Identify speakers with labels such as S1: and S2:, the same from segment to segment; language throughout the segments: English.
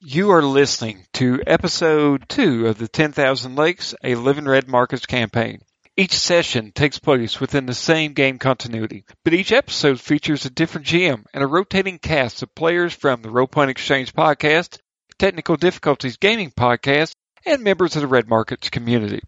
S1: You are listening to episode two of the 10,000 Lakes, a Living Red Markets campaign. Each session takes place within the same game continuity, but each episode features a different GM and a rotating cast of players from the Roleplaying Exchange podcast, Technical Difficulties Gaming podcast, and members of the Red Markets community.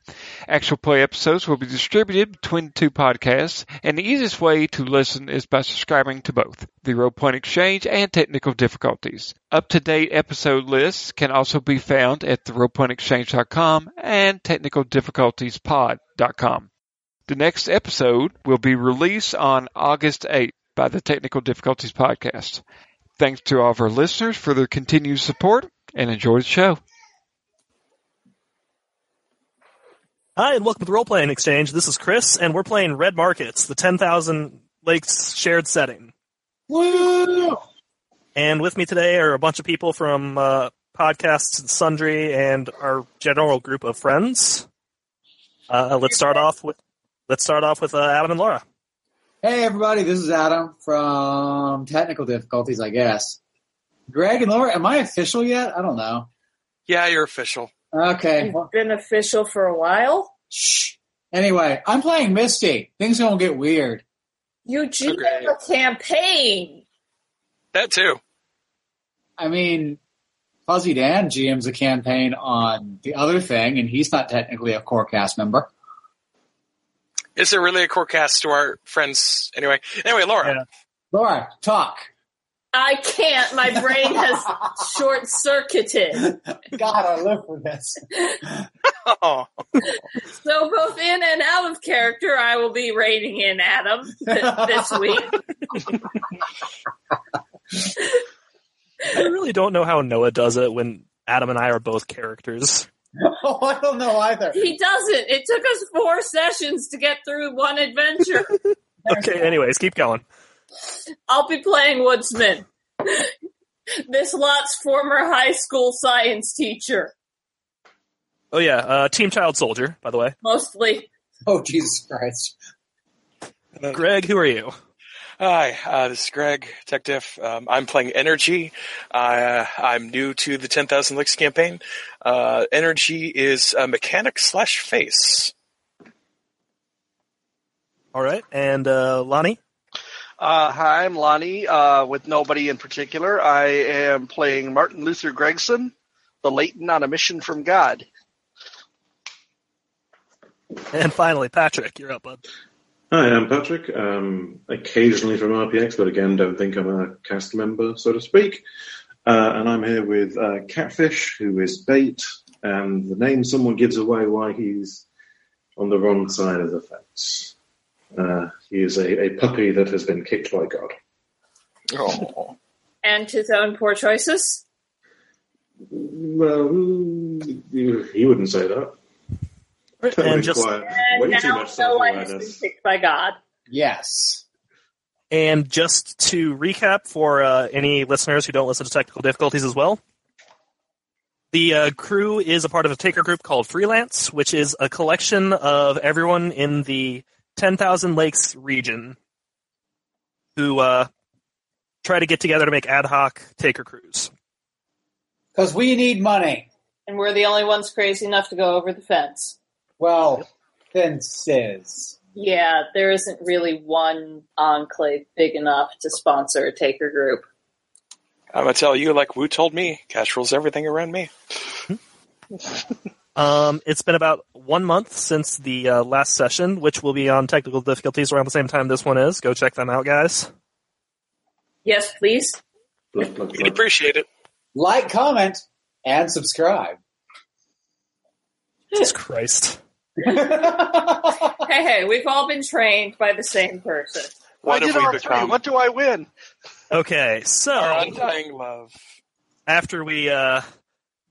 S1: Actual play episodes will be distributed between the two podcasts, and the easiest way to listen is by subscribing to both the Role Point Exchange and Technical Difficulties. Up to date episode lists can also be found at therolepointexchange.com and technicaldifficultiespod.com. The next episode will be released on August 8th by the Technical Difficulties Podcast. Thanks to all of our listeners for their continued support and enjoy the show.
S2: Hi, and welcome to Role Playing Exchange. This is Chris, and we're playing Red Markets, the 10,000 Lakes shared setting. And with me today are a bunch of people from uh, podcasts and Sundry and our general group of friends. Uh, let's start off with let's start off with uh, Adam and Laura.
S3: Hey everybody, this is Adam from Technical Difficulties, I guess. Greg and Laura, am I official yet? I don't know.
S4: Yeah, you're official.
S3: Okay.
S5: It's
S3: well,
S5: been official for a while.
S3: shh. Anyway, I'm playing Misty. Things gonna get weird.
S5: You GM
S4: Okay.
S5: a campaign.
S4: That too.
S3: I mean, Fuzzy Dan GM's a campaign on the other thing, and he's not technically a core cast member.
S4: Is it really a core cast to our friends anyway? Anyway, Laura.
S3: Laura, talk.
S5: I can't. My brain has short circuited.
S3: God, I live for this.
S4: Oh,
S5: So both in and out of character, I will be reining in Adam th- this week.
S2: I really don't know how Noah does it when Adam and I are both characters.
S3: Oh, I don't know either.
S5: He doesn't. It took us four sessions to get through one adventure.
S2: Okay, anyways, keep going.
S5: I'll be playing Woodsman. This lot's former high school science teacher,
S2: Oh yeah, uh, Team Child Soldier, by the way.
S5: mostly.
S3: Oh, Jesus Christ.
S2: Greg, who are you?
S4: hi. Uh, this is Greg, Tech Diff. Um, I'm playing Energy. Uh, I'm new to the 10,000 Licks campaign. Uh, Energy is a mechanic slash face.
S2: All right, and uh, Lonnie.
S6: Uh, hi, I'm Lonnie, uh, with nobody in particular. I am playing Martin Luther Gregson, the Leighton on a mission from God.
S2: And finally, Patrick, you're up, bud.
S7: Hi, I'm Patrick. Um, occasionally from RPX, but again, don't think I'm a cast member, so to speak. Uh, and I'm here with uh, Catfish, who is Bait, and the name someone gives away why he's on the wrong side of the fence. Uh, he is a, a puppy that has been kicked by God.
S4: Oh.
S5: And his own poor choices.
S7: Well, mm, he wouldn't say that.
S2: And just
S7: Quiet.
S5: And
S7: Way
S5: now
S7: too much
S5: no one has been
S7: self-awareness.
S5: picked by God.
S3: Yes.
S2: And just to recap for uh, any listeners who don't listen to technical difficulties as well, the uh, crew is a part of a taker group called Freelance, which is a collection of everyone in the 10,000 Lakes region who uh, try to get together to make ad hoc taker crews.
S3: Because we need money.
S5: And we're the only ones crazy enough to go over the fence.
S3: Well, fences.
S5: Yeah, there isn't really one enclave big enough to sponsor a taker group.
S4: I'm going to tell you, like Wu told me, cash rules everything around me.
S2: Um, it's been about one month since the uh, last session, which will be on technical difficulties around the same time this one is. Go check them out, guys.
S5: Yes, please.
S7: Blah, blah, blah.
S4: We'd appreciate it.
S3: Like, comment, and subscribe.
S2: Jesus Christ.
S5: Hey, hey, we've all been trained by the same person.
S4: What
S6: I
S4: have
S6: did all
S4: we
S6: three.
S4: become?
S6: What do I win?
S2: Okay, so.
S4: Our undying love.
S2: after we uh,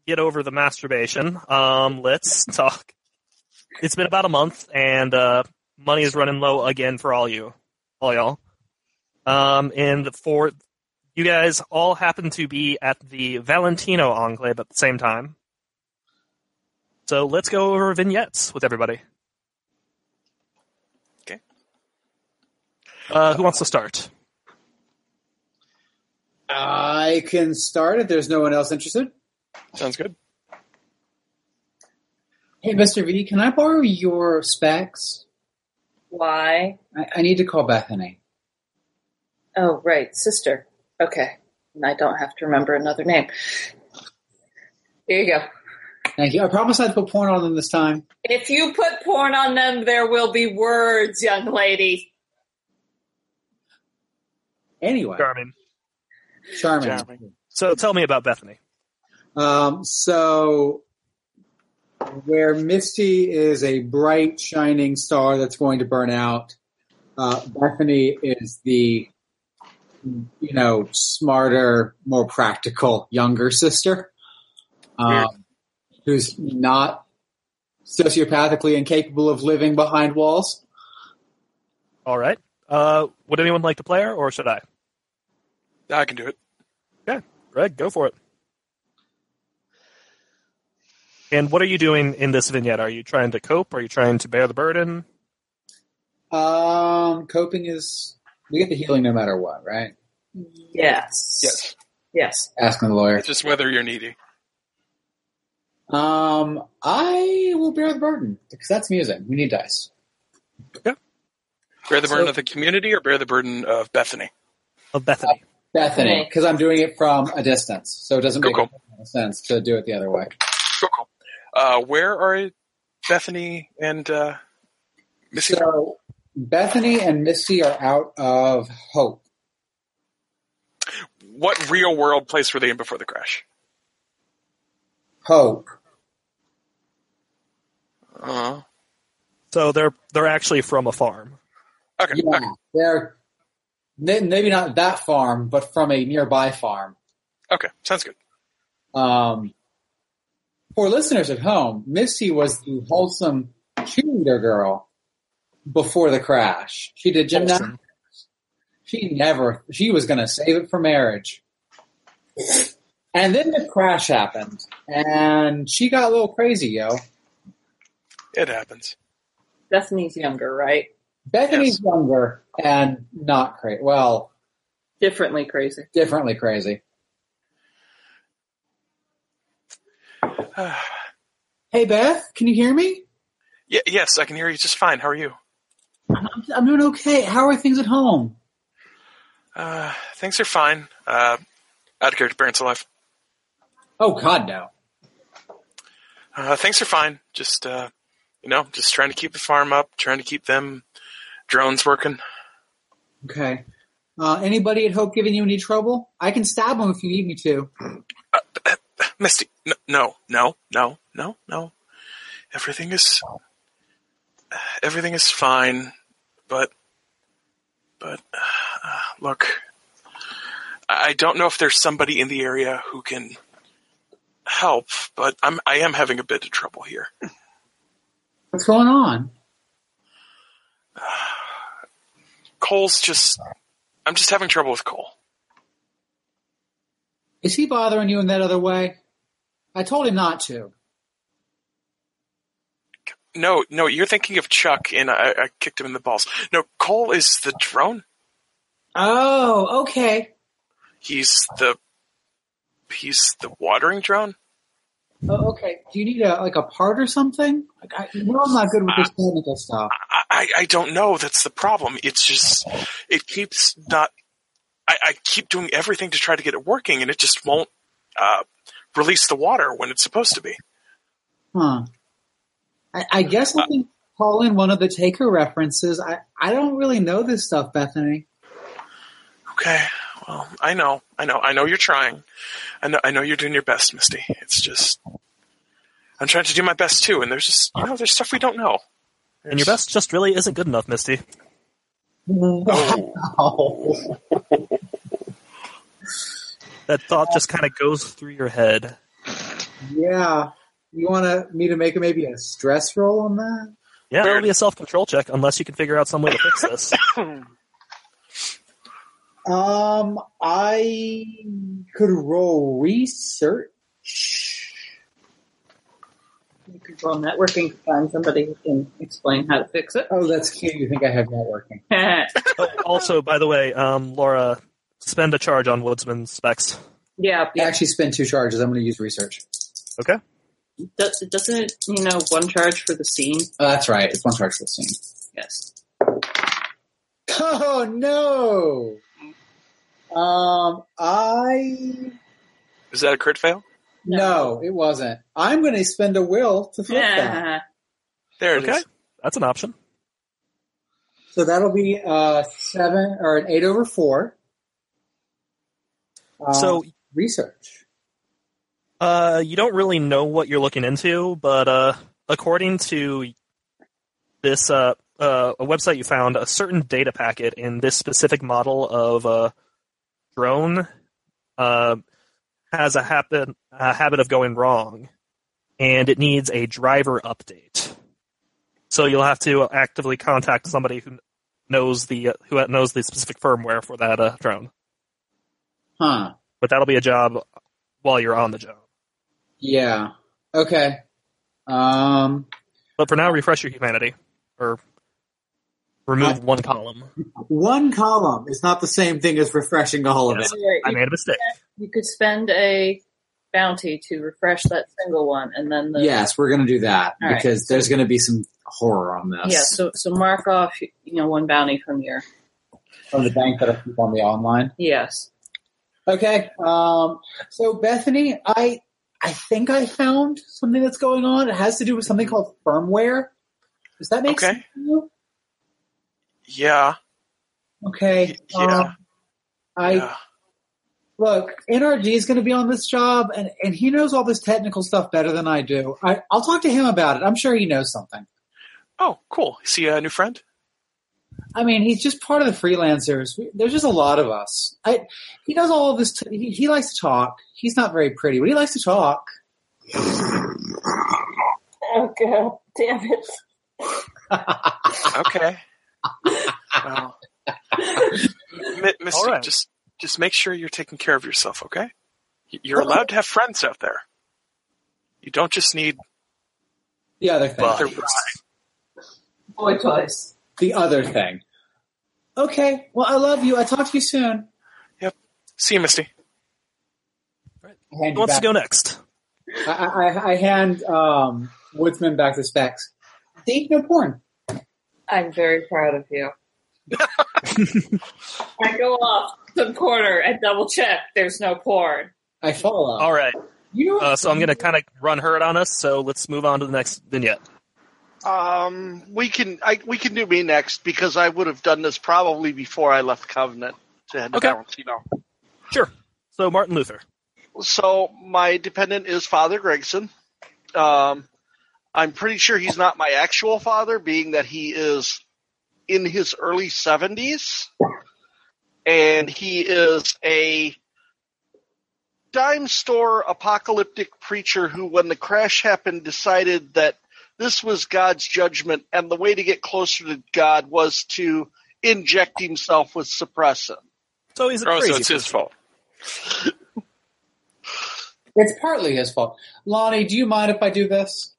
S2: get over the masturbation, um, let's talk. It's been about a month, and uh, money is running low again for all you, all y'all. Um, and for you guys, all happen to be at the Valentino Enclave at the same time. So let's go over vignettes with everybody.
S4: Okay.
S2: Uh, who wants to start?
S3: I can start if there's no one else interested.
S4: Sounds good.
S3: Hey, Mr. V, can I borrow your specs?
S5: Why?
S3: I, I need to call Bethany.
S5: Oh, right, sister. Okay, and I don't have to remember another name. Here you go.
S3: Thank you. I promise I'd put porn on them this time.
S5: If you put porn on them, there will be words, young lady.
S3: Anyway,
S2: Garmin.
S3: Charming.
S4: Charming.
S2: So tell me about Bethany.
S3: Um, so, where Misty is a bright, shining star that's going to burn out, uh, Bethany is the, you know, smarter, more practical, younger sister, um, who's not sociopathically incapable of living behind walls.
S2: All right. Uh, would anyone like to play her, or should I?
S4: I can do it.
S2: Greg, go for it. And what are you doing in this vignette? Are you trying to cope? Are you trying to bear the burden?
S3: Um, coping is we get the healing no matter what, right?
S5: Yes.
S4: Yes.
S5: Yes.
S3: Asking the lawyer.
S4: It's just whether you're needy.
S3: Um, I will bear the burden because that's music. We need dice.
S4: Bear the burden
S2: So-
S4: of the community or bear the burden of Bethany?
S2: Of Bethany.
S3: Bethany,
S5: Okay.
S3: because I'm doing it from a distance, so it doesn't
S4: Cool,
S3: make
S4: cool.
S3: any sense to do it the other way.
S4: Cool, cool. Uh, where are Bethany and uh, Missy?
S3: So Bethany and Misty are out of hope.
S4: what real world place were they in before the crash?
S3: Hope.
S4: Uh,
S2: So they're they're actually from a farm.
S4: okay.
S3: Yeah,
S4: okay.
S3: they're may- maybe not that farm, but from a nearby farm.
S4: Okay. Sounds good.
S3: Um, for listeners at home, Misty was the wholesome cheerleader girl before the crash. She did gymnastics.
S2: Awesome.
S3: She never. She was going to save it for marriage. And then the crash happened, and she got a little crazy, yo.
S4: It happens.
S5: Bethany's younger, right?
S3: Bethany's
S4: Yes.
S3: younger and not crazy. Well,
S5: Differently crazy.
S3: differently crazy.
S4: Uh,
S3: Hey, Beth, can you hear me?
S4: y- yes, I can hear you just fine. How are you?
S3: I'm, I'm doing okay. How are things at home?
S4: Uh, things are fine. Uh, out of character, parents alive.
S3: Oh God, no.
S4: Uh, things are fine. Just uh, you know, just trying to keep the farm up, trying to keep them drones working.
S3: Okay. Uh, anybody at Hope giving you any trouble? I can stab them if you need me to.
S4: Misty, n- no, no, no, no, no. Everything is everything is fine, but but uh, look, I I don't know if there's somebody in the area who can help, but I'm I am having a bit of trouble here.
S3: What's going on?
S4: Cole's just I'm just having trouble with Cole.
S3: Is he bothering you in that other way? I told him not to.
S4: No, no, you're thinking of Chuck, and I, I kicked him in the balls. No, Cole is the drone.
S3: Oh, okay.
S4: He's the he's the watering drone.
S3: Oh, okay. Do you need a like a part or something? Like, I, you know I'm not good with this technical stuff.
S4: I, I, I don't know. That's the problem. It's just it keeps not. I, I keep doing everything to try to get it working, and it just won't uh, release the water when it's supposed to be.
S3: Huh. I, I guess I can call in one of the taker references. I, I don't really know this stuff, Bethany.
S4: Okay. Well, I know, I know, I know you're trying. I know, I know you're doing your best, Misty. It's just I'm trying to do my best too, and there's just you know there's stuff we don't know.
S2: And your best just really isn't good enough, Misty.
S4: Oh.
S3: Wow.
S2: That thought just kind of goes through your head.
S3: yeah. You want to me to make maybe a stress roll on that?
S2: Yeah, it'll be a self control check unless you can figure out some way to fix this.
S3: Um, I could roll research.
S5: You could go on networking to find somebody who can explain how to fix it.
S3: Oh, that's cute. You think I have that working?
S2: Oh, also, by the way, um, Laura, spend a charge on Woodsman specs.
S5: Yeah,
S3: You actually spend two charges. I'm going to use research.
S5: Do- doesn't it, you know, one charge for the scene?
S3: Oh, that's right. It's one charge for the scene.
S5: Yes.
S3: Oh no. Um, I
S4: Is that a crit fail?
S3: no, it wasn't. I'm going to spend a will to flip that.
S5: Yeah.
S4: There it is.
S2: Okay. That's an option.
S3: So that'll be uh seven or an eight over four. Uh,
S2: So
S3: research.
S2: uh, you don't really know what you're looking into, but uh, according to this uh, uh, a website you found, a certain data packet in this specific model of uh, drone uh, has a, happen, a habit of going wrong, and it needs a driver update. So you'll have to actively contact somebody who knows the who knows the specific firmware for that uh, drone.
S3: Huh.
S2: But that'll be a job while you're on the job.
S3: Yeah. Okay. Um.
S2: But for now, refresh your humanity or remove one column.
S3: One column is not the same thing as refreshing all of
S2: Yes.
S3: it.
S2: I made a mistake.
S5: you could spend a bounty to refresh that single one, and then the
S3: Yes, we're going to do that
S5: All right.
S3: because there's going to be some horror on this.
S5: yeah. So so mark off, you know, one bounty from your
S3: From the bank that I keep on the online.
S5: yes.
S3: Okay. Um, so Bethany, I I think I found something that's going on. It has to do with something called firmware. Does that make
S4: Okay.
S3: sense? to you?
S4: Yeah.
S3: Okay.
S4: Y- yeah.
S3: um, I
S4: yeah.
S3: look. NRG is going to be on this job, and and he knows all this technical stuff better than I do. I I'll talk to him about it. I'm sure he knows something.
S4: Oh, cool. See a new friend?
S3: I mean, he's just part of the freelancers. We- There's just a lot of us. I, he does all of this. T- he, he likes to talk. He's not very pretty, but he likes to talk.
S5: Oh god, damn it!
S4: Okay. well, M- Misty,
S2: right.
S4: just just make sure you're taking care of yourself, okay? Y- You're allowed to have friends out there. You don't just need
S3: The other thing.
S4: other
S5: Boy toys.
S3: the other thing. Okay. Well, I love you. I'll talk to you soon.
S4: See you, Misty.
S3: I hand
S2: Who
S3: you
S2: wants to
S3: back-
S2: go next?
S3: I, I, I- I hand um, Woodsman back the specs. See, no porn.
S5: I'm very proud of you. I go off the corner and double check. There's no porn.
S3: I follow.
S2: All right.
S3: You know what?
S2: Uh, so I'm going to kind of run herd on us. So let's move on to the next vignette.
S6: Um, we can I, we can do me next because I would have done this probably before I left Covenant to head to
S2: Okay.
S6: Valentino.
S2: Sure. So Martin Luther.
S6: So my dependent is Father Gregson. Um, I'm pretty sure he's not my actual father, being that he is in his early 70s, and he is a dime store apocalyptic preacher who, when the crash happened, decided that this was God's judgment, and the way to get closer to God was to inject himself with suppressant.
S2: So he's a
S4: Oh,
S2: crazy.
S4: so it's his fault.
S3: It's partly his fault. Lonnie, do you mind if I do this?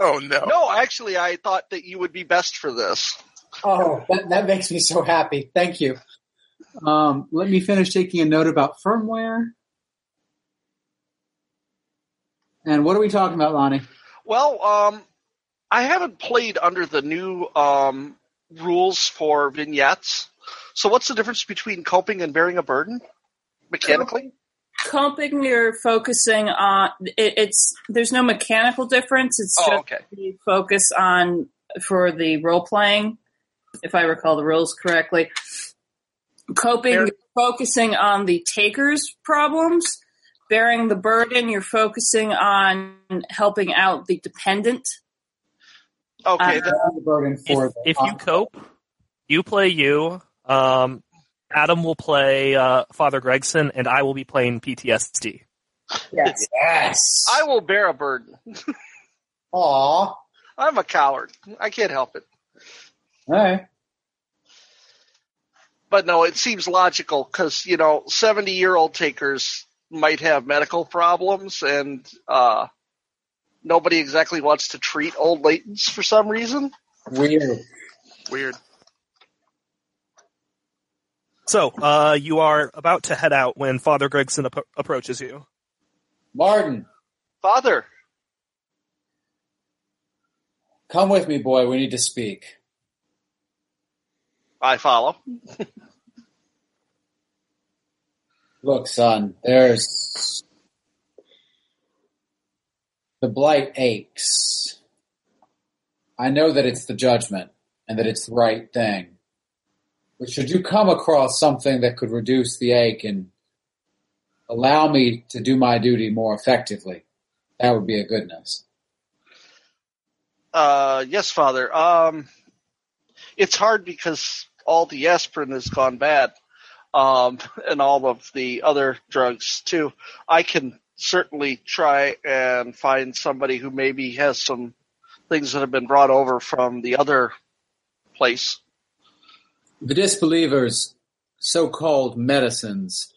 S4: Oh no.
S6: No, actually, I thought that you would be best for this.
S3: Oh, that, that makes me so happy. Thank you. Um, let me finish taking a note about firmware. And what are we talking about, Lonnie?
S6: Well, um, I haven't played under the new um, rules for vignettes. So, what's the difference between coping and bearing a burden mechanically?
S5: Comping, you're focusing on it, it's. There's no mechanical difference. It's
S6: Oh,
S5: just
S6: okay.
S5: the focus on for the role playing, if I recall the rules correctly. Coping,
S6: Bear-
S5: you're focusing on the taker's problems. Bearing the burden, you're focusing on helping out the dependent.
S6: Okay.
S5: Uh,
S6: then-
S3: The burden for
S2: If,
S3: the-
S2: if you cope, you play you. Um, Adam will play uh, Father Gregson, and I will be playing PTSD.
S5: Yes.
S3: yes.
S6: I will bear a burden.
S3: Aw. All
S6: I'm a coward. I can't help it.
S3: right.
S6: But no, it seems logical because you know, seventy-year-old takers might have medical problems, and uh, nobody exactly wants to treat old latents for some reason.
S3: Weird.
S4: Weird.
S2: So, uh, you are about to head out when Father Gregson ap- approaches you.
S3: Martin,
S6: Father,
S3: come with me, boy. We need to speak.
S6: I follow.
S3: Look, son, there's the blight aches. I know that it's the judgment and that it's the right thing. But should you come across something that could reduce the ache and allow me to do my duty more effectively, that would be a goodness.
S6: Uh, yes, Father. Um, it's hard because all the aspirin has gone bad, um, and all of the other drugs too. I can certainly try and find somebody who maybe has some things that have been brought over from the other place.
S3: The disbelievers' so called medicines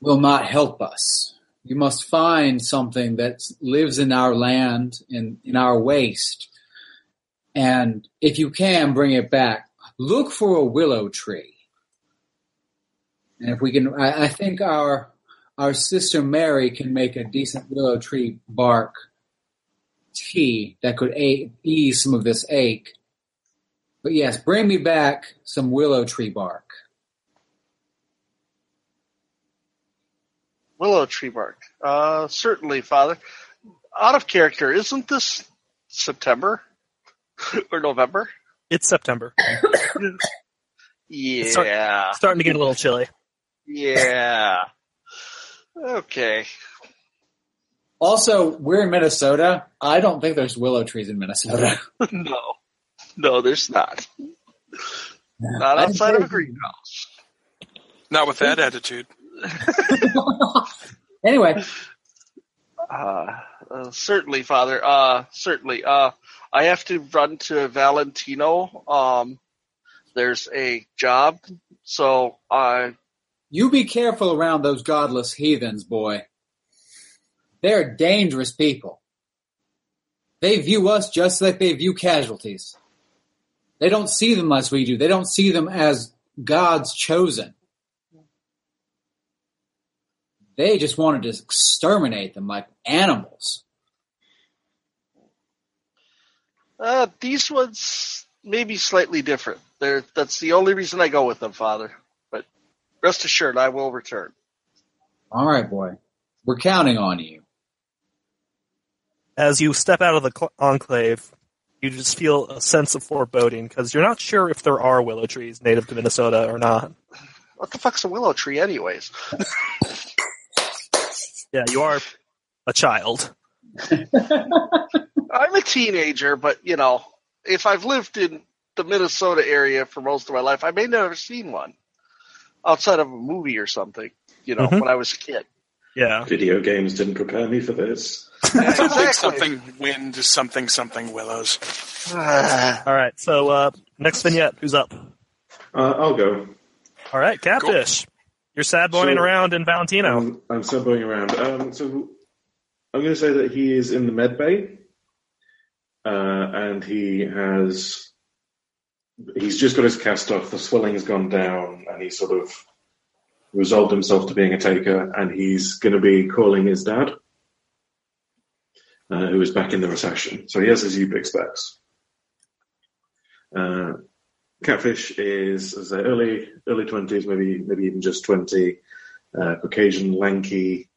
S3: will not help us. You must find something that lives in our land, in, in our waste, and if you can, bring it back. Look for a willow tree. And if we can, I, I think our our sister Mary can make a decent willow tree bark tea that could a- ease some of this ache. But yes, bring me back some willow tree bark.
S6: Willow tree bark. Uh, certainly, Father. Out of character, isn't this September or November?
S2: It's September.
S6: Yeah.
S2: Sorry. Starting to get a little chilly.
S6: Yeah. Okay.
S3: Also, we're in Minnesota. I don't think there's willow trees in Minnesota.
S6: No. No, there's not. Not
S3: I
S6: outside of a
S3: agree.
S6: greenhouse.
S4: Not with that attitude.
S3: anyway,
S6: Uh, uh, certainly, Father. Uh, certainly. Uh, I have to run to Valentino. Um, there's a job, so I
S3: you be careful around those godless heathens, boy. They're dangerous people. They view us just like they view casualties. They don't see them as we do. They don't see them as God's chosen. They just wanted to exterminate them like animals.
S6: uh, these ones may be slightly different. They're, that's the only reason I go with them, Father. But rest assured, I will return.
S3: All right, boy. We're counting on you.
S2: As you step out of the cl- enclave, you just feel a sense of foreboding because you're not sure if there are willow trees native to Minnesota or not.
S6: What the fuck's a willow tree, anyways?
S2: Yeah, you are a child.
S6: I'm a teenager, but you know, if I've lived in the Minnesota area for most of my life, I may never have seen one outside of a movie or something. You know,
S2: Mhm.
S6: when I was a kid.
S2: Yeah.
S7: Video games didn't prepare me for this.
S4: something,
S6: Exactly.
S4: something, wind, something, something, willows.
S2: All right. So uh, next vignette, who's up?
S7: Uh, I'll go.
S2: All right, Catfish. You're sad boying
S7: So-
S2: around in Valentino.
S7: Um, I'm still going around. Um, so I'm going to say that he is in the med bay, uh, and he has he's just got his cast off. The swelling's gone down, and he's sort of resolved himself to being a taker. And he's going to be calling his dad, uh, who is back in the recession. So he has his UBIC specs. Uh, Catfish is as I say, early early twenties, maybe maybe even just twenty uh, Caucasian, lanky,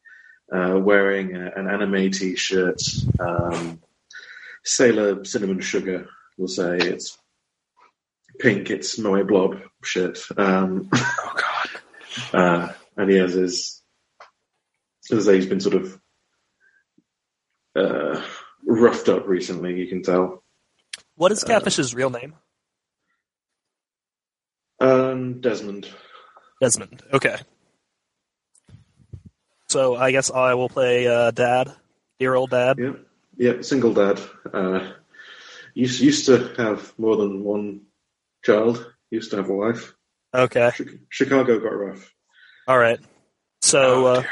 S7: uh, wearing a, an anime t-shirt, um, sailor cinnamon sugar. We'll say it's pink. It's Moe Blob shit. Um,
S4: Oh God!
S7: uh, and he has his, as I say, he's been sort of uh, roughed up recently. You can tell.
S2: What is Catfish's real name?
S7: Um, Desmond.
S2: Desmond. Okay. So I guess I will play uh, Dad, dear old Dad.
S7: Yeah, yeah, single dad. Uh, used used to have more than one child. Used to have a wife.
S2: Okay.
S7: Chi- Chicago got rough.
S2: All right. So
S4: Oh,
S2: uh,
S4: dear.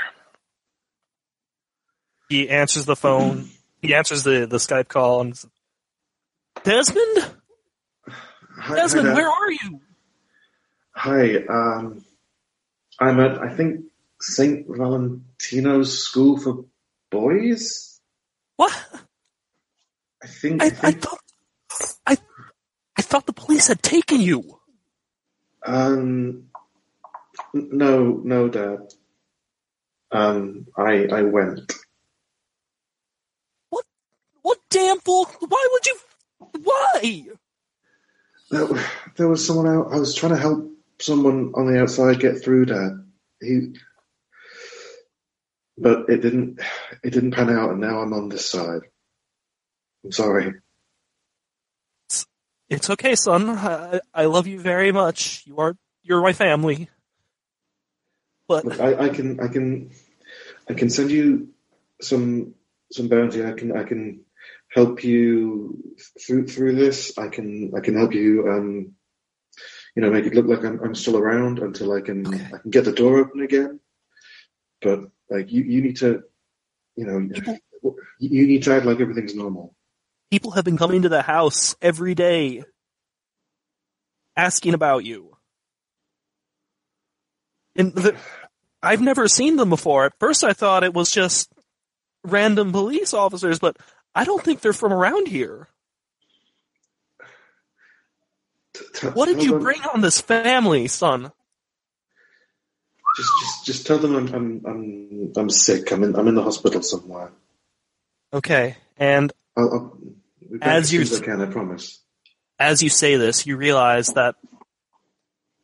S2: he answers the phone. He answers the the Skype call and. s- Desmond,
S7: Hi- hi,
S2: Desmond,
S7: Dad.
S2: where are you?
S7: Hi, um, I'm at, I think, St. Valentino's School for Boys?
S2: What?
S7: I think,
S2: I,
S7: I,
S2: I
S7: think,
S2: thought I I thought the police had taken you.
S7: um, n- no, no, Dad. Um, I, I went.
S2: What damn fool? Why would you? Why?
S7: There, there was someone out, I was trying to help someone on the outside get through, Dad. He, but it didn't, it didn't pan out and now I'm on this side. I'm sorry.
S2: It's okay, son. I, I love you very much. You are you're my family. But
S7: Look, I, I can, I can, I can send you some some bounty. I can, I can help you through through this. I can, I can help you. Um, you know, make it look like I'm, I'm still around until I can,
S2: Okay.
S7: I can get the door open again. But like, you, you need to, you know,
S2: People-
S7: you, you need to act like everything's normal.
S2: people have been coming to the house every day, asking about you. And the, I've never seen them before. At first, I thought it was just random police officers, but I don't think they're from around here.
S7: T- t-
S2: What did
S7: tell
S2: you
S7: them-
S2: bring on this family, son?
S7: Just, just, just tell them I'm, I'm, I'm, I'm sick. I'm in, I'm in the hospital somewhere.
S2: Okay. And
S7: I'll, I'll be back
S2: As
S7: as soon
S2: you-
S7: as I can. I promise.
S2: as you say this, you realize that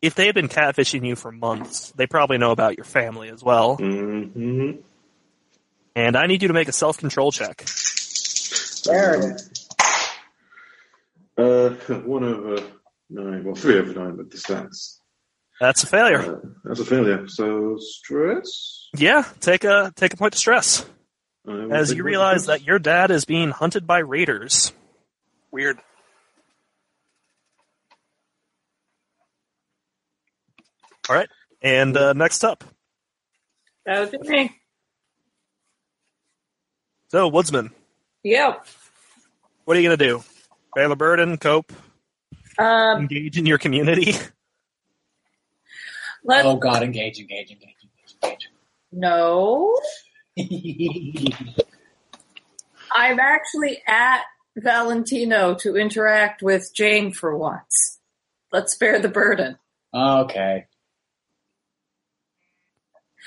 S2: if they have been catfishing you for months, they probably know about your family as well.
S7: hmm
S2: And I need you to make a self control check.
S5: There it is.
S7: Uh, one over nine, well, three over nine with the stats.
S2: That's a failure.
S7: Uh, that's a failure. So stress.
S2: Yeah, take a take a point of stress
S7: I will
S2: as
S7: take
S2: you
S7: one
S2: realize
S7: stress.
S2: that your dad is being hunted by raiders.
S4: Weird.
S2: And uh, next up,
S5: That would be me.
S2: so woodsman,
S5: Yep.
S2: what are you gonna do? Bear the burden, cope,
S5: Um,
S2: engage in your community.
S5: let
S3: oh God, engage, engage, engage, engage,
S5: no.
S3: engage.
S5: I'm actually at Valentino to interact with Jane for once. Let's bear the burden.
S3: okay.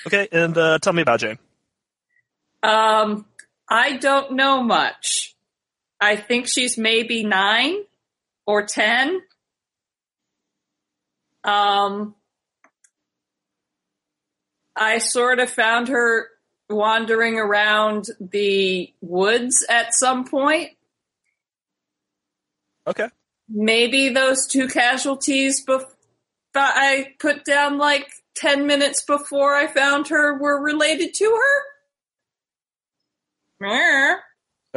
S2: Okay, and uh, tell me about Jane.
S5: Um, I don't know much. I think she's maybe nine or ten. Um, I sort of found her wandering around the woods at some point.
S2: Okay,
S5: Maybe those two casualties bef- that I put down like 10 minutes before I found her were related to her? Meh.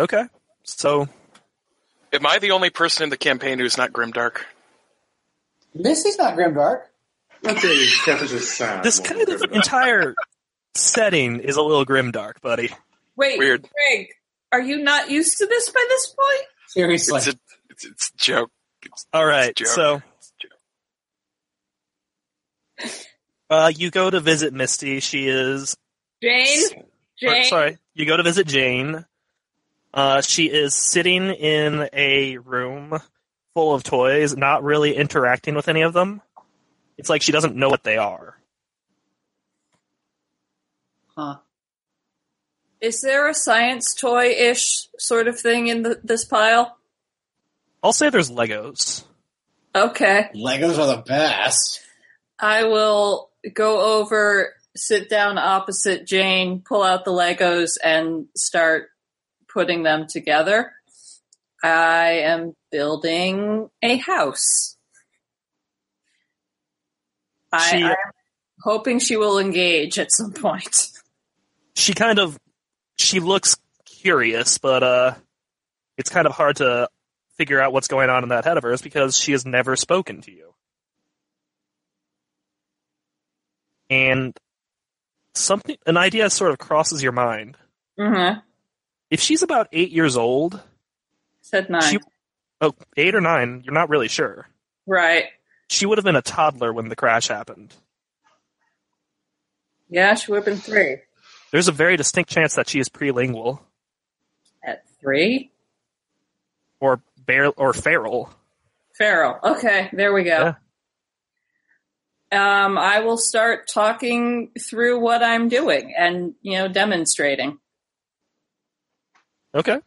S2: okay. So
S4: Am I the only person in the campaign who's not Grimdark?
S3: Misty's not grimdark.
S7: Okay, Catfish is sad.
S2: this
S7: more
S2: kind
S7: than
S2: of
S7: good.
S2: entire setting is a little grimdark, buddy.
S5: Wait,
S4: Weird.
S5: Greg, are you not used to this by this point?
S3: Seriously.
S4: It's a, it's, it's a joke.
S2: All right,
S4: Joke.
S2: so
S4: Joke.
S2: uh, you go to visit Misty. She is
S5: Jane?
S2: Or,
S5: Jane?
S2: sorry, you go to visit Jane. Uh, she is sitting in a room full of toys, not really interacting with any of them. It's like she doesn't know what they are.
S5: Is there a science toy ish sort of thing in the, this pile?
S2: I'll say there's Legos.
S5: Okay.
S3: Legos are the best.
S5: I will go over, sit down opposite Jane, pull out the Legos, and start putting them together. I am building a house. I,
S2: She-
S5: I'm hoping she will engage at some point.
S2: She kind of she looks curious, but uh, it's kind of hard to figure out what's going on in that head of hers because she has never spoken to you. And something an idea sort of crosses your mind.
S5: Mm-hmm.
S2: If she's about eight years old,
S5: Said nine.
S2: She- oh, eight or nine, you're not really sure.
S5: right.
S2: She would have been a toddler when the crash happened.
S5: Yeah, she would have been three.
S2: There's a very distinct chance that she is prelingual
S5: At three?
S2: or bare or feral.
S5: Feral. Okay, there we go. Um, I will start talking through what I'm doing and, you know, demonstrating.
S2: Okay.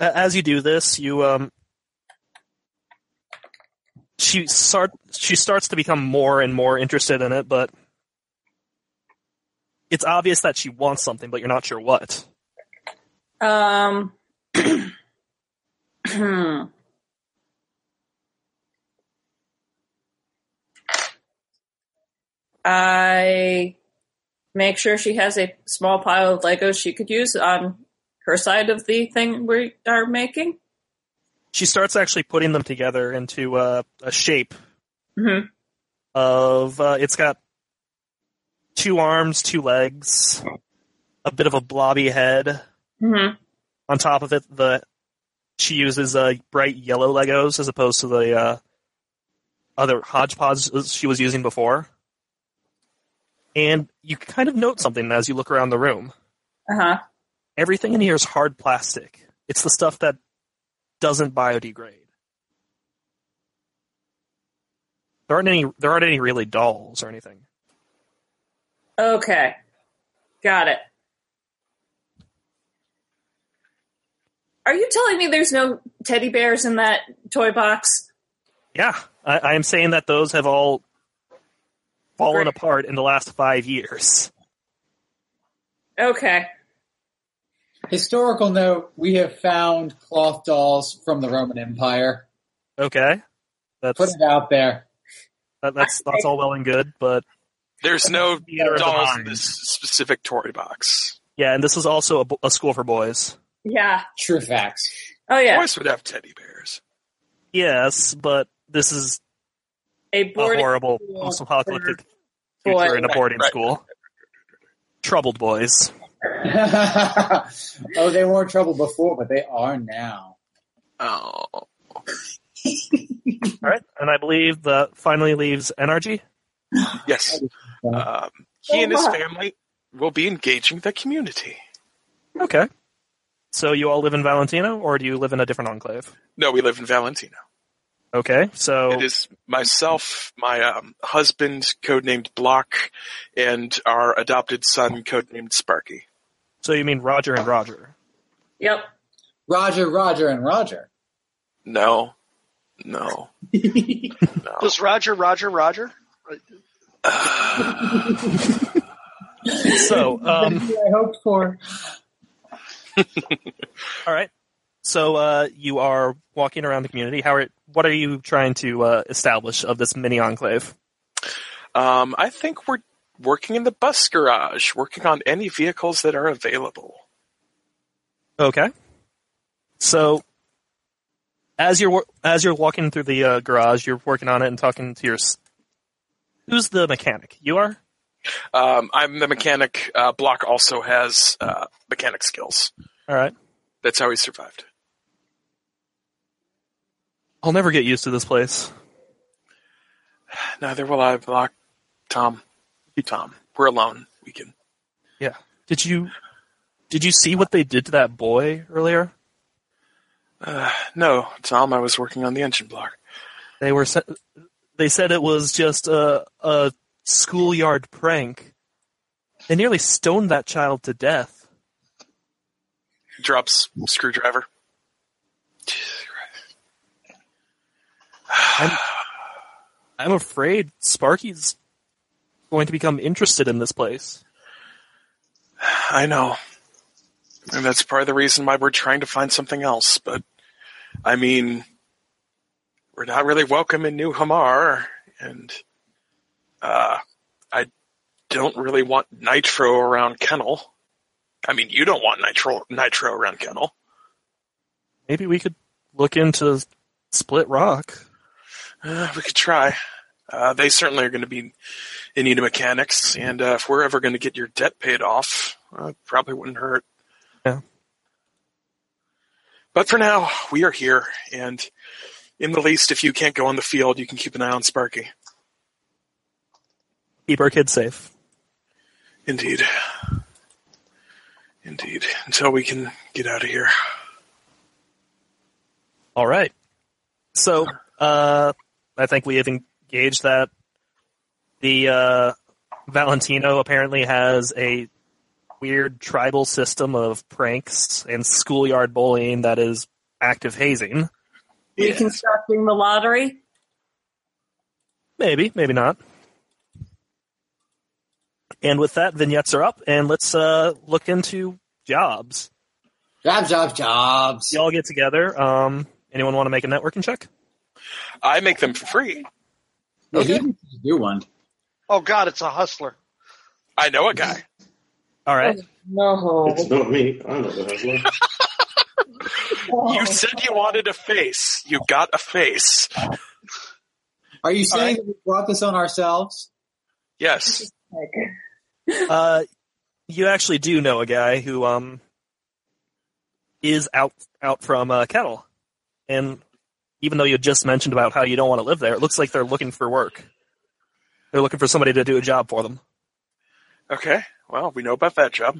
S2: A- As you do this, you um, she start she starts to become more and more interested in it, but it's obvious that she wants something, but you're not sure what.
S5: Um, hmm. I make sure she has a small pile of Legos she could use on her side of the thing we are making.
S2: She starts actually putting them together into uh, a shape
S5: Mhm.
S2: of uh, it's got two arms, two legs, a bit of a blobby head,
S5: Mm-hmm.
S2: on top of it the she uses uh, bright yellow legos as opposed to the uh, other hodgepodge she was using before and you kind of note something as you look around the room
S5: Uh huh.
S2: everything in here is hard plastic it's the stuff that doesn't biodegrade there aren't any there aren't any really dolls or anything
S5: Okay. Got it. Are you telling me there's no teddy bears in that toy box?
S2: yeah i, I am saying that those have all fallen
S5: Great.
S2: apart in the last five years
S5: Okay.
S3: Historical note: We have found cloth dolls from the Roman Empire.
S2: okay that's
S3: Put it out there.
S2: That, that's that's all well and good, but
S4: There's no
S2: Theater of the
S4: dolls in
S2: mind.
S4: this specific Tory box.
S2: yeah, and this is also a, bo- a school for boys.
S5: Yeah.
S3: True facts.
S5: Oh yeah.
S4: Boys would have teddy bears.
S2: Yes, but this is
S5: A
S2: a
S5: boarding
S2: horrible
S5: school
S2: post-apocalyptic
S5: for
S2: future in a
S5: boys.
S2: boarding
S4: Right, right,
S2: school. Troubled boys.
S3: oh, they were in trouble before, but they are now.
S4: Oh,
S2: All right, and I believe that finally leaves NRG.
S4: yes. Um, he and his family will be engaging the community.
S2: Okay. So you all live in Valentino, or do you live in a different enclave?
S4: No, we live in Valentino.
S2: Okay, so
S4: It is myself, my um, husband, codenamed Block, and our adopted son, codenamed Sparky.
S2: so you mean Roger and Roger?
S5: Yep.
S3: Roger, Roger, and Roger.
S4: No, no, no.
S6: Does Roger, Roger, Roger?
S2: So, um,
S3: I hoped for.
S2: all right. So uh, you are walking around the community. How are? What are you trying to uh, establish of this mini enclave?
S4: Um, I think we're working in the bus garage, working on any vehicles that are available.
S2: Okay. So as you're wa- as you're walking through the uh, garage, you're working on it and talking to your. s- Who's the mechanic? You are.
S4: Um, I'm the mechanic. Uh, Block also has uh, mechanic skills.
S2: All right.
S4: That's how he survived.
S2: I'll never get used to this place.
S4: Neither will I, Block. Tom. Tom. We're alone. We can.
S2: Did you? Did you see what they did to that boy earlier?
S4: uh, No, Tom, I was working on the engine block.
S2: They were. se- They said it was just a a schoolyard prank. They nearly stoned that child to death.
S4: Drops screwdriver.
S2: I'm afraid Sparky's going to become interested in this place.
S4: I know. And that's part of the reason why we're trying to find something else, but I mean we're not really welcome in New Hamar and uh I don't really want nitro around Kennel. I mean you don't want nitro nitro around Kennel.
S2: Maybe we could look into Split Rock.
S4: Uh, we could try. Uh, they certainly are going to be in need of mechanics, and uh, if we're ever going to get your debt paid off, uh, it probably wouldn't hurt.
S2: Yeah.
S4: But for now, we are here, and in the least, if you can't go on the field, you can keep an eye on Sparky.
S2: Keep our kids safe.
S4: Indeed. Indeed. Until we can get out of here.
S2: All right. So uh, I think we have engaged that the uh, Valentino apparently has a weird tribal system of pranks and schoolyard bullying that is active hazing.
S5: Reconstructing the lottery.
S2: Maybe, maybe not. And with that, vignettes are up, and let's uh, look into jobs.
S3: Jobs, jobs, jobs.
S2: Y'all get together. Um, anyone want to make a networking check?
S4: I make them for free.
S3: Yeah,
S2: Okay.
S3: he needs Oh, to do one.
S6: Oh God, it's a hustler.
S4: I know a guy.
S2: All right.
S5: No.
S7: It's not me. I'm not the hustler.
S4: You said you wanted a face. You got a face.
S3: Are you
S2: right.
S3: saying that we brought this on ourselves?
S4: Yes.
S2: Uh, you actually do know a guy who um is out out from uh, Kettle, and even though you just mentioned about how you don't want to live there, it looks like they're looking for work. They're looking for somebody to do a job for them.
S4: Okay. Well, we know about that job.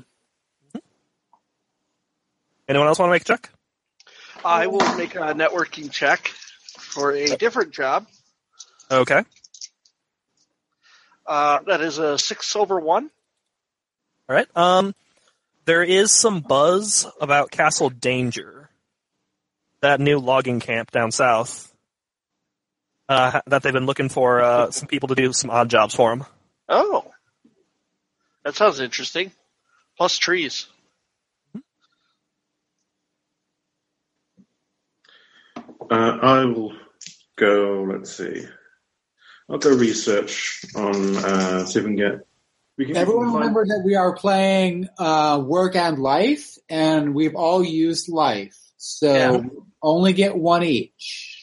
S2: Anyone else want to make a check?
S6: I will make a networking check for a different job.
S2: Okay.
S6: Uh, that is a six over one.
S2: All right. Um, there is some buzz about Castle Danger, that new logging camp down south. Uh, that they've been looking for uh, some people to do some odd jobs for them.
S6: Oh, that sounds interesting. Plus trees.
S7: Uh, I will go. Let's see. I'll go research on uh, see if we can get. We can
S3: Everyone remember that we are playing uh, work and life, and we've all used life. So
S6: Yeah.
S3: only get one each.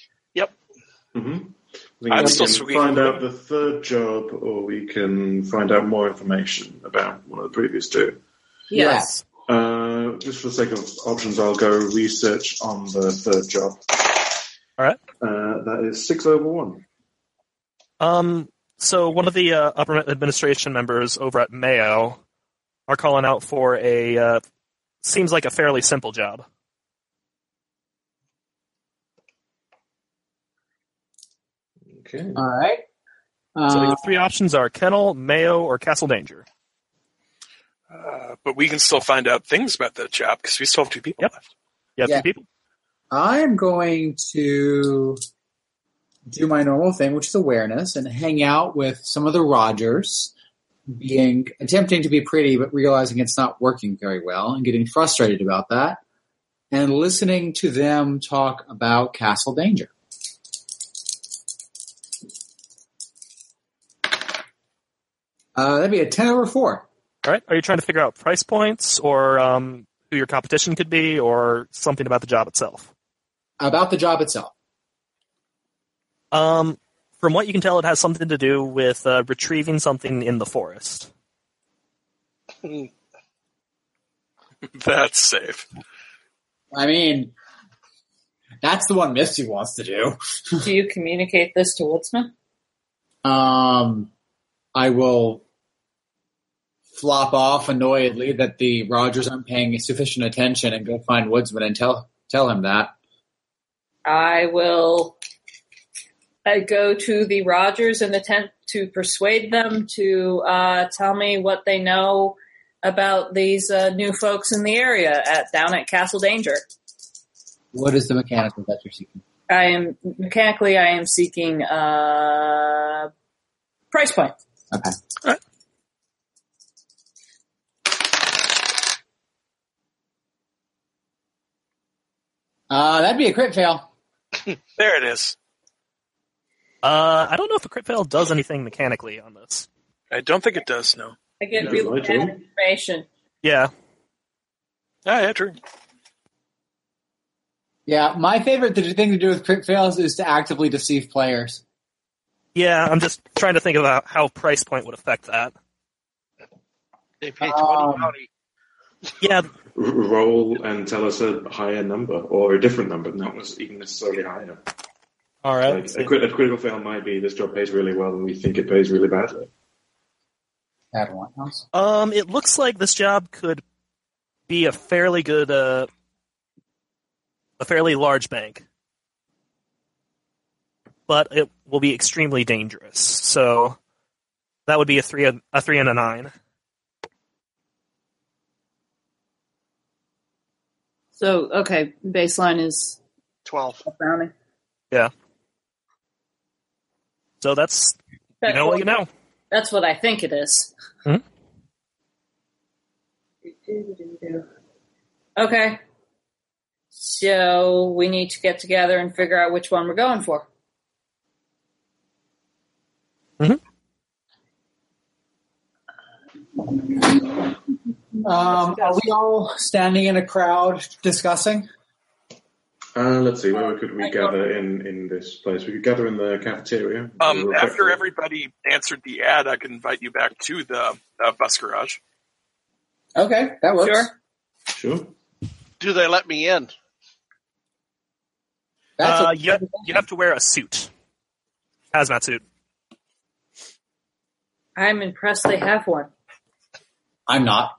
S7: Mhm. We
S4: Mm-hmm. I'm
S7: can
S4: still sweet.
S7: find out the third job, or we can find out more information about one of the previous two.
S5: Yes.
S7: Uh, just for the sake of options, I'll go research on the third job.
S2: All right.
S7: Uh, that is six over one.
S2: Um, so one of the uh, upper administration members over at Mayo are calling out for a uh, seems like a fairly simple job.
S7: Okay.
S3: All right.
S2: So
S3: Uh,
S2: your three options are Kennel, Mayo, or Castle Danger.
S4: Uh, but we can still find out things about that job because we still have two people
S2: Yep.
S4: left.
S2: You have
S3: Yeah.
S2: two people.
S3: I am going to do my normal thing, which is awareness, and hang out with some of the Rogers, being attempting to be pretty but realizing it's not working very well and getting frustrated about that, and listening to them talk about Castle Danger. Uh, that'd be a ten over four.
S2: All right. Are you trying to figure out price points or um, who your competition could be or something about the job itself?
S3: About the job itself.
S2: Um, from what you can tell, it has something to do with uh, retrieving something in the forest.
S4: That's safe.
S3: I mean, that's the one Misty wants to do.
S5: Do you communicate this to Woodsman?
S3: Um, I will flop off annoyedly that the Rogers aren't paying sufficient attention and go find Woodsman and tell tell him that.
S5: I will I go to the Rogers and attempt to persuade them to uh, tell me what they know about these uh, new folks in the area at down at Castle Danger.
S3: What is the mechanical that you're seeking?
S5: I am mechanically I am seeking uh, price point.
S3: Okay. Uh, that'd be a crit fail.
S4: There it is.
S2: Uh, I don't know if a crit fail does anything mechanically on this.
S4: I don't think it does, no.
S5: I get
S7: Yeah,
S5: really bad
S7: right, Jim.
S5: information.
S2: Yeah.
S4: Ah, yeah, true.
S3: Yeah, my favorite th- thing to do with crit fails is to actively deceive players.
S2: Yeah, I'm just trying to think about how price point would affect that.
S6: They pay
S3: Um,
S6: twenty bounty.
S2: Yeah,
S7: R- roll and tell us a higher number or a different number, not even necessarily higher.
S2: All right.
S7: Like, a, crit- a critical fail might be this job pays really well and we think it pays really badly.
S3: Add one else.
S2: Um, it looks like this job could be a fairly good, uh, a fairly large bank, but it will be extremely dangerous. So that would be a three, a three and a nine.
S5: So, okay, baseline is
S6: Twelve.
S5: a bounty.
S2: So that's you know what you know.
S5: That's what I think it is.
S2: Hmm?
S5: Okay. So we need to get together and figure out which one we're going for.
S3: Um, are we all standing in a crowd discussing?
S7: Uh, let's see, where could we gather in, in this place? We could gather in the cafeteria.
S4: Um,
S7: We'll
S4: after
S7: check-
S4: everybody answered the ad, I can invite you back to the uh, bus garage.
S3: Okay, that works.
S5: Sure.
S7: Sure.
S6: Do they let me in?
S3: That's
S2: uh,
S3: a-
S2: you, have, you have to wear a suit, hazmat suit.
S5: I'm impressed they have one.
S3: I'm not.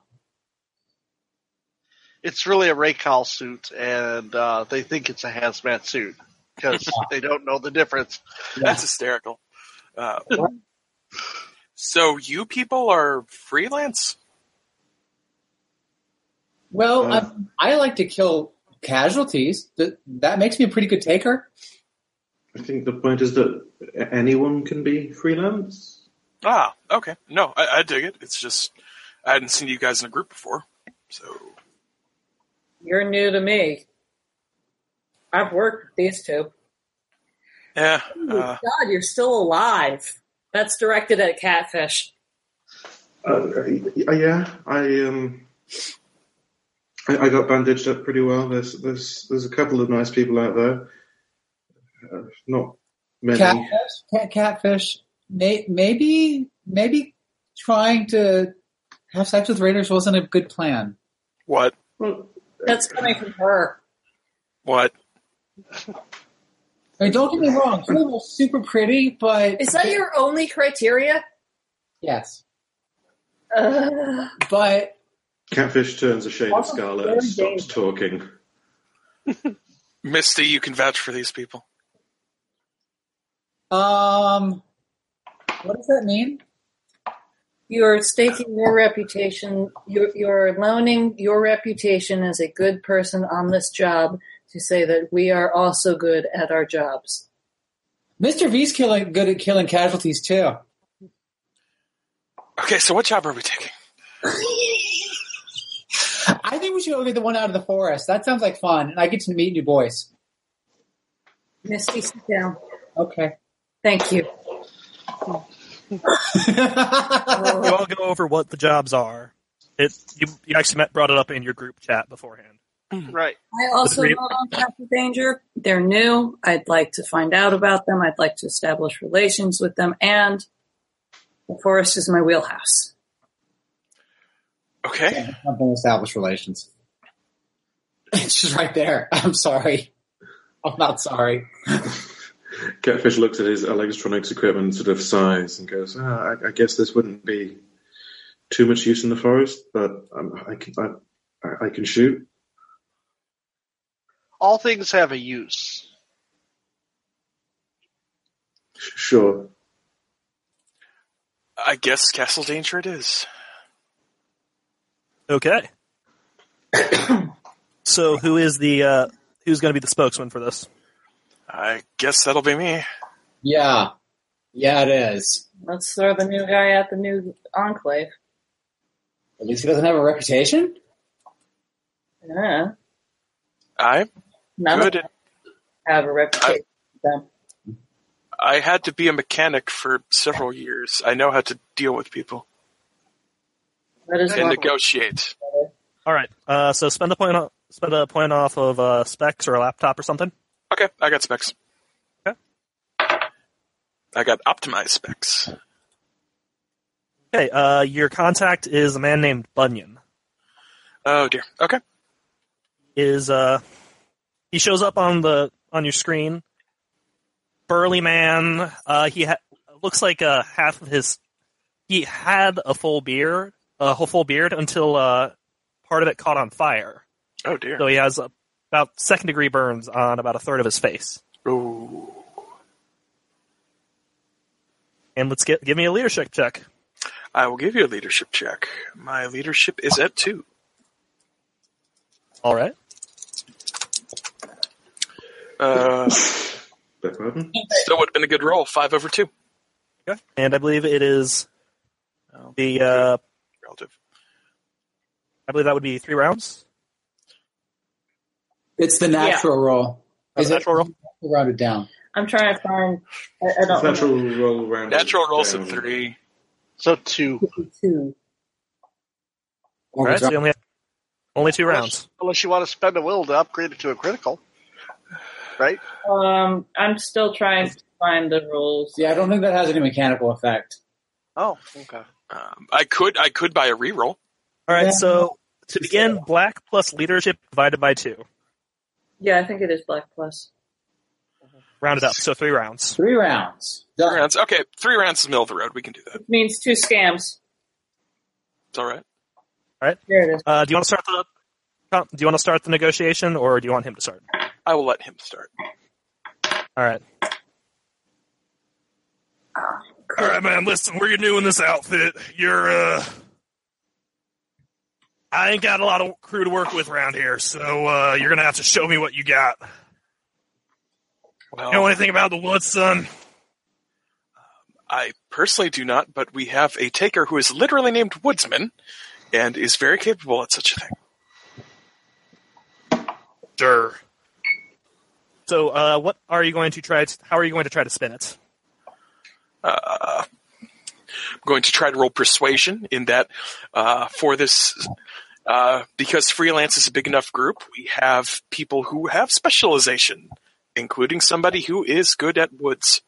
S6: It's really a Raycal suit, and uh, they think it's a hazmat suit because they don't know the difference.
S4: That's hysterical. Uh, so you people are freelance?
S3: Well,
S7: Uh,
S3: um, I like to kill casualties. That that makes me a pretty good taker.
S7: I think the point is that a- anyone can be freelance.
S4: Ah, okay. No, I, I dig it. It's just I hadn't seen you guys in a group before, so
S5: You're new to me. I've worked with these two.
S4: yeah.
S5: Ooh,
S4: Uh,
S5: God, you're still alive. That's directed at catfish.
S7: Uh, uh, yeah, I um, I, I got bandaged up pretty well. There's there's there's a couple of nice people out there. Uh, not many.
S3: Catfish, cat, catfish. May, maybe, maybe trying to have sex with raiders wasn't a good plan.
S4: what?
S7: Well,
S5: That's coming from her.
S4: What?
S3: I mean, don't get me wrong, she was super pretty, but
S5: Is that your only criteria?
S3: yes,
S5: Ugh.
S3: but
S7: catfish turns a shade of
S3: Also
S7: scarlet
S3: very
S7: and stops talking.
S4: Misty, you can vouch for these people.
S3: um, what does that mean?
S5: You're staking your reputation, you're, you're loaning your reputation as a good person on this job to say that we are also good at our jobs.
S3: Mister V's killing good at killing casualties too.
S4: Okay, so what job are we taking?
S3: I think we should go get the one out of the forest. That sounds like fun, and I get to meet new boys.
S5: Misty, sit down.
S3: Okay.
S5: Thank you.
S2: You all go over what the jobs are. It you, you actually met, brought it up in your group chat beforehand.
S6: Right.
S5: I also
S2: Three-
S5: not on top of danger. They're new. I'd like to find out about them. I'd like to establish relations with them, and the forest is my wheelhouse.
S4: Okay,
S3: Something established relations. It's just right there. I'm sorry. I'm not sorry.
S7: Catfish looks at his electronics equipment, sort of sighs, and goes, ah, I, "I guess this wouldn't be too much use in the forest, but um, I can I, I- I can shoot."
S6: All things have a use.
S7: Sure.
S4: I guess Castle Danger it is.
S2: Okay. so who is the uh, who's going to be the spokesman for this?
S4: I guess that'll be me.
S3: Yeah. Yeah, it is.
S5: Let's throw the new guy at the new enclave.
S3: At least he doesn't have a reputation.
S5: Yeah,
S4: I'm
S5: none
S4: good
S5: of
S4: at
S5: them have a reputation. with them.
S4: I had to be a mechanic for several years. I know how to deal with people
S5: That is
S4: and
S5: one.
S4: negotiate.
S2: All right. Uh, so spend a point o- spend a point off of uh, specs or a laptop or something.
S4: Okay, I got specs.
S2: Okay.
S4: I got optimized specs.
S2: Okay. Uh, your contact is a man named Bunyan.
S4: Oh dear. Okay.
S2: Is uh, he shows up on the on your screen, burly man. Uh, he ha- looks like uh, half of his. He had a full beard, a whole full beard until uh, part of it caught on fire.
S4: Oh dear.
S2: So he has uh, about second degree burns on about a third of his face.
S4: Ooh.
S2: And let's get give me a leadership check.
S4: I will give you a leadership check. My leadership is at two.
S2: All right.
S4: Uh,
S7: Beg pardon?
S4: still would have been a good roll. Five over two.
S2: Okay. And I believe it is
S4: Oh,
S2: the. Uh,
S4: relative.
S2: I believe that would be three rounds.
S3: It's the natural roll.
S2: Oh,
S3: Is
S2: the
S3: it
S2: natural roll?
S3: rounded down?
S5: I'm trying to find. I, I
S7: It's
S5: don't
S7: natural roll round.
S4: Natural rolls
S7: down.
S4: at three.
S6: So two,
S5: know. Two.
S2: All right. So you only have only two rounds.
S6: unless you want to spend a will to upgrade it to a critical, right?
S5: Um, I'm still trying to find the rules.
S3: Yeah, I don't think that has any mechanical effect.
S6: Oh, okay.
S4: Um, I could I could buy a reroll.
S2: All right.
S3: Yeah.
S2: So to begin, black plus leadership divided by two.
S5: Yeah, I think it is Black Plus.
S2: Rounded up. So three rounds.
S3: Three rounds.
S4: Three
S3: Done.
S4: rounds. Okay, three rounds is middle of the road. We can do that.
S5: It means two scams.
S4: It's all right.
S5: There it is.
S2: Uh, do you want to start the? com- Do you want to start the negotiation, or do you want him to start?
S4: I will let him start.
S2: All right. All right, man. Listen, where you new in this outfit? You're uh, I ain't got a lot of crew to work with around here, so uh, you're gonna have to show me what you got.
S4: Well,
S2: You know anything about the woods, son?
S4: I personally do not, but we have a taker who is literally named Woodsman, and is very capable at such a thing.
S2: Sure. So, uh, what are you going to try? To, how are you going to try to spin it?
S4: I'm going to try to roll persuasion in that uh, for this. Uh, because freelance is a big enough group, we have people who have specialization, including somebody who is good at woods.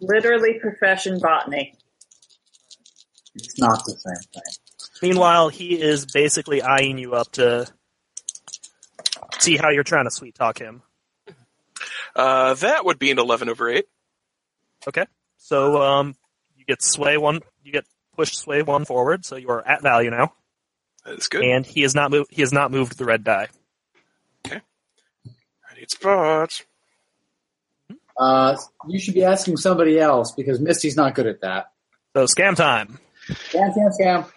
S5: Literally profession botany.
S3: It's not the same thing.
S2: Meanwhile, he is basically eyeing you up to see how you're trying to sweet talk him.
S4: Uh, that would be an 11 over 8.
S2: Okay. So um, you get sway one. You get push sway one forward. So you are at value now,
S4: That is good.
S2: and he has not moved. He has not moved the red die.
S4: I need spots.
S3: Uh, you should be asking somebody else because Misty's not good at that.
S2: So scam time.
S3: Scam, scam, scam.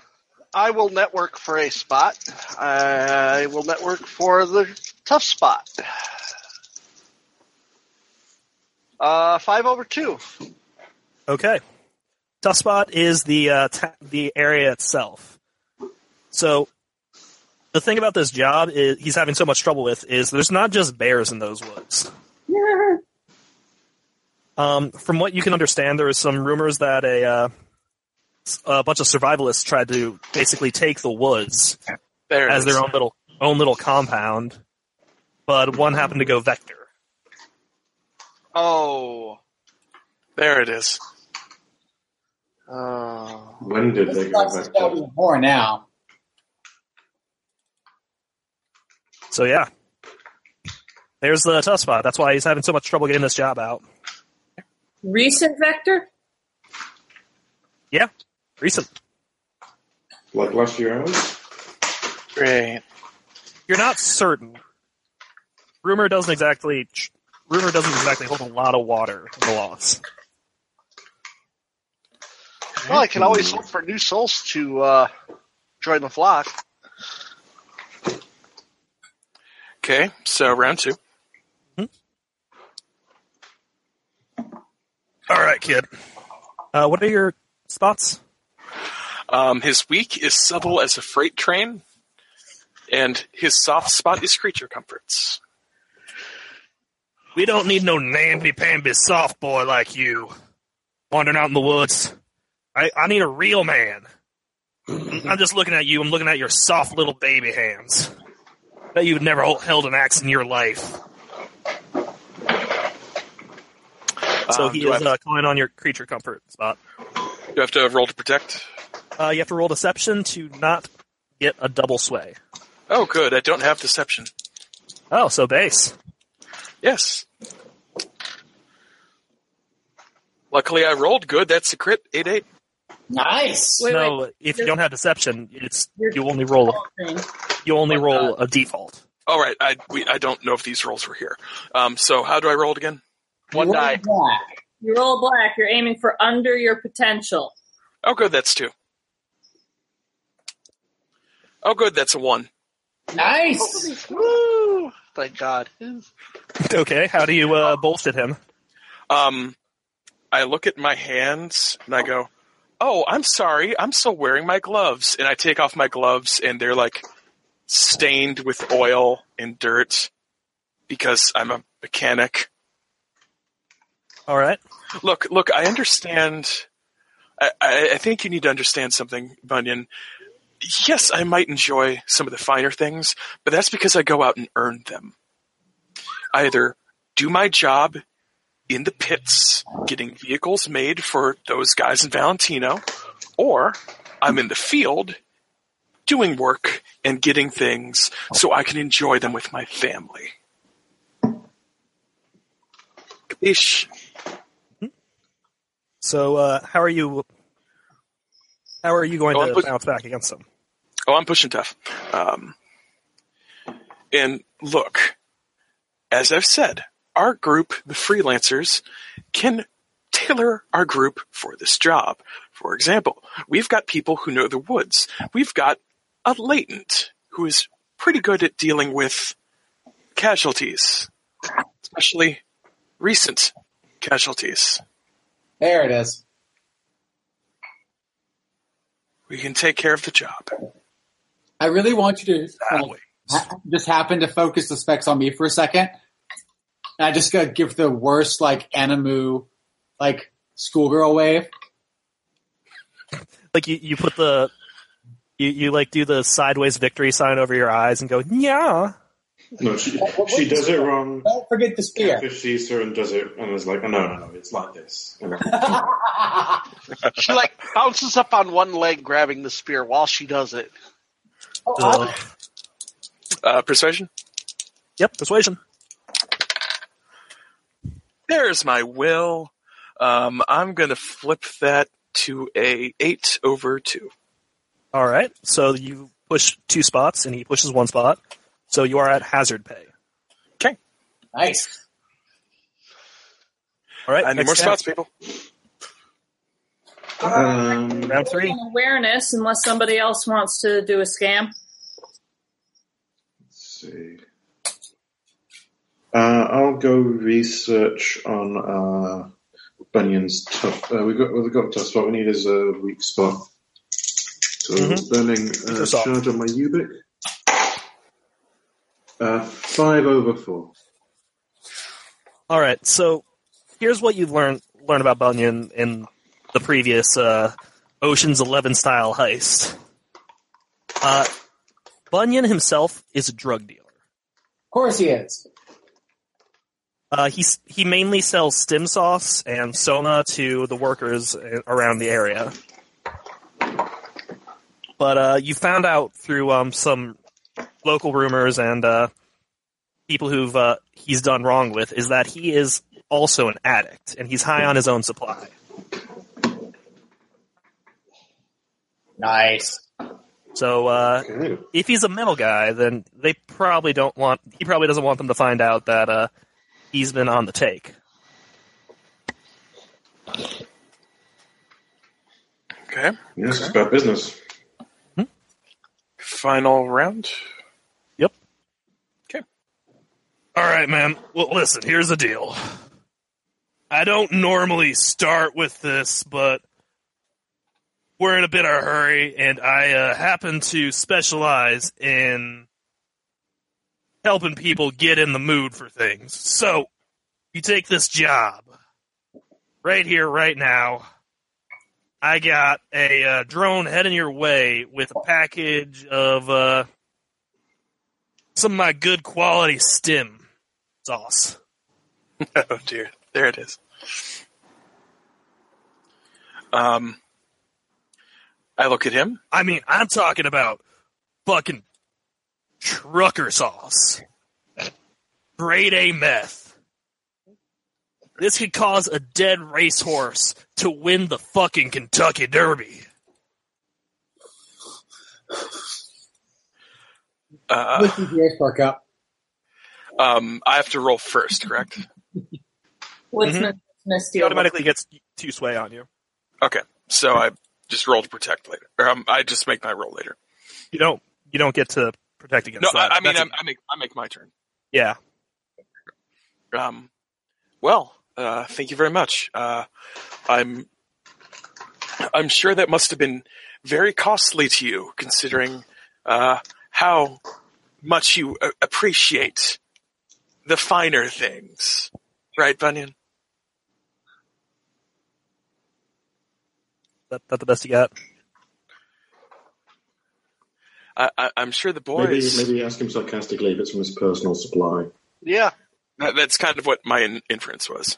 S6: I will network for a spot. I will network for the tough spot. Uh, five over two.
S2: Okay. Tough spot is the uh, ta- the area itself. So the thing about this job is he's having so much trouble with is there's not just bears in those woods.
S5: Yeah.
S2: Um, from what you can understand, there is some rumors that a uh, s- a bunch of survivalists tried to basically take the woods
S4: There it
S2: as
S4: is.
S2: their own little own little compound, but one happened to go vector.
S6: Oh.
S4: There it is.
S6: Oh.
S7: When did they
S3: This
S7: go
S3: sucks
S7: back
S3: it's got
S7: to?
S3: even more now.
S2: So yeah, there's the tough spot. That's why he's having so much trouble getting this job out.
S5: Recent vector?
S2: Yeah, recent.
S7: Like last year, hours?
S4: Great.
S2: You're not certain. Rumor doesn't exactly rumor doesn't exactly hold a lot of water in the laws.
S6: Well, I can always look for new souls to uh, join the flock.
S4: Okay, so round two.
S2: All right, kid. Uh, what are your spots?
S4: Um, his weak is supple as a freight train, and his soft spot is creature comforts.
S2: We don't need no namby-pamby soft boy like you wandering out in the woods. I, I need a real man. I'm I'm just looking at you. I'm looking at your soft little baby hands. Bet you've never hol- held an axe in your life. So
S4: Um,
S2: he
S4: do, I
S2: is
S4: have,
S2: uh, calling on your creature comfort spot.
S4: do I have to roll to protect?
S2: Uh, you have to roll deception to not get a double sway.
S4: Oh, good. I don't have deception.
S2: Oh, so base.
S4: Yes. Luckily, I rolled good. That's a crit. Eight eight.
S8: Nice.
S5: Wait,
S2: no,
S5: wait.
S2: if you don't have deception, it's
S5: You're-
S2: you only roll you only roll a default.
S4: All right. I we, I don't know if these rolls were here. Um. So how do I roll it again?
S6: One
S8: Roll
S6: die.
S8: Black.
S5: You roll black. You're aiming for under your potential.
S4: Oh, good. That's two. Oh, good. That's a one.
S8: Nice.
S6: Woo! Thank God.
S2: Okay, how do you uh, bullshit him?
S4: Um, I look at my hands and I go, "Oh, I'm sorry. I'm still wearing my gloves." And I take off my gloves, and they're like stained with oil and dirt because I'm a mechanic.
S2: All right.
S4: Look, look. I understand. I, I, I think you need to understand something, Bunyan. Yes, I might enjoy some of the finer things, but that's because I go out and earn them. I either do my job in the pits, getting vehicles made for those guys in Valentino, or I'm in the field doing work and getting things so I can enjoy them with my family. Capiche?
S2: So uh, how are you? How are you going
S4: Go on,
S2: to
S4: put-
S2: bounce back against him?
S4: Oh, I'm pushing tough. Um, and look, as I've said, our group, the freelancers, can tailor our group for this job. For example, we've got people who know the woods. We've got a latent who is pretty good at dealing with casualties, especially recent casualties.
S8: There it is.
S4: We can take care of the job.
S3: I really want you to
S4: That
S3: like,
S4: way.
S3: ha- just happen to focus the specs on me for a second. And I just gotta give the worst like animu, like schoolgirl wave.
S2: Like you, you put the you, you like do the sideways victory sign over your eyes and go yeah.
S7: No, she, she does it wrong.
S8: Don't forget the spear.
S7: Catfish sees her and does it, and is like, oh, no, no, no, it's like this. And then-
S8: oh,
S6: She like bounces up on one leg, grabbing the spear while she does it.
S4: Oh,
S2: Duh.
S4: Uh, persuasion?
S2: Yep, persuasion.
S4: there's my will. Um, I'm gonna flip that to a eight over two.
S2: All right. So you push two spots and he pushes one spot. So you are at hazard pay.
S8: nice.
S2: All right.
S4: I need
S2: next
S4: more
S2: round.
S4: spots, people.
S7: um,
S2: Round
S5: Roll
S2: three.
S5: an awareness, unless somebody else wants to do a scam.
S7: let's see. Uh, I'll go research on uh, Bunyan's tough. Uh, we've got well, we've got a tough spot. We need is a weak spot. So
S2: Mhm.
S7: burning uh,
S2: Yourself.
S7: charge on my Ubik. Uh, five over four.
S2: All right. So here's what you learn learn about Bunyan in the previous uh, Ocean's Eleven style heist. Uh, Bunyan himself is a drug dealer.
S8: Of course he is.
S2: Uh, he s- he mainly sells stim sauce and soma to the workers uh, around the area. But uh, you found out through um, some local rumors and uh, people who've uh, he's done wrong with is that he is also an addict and he's high on his own supply.
S8: Nice.
S2: So uh,
S7: Okay.
S2: if he's a metal guy, then they probably don't want. He probably doesn't want them to find out that uh, he's been on the take.
S4: Okay.
S7: Yeah, this is bad business.
S4: Final round.
S2: Yep.
S4: 'Kay.
S2: All right, man. Well, listen, here's the deal. I don't normally start with this, but we're in a bit of a hurry, and I uh, happen to specialize in helping people get in the mood for things. So, you take this job right here, right now. I got a uh, drone heading your way with a package of uh, some of my good quality stim sauce.
S4: Oh dear. There it is. Um, I look at him.
S2: I mean, I'm talking about fucking trucker sauce. Grade A meth.
S8: This could cause a dead racehorse to win the fucking Kentucky Derby.
S4: Uh,
S3: Lift your ears back up.
S4: um, I have to roll first, correct?
S5: What's
S8: Mhm.
S5: Miss Misty?
S8: He automatically gets two sway on you.
S4: Okay, so I just roll to protect later. Or, um, I just make my roll later.
S8: You don't. You don't get to protect against.
S4: No,
S8: that.
S4: I, I mean
S8: That's
S4: I,
S8: a-
S4: I make I make my turn.
S8: yeah.
S4: Um, well, uh, thank you very much. Uh, I'm I'm sure that must have been very costly to you, considering uh, how much you a- appreciate the finer things, right, Bunyan?
S8: That, that the best you got.
S4: I, I, I'm sure the
S7: Maybe,
S4: boys.
S7: maybe ask him sarcastically if it's from his personal supply.
S6: Yeah.
S4: That, that's kind of what my in- inference was.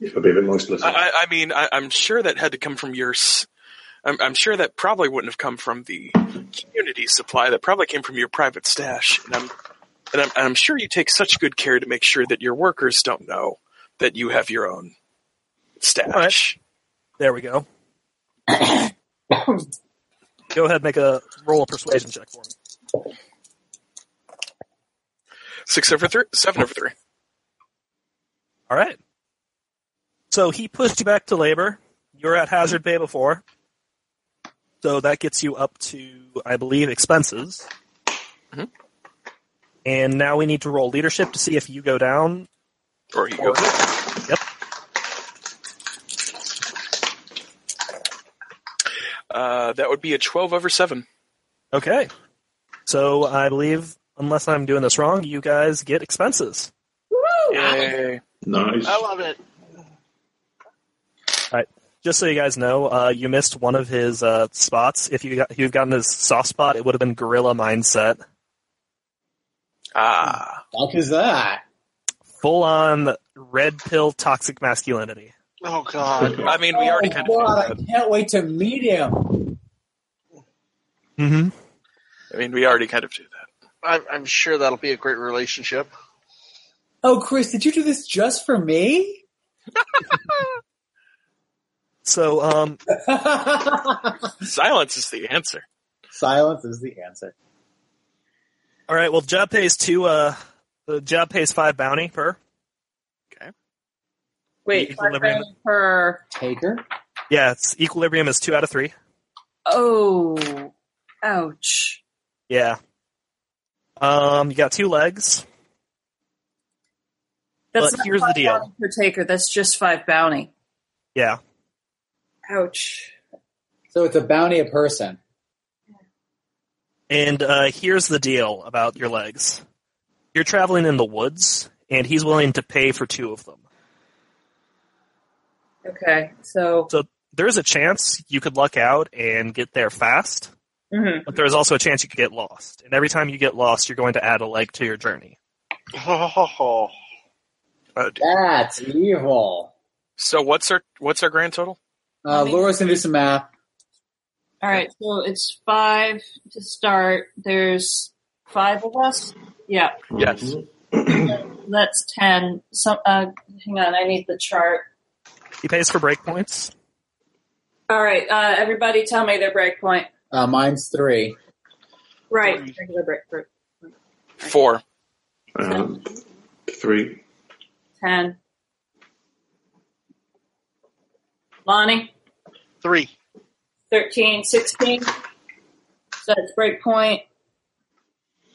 S7: If I'd be a bit more explicit.
S4: I, I- I mean, I, I'm sure that had to come from your. s- I'm, I'm sure that probably wouldn't have come from the community supply. That probably came from your private stash. And I'm, and I'm, I'm sure you take such good care to make sure that your workers don't know that you have your own stash.
S8: There we go. go ahead, and make a roll a persuasion check for me.
S4: Six over three, seven over three.
S8: All right. So he pushed you back to labor. You were at hazard pay before. So that gets you up to, I believe, expenses.
S4: Mhm.
S8: And now we need to roll leadership to see if you go down.
S4: Or you go.
S8: Yep.
S4: Uh, that would be a twelve over seven.
S8: Okay. So I believe, unless I'm doing this wrong, you guys get expenses.
S4: Yay.
S7: nice.
S6: I love it.
S8: Just so you guys know, uh, you missed one of his uh, spots. If you got, you've gotten his soft spot, it would have been gorilla mindset.
S4: Ah,
S3: Fuck is that?
S8: Full on red pill toxic masculinity.
S6: Oh God.
S7: Uh-huh.
S4: I mean, we already
S3: oh,
S4: kind of.
S3: God,
S4: knew that.
S3: I can't wait to meet him.
S8: Mm-hmm.
S4: I mean, we already kind of do that.
S6: I'm, I'm sure that'll be a great relationship.
S3: Oh, Chris, did you do this just for me?
S8: So um,
S4: Silence is the answer.
S3: Silence is the answer.
S8: All right. Well, job pays two. Uh, the job pays five bounty per.
S5: Wait,
S8: He's
S5: five
S8: delivering
S5: grand per.
S3: Taker?
S8: Yeah, it's equilibrium is two out of three.
S5: Oh, ouch.
S8: Yeah. Um, you got two legs.
S5: That's
S8: But
S5: not
S8: here's the
S5: five
S8: deal.
S5: bounty per taker. That's just five bounty.
S8: Yeah.
S5: Ouch.
S3: So it's a bounty a person.
S8: And uh, here's the deal about your legs. You're traveling in the woods, and he's willing to pay for two of them.
S5: Okay, so
S8: So there's a chance you could luck out and get there fast,
S5: mhm.
S8: but there's also a chance you could get lost. And every time you get lost, you're going to add a leg to your journey.
S6: Oh,
S4: Oh, dear.
S3: That's evil.
S4: so what's our what's our grand total?
S3: Uh, Laura's gonna do some math.
S5: all right. So it's five to start. There's five of us. Yeah,
S4: Yes.
S5: that's ten. Some. Uh, hang on, I need the chart.
S8: He pays for break points.
S5: All right, uh, everybody, tell me their break point.
S3: Uh, mine's three.
S5: Right,
S6: Three.
S5: regular break point.
S4: Four.
S7: Um, three.
S5: Ten. Lonnie,
S6: three.
S5: 13, 16. So that's break point.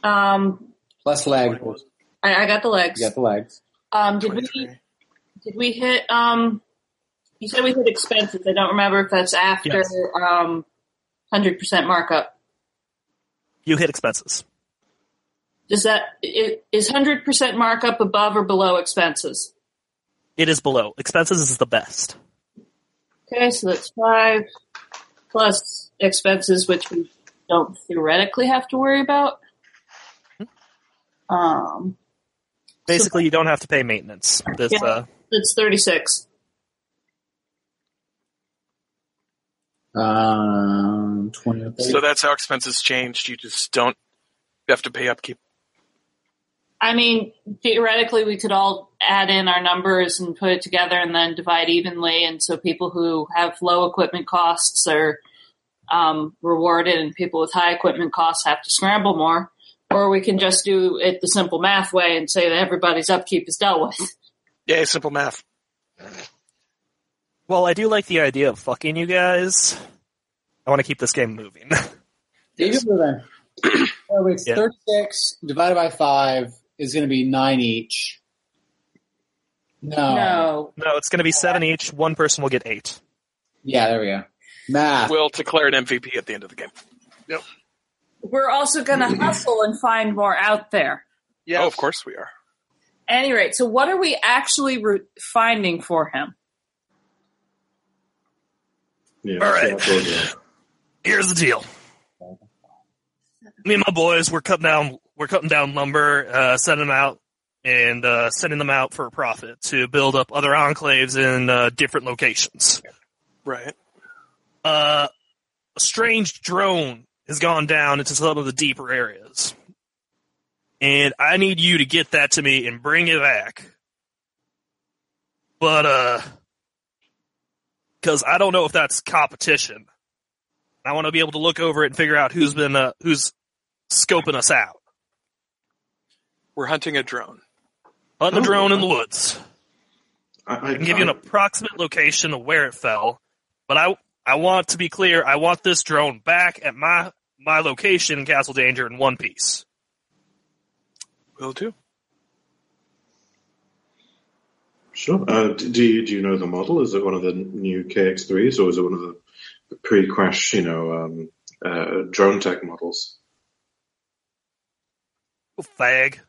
S5: Um,
S3: Plus leg.
S4: Twenty-one.
S5: I, I got the legs.
S3: You got the legs.
S5: Um, did we
S4: Twenty-three.
S5: did we hit? Um, you said we hit expenses. I don't remember if that's after
S8: Yes.
S5: um, hundred percent markup.
S8: You hit expenses.
S5: Does that i- is hundred percent markup above or below expenses?
S8: It is below. Expenses is the best.
S5: Okay, so that's five plus expenses, which we don't theoretically have to worry about. Um,
S8: Basically, you don't have to pay maintenance. This
S5: Yeah.
S8: uh,
S5: that's thirty-six.
S3: Um, 20 or 30.
S4: So that's how expenses changed. You just don't have to pay upkeep.
S5: I mean, theoretically, we could all add in our numbers and put it together and then divide evenly. And so people who have low equipment costs are um, rewarded and people with high equipment costs have to scramble more. Or we can just do it the simple math way and say that everybody's upkeep is dealt with.
S4: Yay, simple math.
S8: Well, I do like the idea of fucking you guys. I want to keep this game moving.
S3: Yes.
S9: Keep it moving.
S3: So it's
S8: Yeah.
S3: 36 divided by 5 is going to be 9 each. No.
S5: No.
S8: no, it's going to be seven each. One person will get eight.
S3: Yeah, there we go. Math.
S4: We'll declare an MVP at the end of the game.
S5: We're also going to hustle and find more out there.
S6: Yes.
S4: Oh, of course we are.
S5: At any rate, so what are we actually re- finding for him?
S7: Yeah,
S8: All
S7: so
S8: right.
S7: that's all good.
S8: here's the deal. Me and my boys, we're cutting down, we're cutting down lumber, uh, sending them out, and uh, sending them out for a profit to build up other enclaves in uh, different locations.
S4: Right.
S8: Uh, a strange drone has gone down into some of the deeper areas, and I need you to get that to me and bring it back. But uh, because I don't know if that's competition. I want to be able to look over it and figure out who's been uh, who's scoping us out.
S4: We're hunting a drone.
S8: Hunting the
S7: Oh.
S8: drone in the woods.
S7: I, I,
S8: I can give you an approximate location of where it fell, but I I want to be clear. I want this drone back at my my location in Castle Danger in one piece.
S4: Will do.
S7: Sure. Uh, d- do you do you know the model? Is it one of the new KX3s or is it one of the pre-crash, you know, um, uh, drone tech models?
S8: Fag.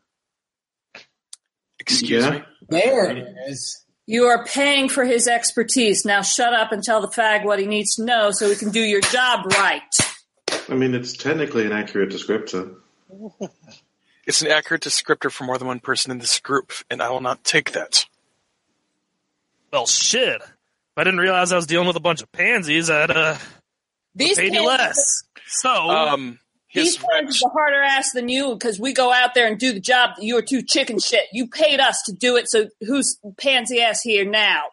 S4: Excuse
S7: yeah.
S4: me.
S9: There it is.
S5: You are paying for his expertise. Now shut up and tell the fag what he needs to know so he can do your job right.
S7: I mean, it's technically an accurate descriptor.
S4: It's an accurate descriptor for more than one person in this group, and I will not take that.
S8: Well, shit. I didn't realize I was dealing with a bunch of pansies. I'd uh,
S5: These
S8: paid you
S5: kids-
S8: less. So
S4: Um,
S5: These
S4: his
S5: kids
S4: wrench.
S5: are harder ass than you because we go out there and do the job that you are too chicken shit. You paid us to do it, so who's pansy ass here now?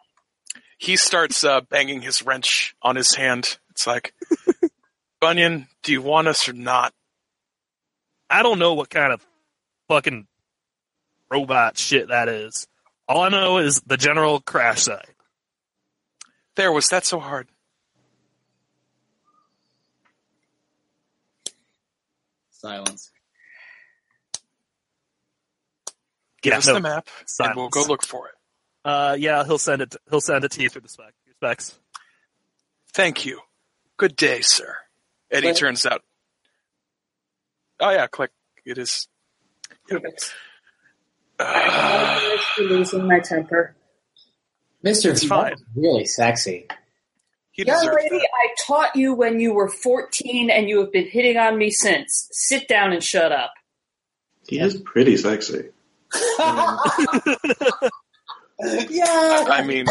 S4: He starts uh, banging his wrench on his hand. It's like, Bunyan, do you want us or not?
S8: I don't know what kind of fucking robot shit that is. All I know is the general crash site.
S4: There was that so hard.
S3: Silence.
S4: Give
S8: Yeah,
S4: us
S8: no,
S4: the map, and we'll
S8: silence.
S4: go look for it.
S8: Uh, yeah, he'll send it. He'll send it to you through the spec, your specs.
S4: Thank you. Good day, sir. Eddie
S3: Click.
S4: turns out. Oh yeah, click. It is.
S5: losing my temper.
S9: Mr.
S4: It's
S9: V,
S4: fine.
S9: that's really sexy.
S4: He
S5: Young
S4: deserved
S5: lady,
S4: that.
S5: I taught you when you were 14 and you have been hitting on me since. Sit down and shut up.
S7: He is pretty sexy.
S9: Yeah.
S4: I mean,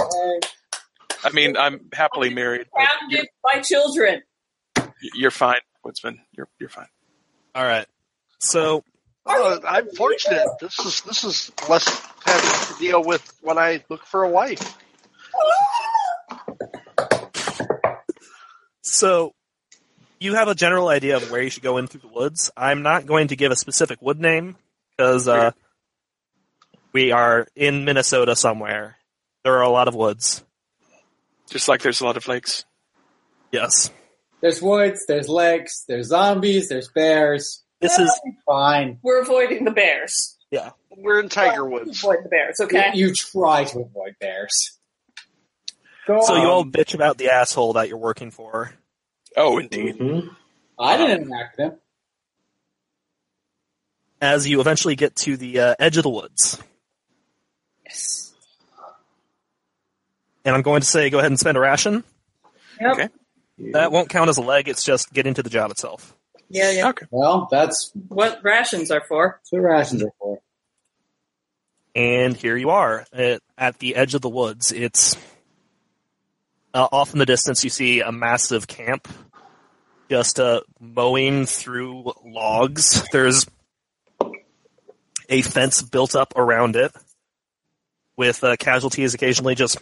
S4: I mean, I'm happily married. but You're,
S5: Surrounded by children.
S4: you're fine, Woodsman. You're you're fine.
S8: All right. So
S6: Oh, I'm fortunate. This is this is less having to deal with when I look for a wife.
S8: so you have a general idea of where you should go in through the woods. I'm not going to give a specific wood name because uh, we are in Minnesota somewhere. There are a lot of woods.
S4: Just like there's a lot of lakes.
S8: Yes.
S3: There's woods, there's lakes, there's zombies, there's bears.
S8: This is
S3: Fine.
S5: We're avoiding the bears.
S6: We're in Tiger
S5: You
S6: Woods.
S5: Avoid the bears, okay?
S3: You, you try to avoid bears. Go
S8: so you
S3: on.
S8: all bitch about the asshole that you're working for.
S4: Oh, indeed.
S7: hmm
S3: I didn't interact with them.
S8: As you eventually get to the uh, edge of the woods,
S5: Yes.
S8: and I'm going to say, go ahead and spend a ration.
S5: Yep.
S4: Okay.
S8: That won't count as a leg. It's just getting to the job itself.
S5: Yeah, yeah.
S4: Okay.
S3: Well, that's
S5: What rations are for?
S3: what rations are for.
S8: And here you are at, at the edge of the woods. It's uh, off in the distance. You see a massive camp, just uh, mowing through logs. There's a fence built up around it, with uh, casualties occasionally just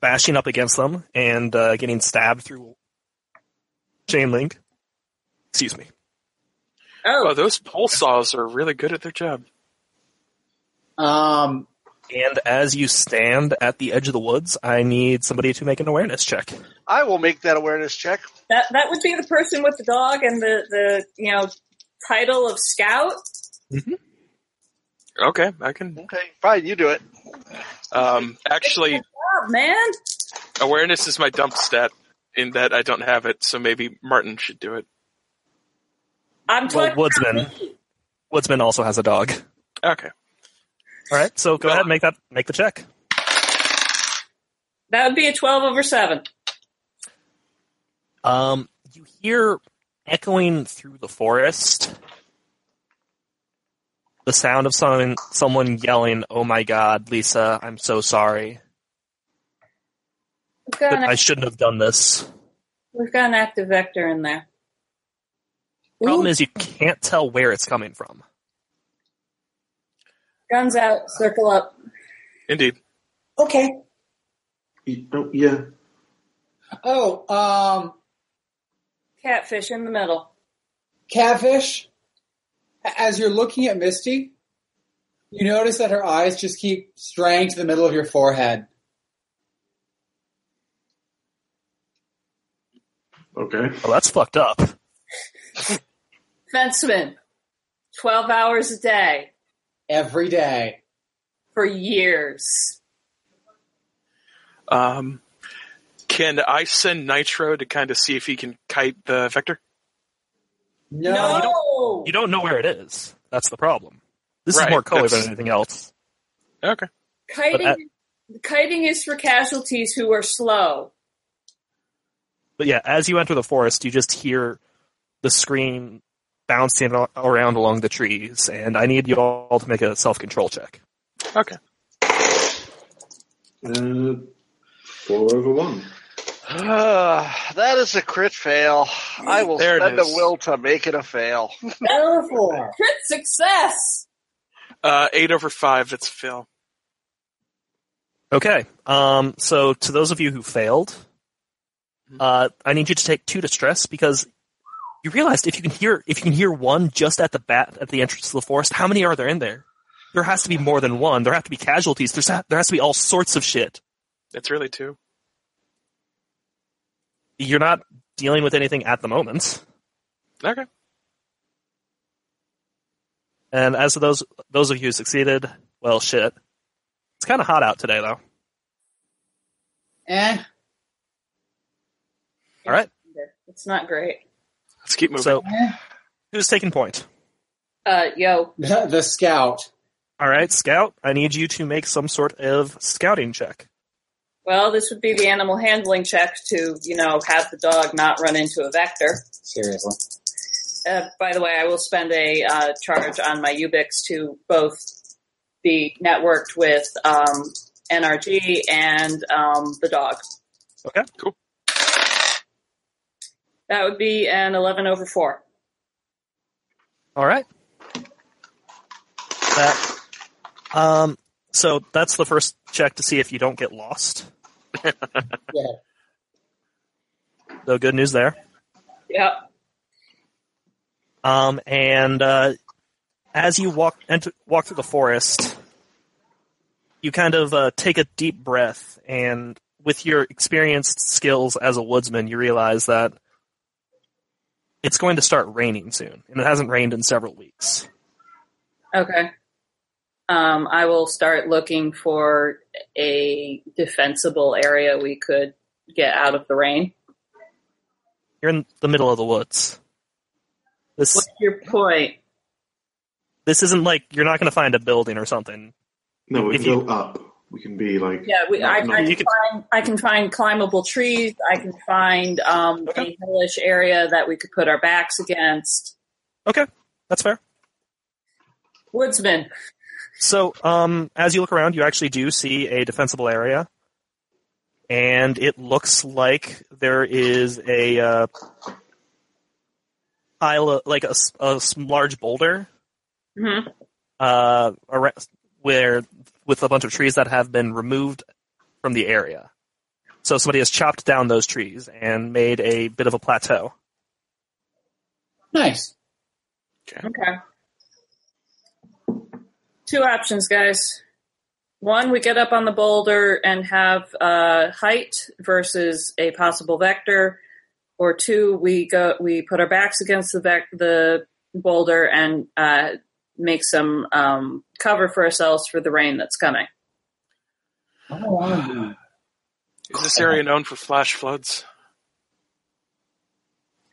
S8: bashing up against them and uh, getting stabbed through chain link. Excuse me.
S5: Oh,
S4: Wow, those pole saws are really good at their job.
S10: Um,
S8: And as you stand at the edge of the woods, I need somebody to make an awareness check.
S6: I will make that awareness check.
S5: that that would be the person with the dog and the the you know title of scout.
S4: Okay, I can.
S6: Okay, fine, you do it.
S4: Um, actually,
S5: Oh, man,
S4: awareness is my dump stat in that I don't have it, so maybe Martin should do it.
S5: I'm talking.
S8: Well, woodsman. Woodsman also has a dog.
S4: Okay.
S8: All right, so go ahead and make that make the check.
S5: that would be a twelve over seven.
S8: Um, you hear echoing through the forest the sound of someone someone yelling, "Oh my God, Lisa, I'm so sorry.
S5: We've got,
S8: that
S5: an,
S8: I
S5: act-
S8: shouldn't have done this."
S5: we've got an active vector in there.
S8: Problem
S5: Ooh,
S8: is, you can't tell where it's coming from.
S5: guns out, circle up.
S4: Indeed.
S10: okay.
S7: You- oh, yeah.
S3: Oh, um,
S5: Catfish in the middle.
S3: Catfish, a- as you're looking at Misty, you notice that her eyes just keep straying to the middle of your forehead.
S7: Okay.
S8: Well, that's fucked up.
S5: Fenceman, twelve hours a day
S3: Every day.
S5: for years.
S4: Um, can I send Nitro to kind of see if he can kite the vector?
S3: No.
S5: no.
S8: You don't know where it is. That's the problem. This
S4: Right,
S8: is more color than
S4: that's-
S8: anything else.
S4: Okay.
S5: Kiting,
S8: But
S5: kiting is for casualties who are slow.
S8: But yeah, as you enter the forest, you just hear the screen bouncing a- around along the trees, and I need you all to make a self control check.
S4: Okay.
S7: Uh, four over one.
S6: Ah, that is a crit fail. I will
S4: There it
S6: spend a
S4: is.
S6: will to make it a fail.
S3: Therefore,
S5: Crit success.
S4: Uh, eight over five. That's Phil.
S8: Okay, um, so to those of you who failed, uh, I need you to take two distress because you realized if you can hear if you can hear one just at the bat at the entrance to the forest, how many are there in there? There has to be more than one. There have to be casualties. There's ha- there has to be all sorts of shit.
S4: That's really two.
S8: You're not dealing with anything at the moment.
S4: Okay.
S8: And as for those those of you who succeeded, well, shit. It's kind of hot out today, though.
S3: eh,
S8: All right.
S5: It's not great.
S4: Let's keep moving.
S8: So
S3: eh.
S8: who's taking point?
S5: Uh, yo,
S3: The, the scout.
S8: All right, Scout. I need you to make some sort of scouting check.
S5: well, this would be the animal handling check to, you know, have the dog not run into a vector.
S10: Seriously.
S5: Uh, by the way, I will spend a uh, charge on my Ubix to both be networked with um, NRG and um, the dog.
S8: Okay.
S4: Cool.
S5: That would be an 11 over 4.
S8: All right. That. Um. So that's the first check to see if you don't get lost.
S3: Yeah.
S8: So good news there.
S5: Yep.
S8: Um. And uh, as you walk enter, walk through the forest, you kind of uh, take a deep breath, and with your experienced skills as a woodsman, you realize that it's going to start raining soon, and it hasn't rained in several weeks.
S5: Okay. Um, I will start looking for a defensible area we could get out of the rain.
S8: You're in the middle of the woods. This
S5: What's your point?
S8: this isn't like you're not going to find a building or something.
S7: No, we
S8: If
S7: can
S8: you-
S7: go up. We can be like.
S5: Yeah, we, I,
S7: No,
S5: I,
S8: you
S5: can
S8: can-
S5: find, I can find climbable trees. I can find um,
S8: Okay.
S5: a hillish area that we could put our backs against.
S8: That's fair.
S5: Woodsman,
S8: So, um, as you look around, you actually do see a defensible area, and it looks like there is a uh, pile, of, like a, s- a s- large boulder
S5: Mhm.
S8: uh, ar- where with a bunch of trees that have been removed from the area. So somebody has chopped down those trees and made a bit of a plateau.
S3: Nice.
S5: Okay. Two options, guys. One, we get up on the boulder and have uh, height versus a possible vector, or two, we go we put our backs against the vec- the boulder and uh, make some um, cover for ourselves for the rain that's coming.
S3: I don't want to
S4: Is this area known for flash floods?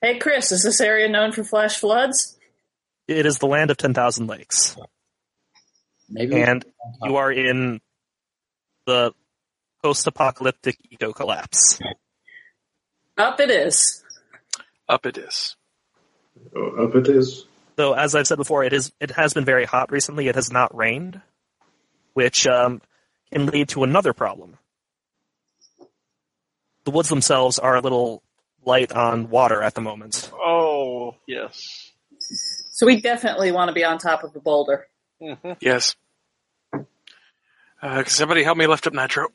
S5: Hey, Chris, is this area known for flash floods?
S8: It is the land of 10,000 lakes.
S3: Maybe.
S8: And you are in the post apocalyptic eco collapse.
S5: Up it is.
S4: Up it is.
S7: Oh, up it is.
S8: Though, as I've said before, it is it has been very hot recently. It has not rained, which um, can lead to another problem. The woods themselves are a little light on water at the moment.
S6: Oh, yes.
S5: So we definitely want to be on top of a boulder.
S6: hmm
S4: Yes. Uh, can somebody help me lift up Nitro?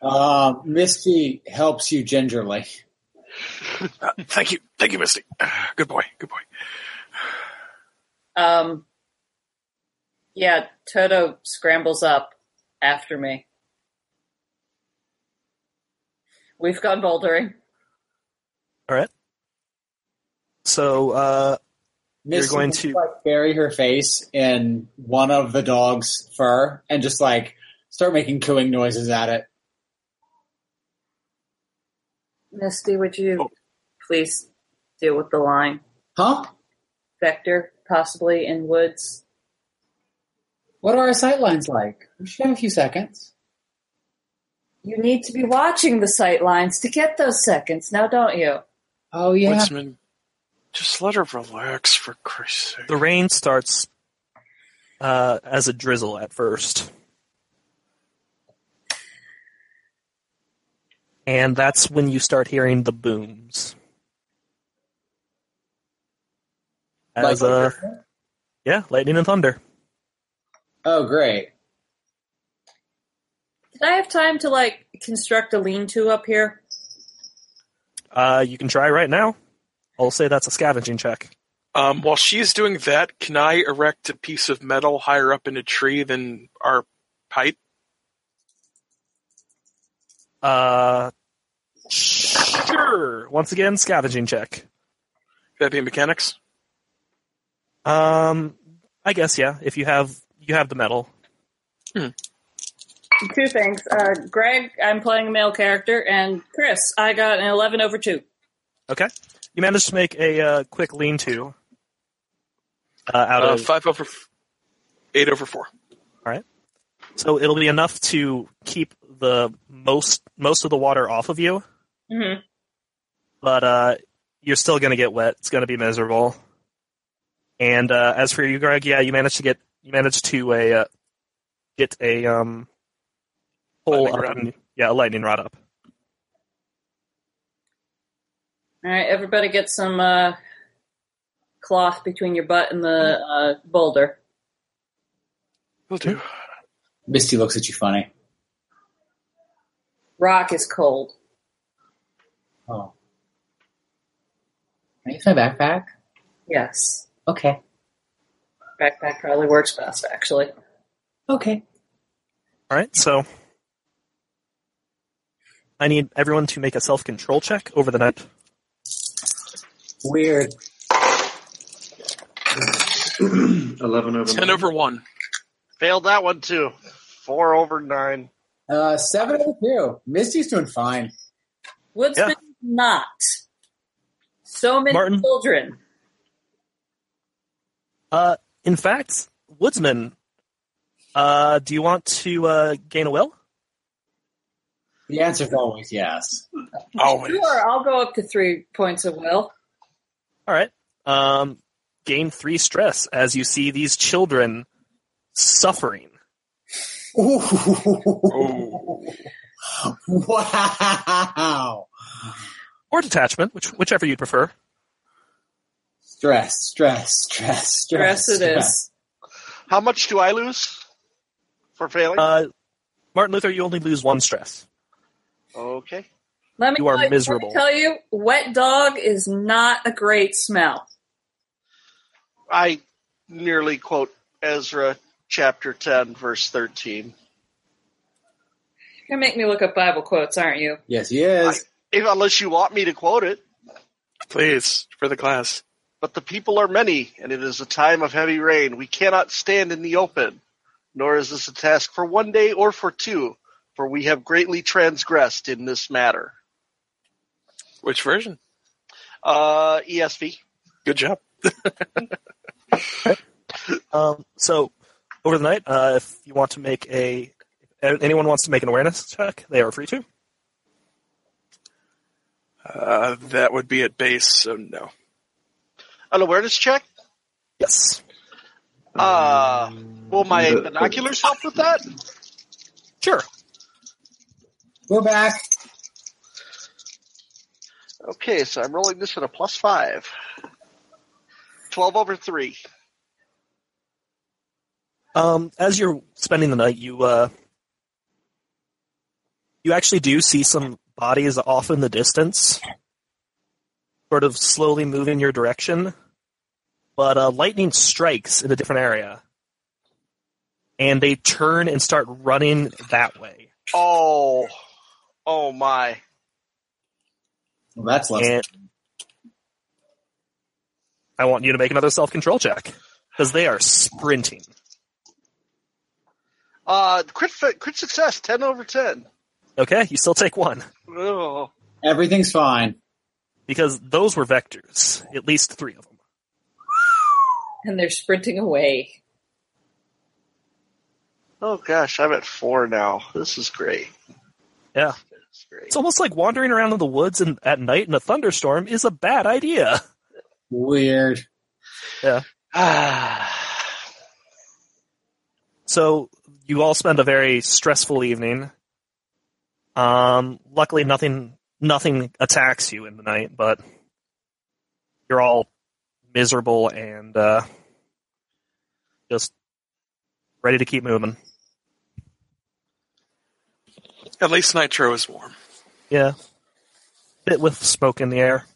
S3: Uh, Misty helps you gingerly.
S4: Uh, thank you. Thank you, Misty. Ah, Good boy. Good boy.
S5: Um, yeah, Toto scrambles up after me. We've gone bouldering.
S8: All right. So uh, You're
S3: Misty
S8: going
S3: just,
S8: to-
S3: like, bury her face in one of the dog's fur and just like start making cooing noises at it.
S5: Misty, would you please deal with the line?
S3: Huh?
S5: Vector, possibly in woods.
S3: What are our sight lines like? We should have a few seconds.
S5: You need to be watching the sight lines to get those seconds, now don't you?
S3: Oh yeah.
S4: Woodsman, just let her relax for Christ's sake.
S8: the rain starts uh, as a drizzle at first. And that's when you start hearing the booms. As
S3: Like-
S8: uh, yeah, lightning and thunder.
S3: Oh great.
S5: Did I have time to like construct a lean-to up here?
S8: Uh, you can try right now. I'll say that's a scavenging check.
S4: Um, while she's doing that, can I erect a piece of metal higher up in a tree than our height?
S8: Uh, sure. Once again, scavenging check.
S4: Could that be mechanics?
S8: Um, I guess yeah. If you have you have the metal.
S5: Two things. Uh, Greg, I'm playing a male character, and Chris, I got an 11 over 2.
S8: Okay. You managed to make a uh, quick lean-to uh, out
S4: Uh,
S8: of
S4: five over f- eight over four.
S8: So it'll be enough to keep the most most of the water off of you,
S5: Mm-hmm.
S8: but uh, you're still going to get wet. It's going to be miserable. And uh, as for you, Greg, yeah, you managed to get you managed to a uh, get a um hole
S4: Lightning
S8: up
S4: rod.
S8: and- yeah a lightning rod up.
S5: All right, everybody get some uh, cloth between your butt and the uh, boulder.
S4: Will do.
S3: Misty looks at you funny.
S5: Rock is cold.
S3: Oh. Can I use my backpack?
S5: Yes.
S3: Okay.
S5: Backpack probably works best, actually.
S3: Okay.
S8: All right, so I need everyone to make a self control check over the night.
S3: Weird.
S7: 11 over
S4: Ten
S7: nine.
S4: over one.
S6: Failed that one too. Four over nine.
S3: Uh, seven oh two. Misty's doing fine.
S5: Woodsman,
S8: Yeah.
S5: not. So many
S8: Martin?
S5: children.
S8: Uh, in fact, Woodsman, uh, do you want to uh, gain a will?
S3: The answer's always yes.
S4: Always.
S5: Sure, I'll go up to three points of will.
S8: All right. Um, gain three stress as you see these children suffering.
S4: Oh.
S3: Wow.
S8: Or detachment, which, whichever you prefer.
S3: Stress, stress, stress, stress.
S5: Stress it is.
S6: How much do I lose for failing?
S8: Uh, Martin Luther, you only lose one stress.
S6: okay.
S5: Let me,
S8: You are
S5: tell, let me
S8: miserable.
S5: tell you, wet dog is not a great smell.
S6: I nearly quote Ezra chapter 10, verse 13.
S5: You're gonna make me look up Bible quotes, aren't you?
S3: Yes, he is.
S6: If, unless you want me to quote it,
S4: Please, for the class.
S6: but the people are many, and it is a time of heavy rain. We cannot stand in the open, nor is this a task for one day or for two, for we have greatly transgressed in this matter.
S4: Which version?
S6: Uh, ESV.
S4: Good job.
S8: Um, so, over the night, uh, if you want to make a, if anyone wants to make an awareness check, they are free to.
S4: Uh, that would be at base, so no.
S6: An awareness check?
S8: Yes.
S6: Uh, will my
S7: but-
S6: binoculars help with that?
S8: Sure.
S11: We're back.
S6: Okay, so I'm rolling this at a plus five. 12 over 3.
S8: Um, as you're spending the night, you uh, you actually do see some bodies off in the distance, sort of slowly moving your direction. But uh, lightning strikes in a different area, and they turn and start running that way.
S6: Oh, oh my.
S3: Well, that's less.
S8: And I want you to make another self control check because they are sprinting.
S6: Uh, crit, fa- crit success, 10 over 10.
S8: Okay, you still take one
S6: Oh,
S3: Everything's fine.
S8: because those were vectors, at least three of them.
S5: And they're sprinting away.
S6: oh gosh, I'm at 4 now. This is great.
S8: Yeah.
S6: It's great.
S8: It's almost like wandering around in the woods and at night in a thunderstorm is a bad idea.
S3: Weird.
S6: Ah,
S8: So you all spend a very stressful evening. Um, luckily, nothing nothing attacks you in the night, but you're all miserable and uh, just ready to keep moving.
S4: At least nitro is warm.
S8: Yeah, bit with smoke in the air.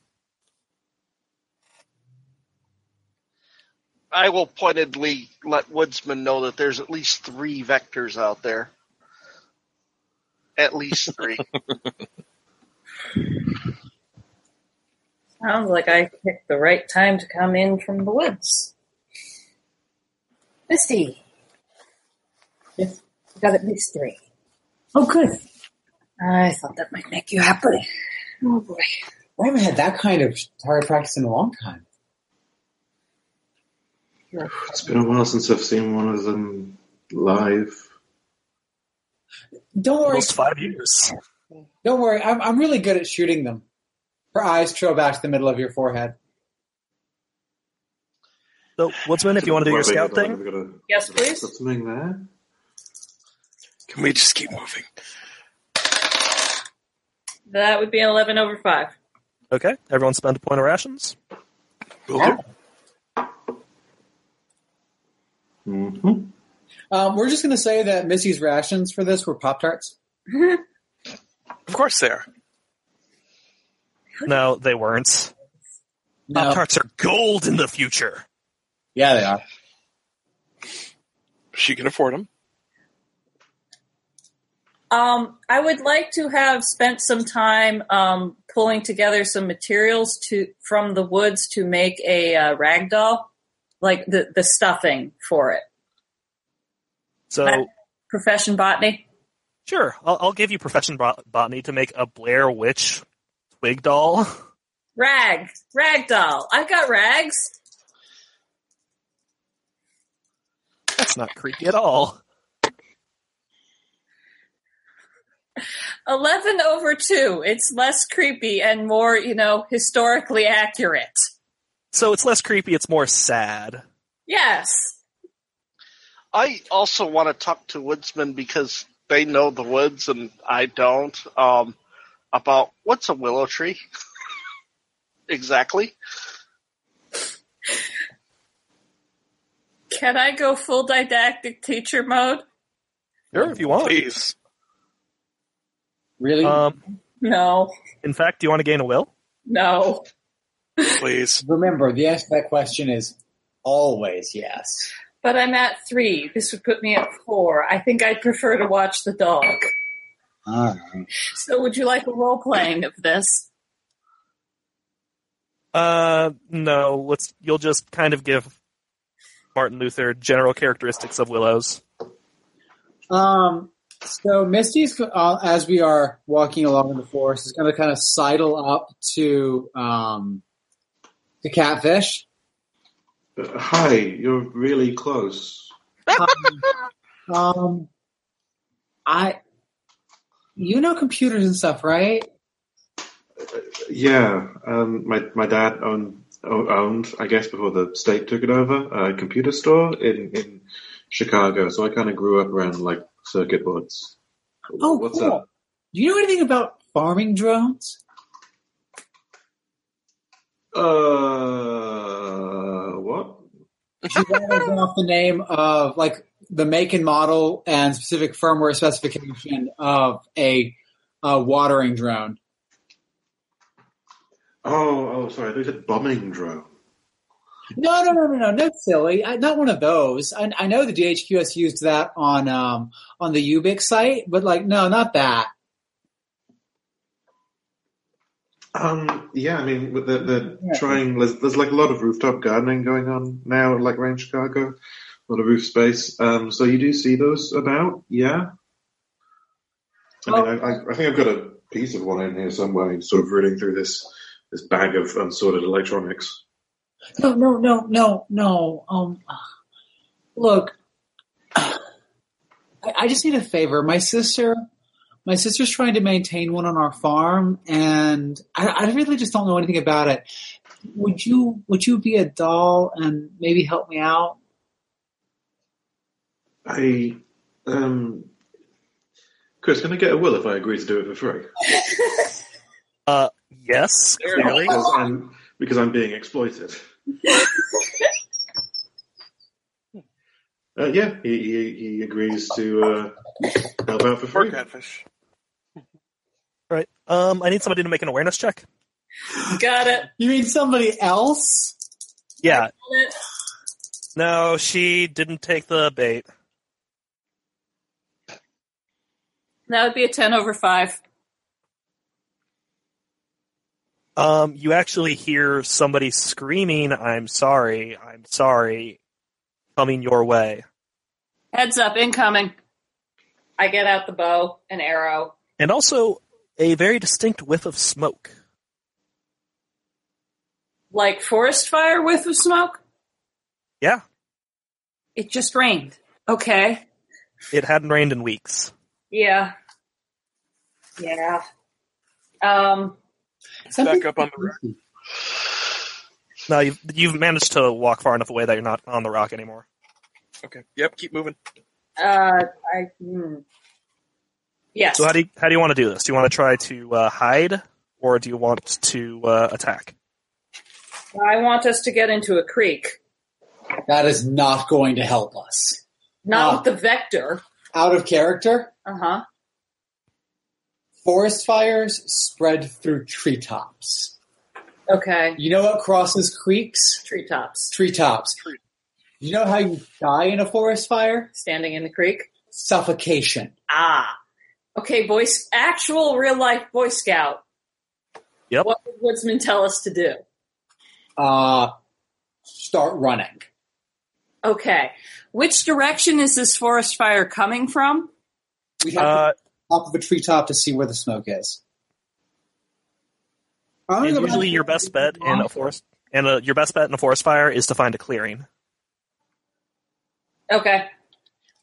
S6: I will pointedly let Woodsman know that there's at least three vectors out there. At least three.
S5: Sounds like I picked the right time to come in from the woods. Misty. Yes. You got at least three.
S3: Oh, good.
S5: I thought that might make you happy. Oh boy.
S3: I haven't had that kind of target practice in a long time.
S7: It's been a while since I've seen one of them live.
S3: Don't worry.
S8: Almost five years.
S3: Don't worry. I'm, I'm really good at shooting them. Her eyes trail back to the middle of your forehead.
S8: So, Woodsman, if you want to do your scout thing,
S7: We've got a-
S5: Yes, please.
S7: Something there.
S4: Can we just keep moving?
S5: That would be an eleven over five.
S8: Okay, everyone spend a point of rations.
S4: Will do.
S7: Mm-hmm.
S3: Um, we're just going to say that Missy's rations for this were Pop Tarts.
S4: Of course they are.
S8: No, they weren't. Pop tarts are gold in the future.
S3: Yeah, they are.
S4: She can afford them.
S5: Um, I would like to have spent some time um, pulling together some materials to from the woods to make a uh, rag doll, like the the stuffing for it.
S8: So,
S5: Profession botany.
S8: sure, I'll, I'll give you profession bot- botany to make a Blair Witch twig doll.
S5: Rag, rag doll. I've got rags.
S8: That's not creepy at all.
S5: Eleven over two. It's less creepy and more, you know, historically accurate.
S8: So it's less creepy; it's more sad.
S5: Yes.
S6: I also want to talk to woodsmen because they know the woods and I don't. Um, about what's a willow tree exactly?
S5: Can I go full didactic teacher mode?
S8: Sure, if you want.
S4: Please.
S2: Really?
S8: Um,
S5: No,
S8: in fact, do you want to gain a will?
S5: no.
S4: Please.
S2: Remember, the answer to that question is always yes.
S5: But I'm at three. This would put me at four. I think I'd prefer to watch the dog.
S2: All right.
S5: So, would you like a role playing of this?
S8: Uh, no. Let's. You'll just kind of give Martin Luther general characteristics of willows.
S2: Um,
S3: So Misty's, uh, as we are walking along in the forest, is going to kind of sidle up to um, the catfish.
S7: Uh, hi, you're really close.
S3: Um, um, I, you know computers and stuff, right?
S7: Yeah, um, my my dad owned o- owned I guess before the state took it over a computer store in in Chicago. So I kind of grew up around like circuit boards.
S3: Oh,
S7: what's
S3: cool.
S7: up?
S3: Do you know anything about farming drones?
S7: Uh, what?
S3: She rattles off the name of like the make and model and specific firmware specification of a, uh watering drone.
S7: Oh, oh, sorry. They said bombing drone.
S3: No, no, no, no, no, no, silly. I, not one of those. I, I know the DHQS used that on um on the Ubix site, but like, no, not that.
S7: Um, yeah, I mean, with the, the
S3: Yeah.
S7: trying, there's, there's like a lot of rooftop gardening going on now, like around Chicago, a lot of roof space. Um, so you do see those about, yeah. I mean, I, I, I think I've got a piece of one in here somewhere, sort of rooting through this this bag of unsorted electronics.
S3: No, no, no, no, no. Um, look, I, I just need a favor. My sister, my sister's trying to maintain one on our farm, and I, I really just don't know anything about it. Would you, would you be a doll and maybe help me out?
S7: I, um, Chris, can I get a will if I agree to do it for free?
S8: Uh, yes, clearly.
S7: Because I'm because I'm being exploited. uh, yeah, he, he he agrees to uh, help out for
S4: Poor
S7: free.
S4: catfish.
S8: All right. Um, I need somebody to make an awareness check.
S5: Got it.
S3: You mean somebody else?
S8: Yeah.
S5: Got it.
S8: No, she didn't take the bait.
S5: That would be a 10 over 5.
S8: Um, you actually hear somebody screaming, "I'm sorry, I'm sorry," coming your way,
S5: Heads up, incoming. I get out the bow and arrow.
S8: and also a very distinct whiff of smoke.
S5: Like forest fire with the smoke?
S8: Yeah,
S5: It just rained. Okay.
S8: it hadn't rained in weeks.
S5: Yeah. Yeah. Um,
S4: Back up on the rock.
S8: Now you've you've managed to walk far enough away that you're not on the rock anymore.
S4: Okay. Yep. Keep moving.
S5: uh, I, hmm. Yes.
S8: So how do you, how do you want to do this? Do you want to try to uh, hide, or do you want to uh, attack?
S5: I want us to get into a creek.
S2: That is not going to help us.
S5: Not
S2: Ah.
S5: with the vector.
S2: Out of character,
S5: Uh huh.
S2: forest fires spread through treetops.
S5: Okay.
S2: You know what crosses creeks?
S5: Treetops.
S2: Treetops. You know how you die in a forest fire?
S5: Standing in the creek.
S2: Suffocation.
S5: Ah. Okay, voice actual real life Boy Scout.
S8: Yep.
S5: What would Woodsman tell us to do?
S2: Uh, start running.
S5: Okay. Which direction is this forest fire coming from?
S2: We have to
S8: Uh,
S2: top of a treetop to see where the smoke is.
S3: I'm
S8: And
S3: gonna go
S8: usually,
S3: back-
S8: your best bet in a forest and a, your best bet in a forest fire is to find a clearing.
S5: Okay.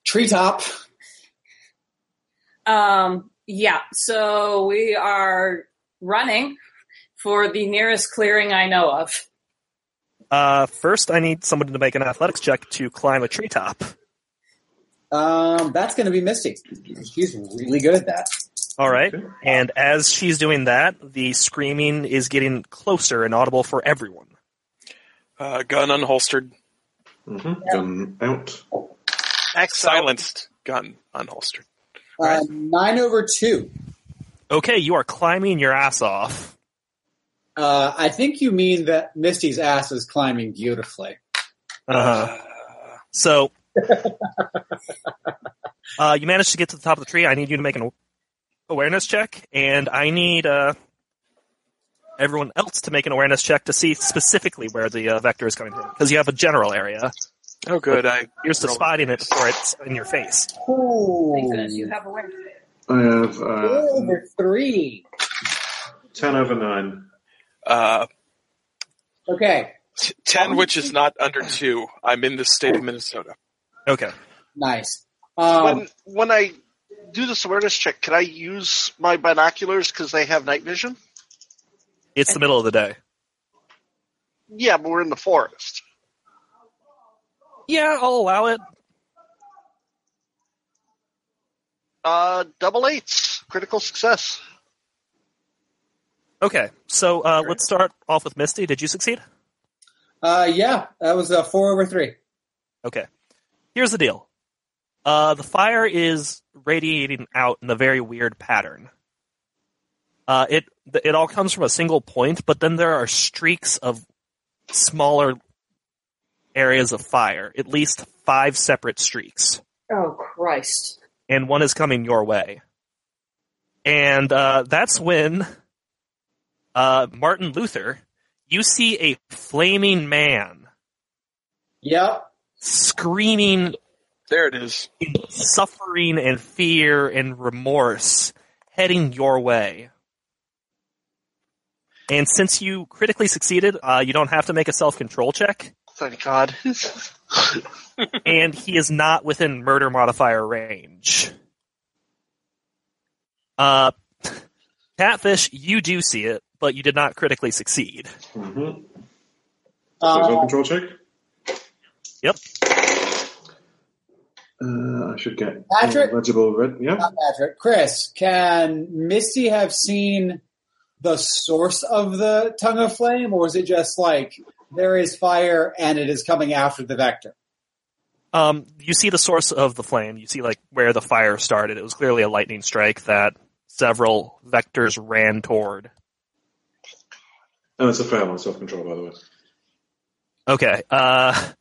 S2: Treetop.
S5: Um, yeah, so we are running for the nearest clearing I know of.
S8: Uh, first, I need someone to make an athletics check to climb a treetop.
S2: Um, that's going to be Misty. She's really good at that.
S8: All right, and as she's doing that, the screaming is getting closer and audible for everyone.
S4: Uh, gun unholstered.
S7: hmm Gun out.
S4: Silenced gun unholstered.
S3: Uh,
S2: Um,
S3: nine over two.
S2: Okay, you are climbing your ass off.
S3: Uh, I think you mean that Misty's ass is climbing beautifully.
S2: Uh-huh. So, uh, you managed to get to the top of the tree. I need you to make an awareness check, and I need uh, everyone else to make an awareness check to see specifically where the uh, vector is coming from, because you have a general area.
S4: Oh, good. I
S2: You're just spotting it before it's in your face.
S5: Thank goodness you have a win.
S7: I have uh,
S3: Four over three.
S7: ten over nine.
S4: uh,
S3: Okay,
S4: t- ten, which is not under two. I'm in the state of Minnesota.
S2: Okay.
S3: nice. Um,
S6: when when I do this awareness check, can I use my binoculars because they have night vision?
S2: It's the middle of the day.
S6: Yeah, but we're in the forest.
S2: Yeah, I'll allow it.
S6: Uh, double eights, critical success.
S2: Okay, so uh, let's start off with Misty. Did you succeed?
S3: uh, yeah, that was uh, four over three.
S2: Okay. Here's the deal. Uh, the fire is radiating out in a very weird pattern. Uh, it th- it all comes from a single point, but then there are streaks of smaller areas of fire, at least five separate streaks,
S5: Oh Christ!
S2: and one is coming your way. And uh, that's when uh, Martin Luther, you see a flaming man
S3: Yep.
S2: screaming
S4: There it is.
S2: in suffering and fear and remorse heading your way. And since you critically succeeded, uh, you don't have to make a self control check,
S6: Thank God.
S2: and he is not within murder modifier range. Uh, Catfish, you do see it, but you did not critically succeed.
S7: Mm-hmm. So it's all
S3: Uh,
S7: control check.
S2: Yep.
S7: Uh, I should get
S3: Patrick?
S7: legible red. Yeah.
S3: not Patrick. Chris, can Misty have seen the source of the tongue of flame, or is it just like there is fire and it is coming after the vector?
S2: Um, you see the source of the flame. You see like where the fire started. It was clearly a lightning strike that several vectors ran toward.
S7: And Oh, it's a fail on self control, by the way.
S2: Okay. Uh,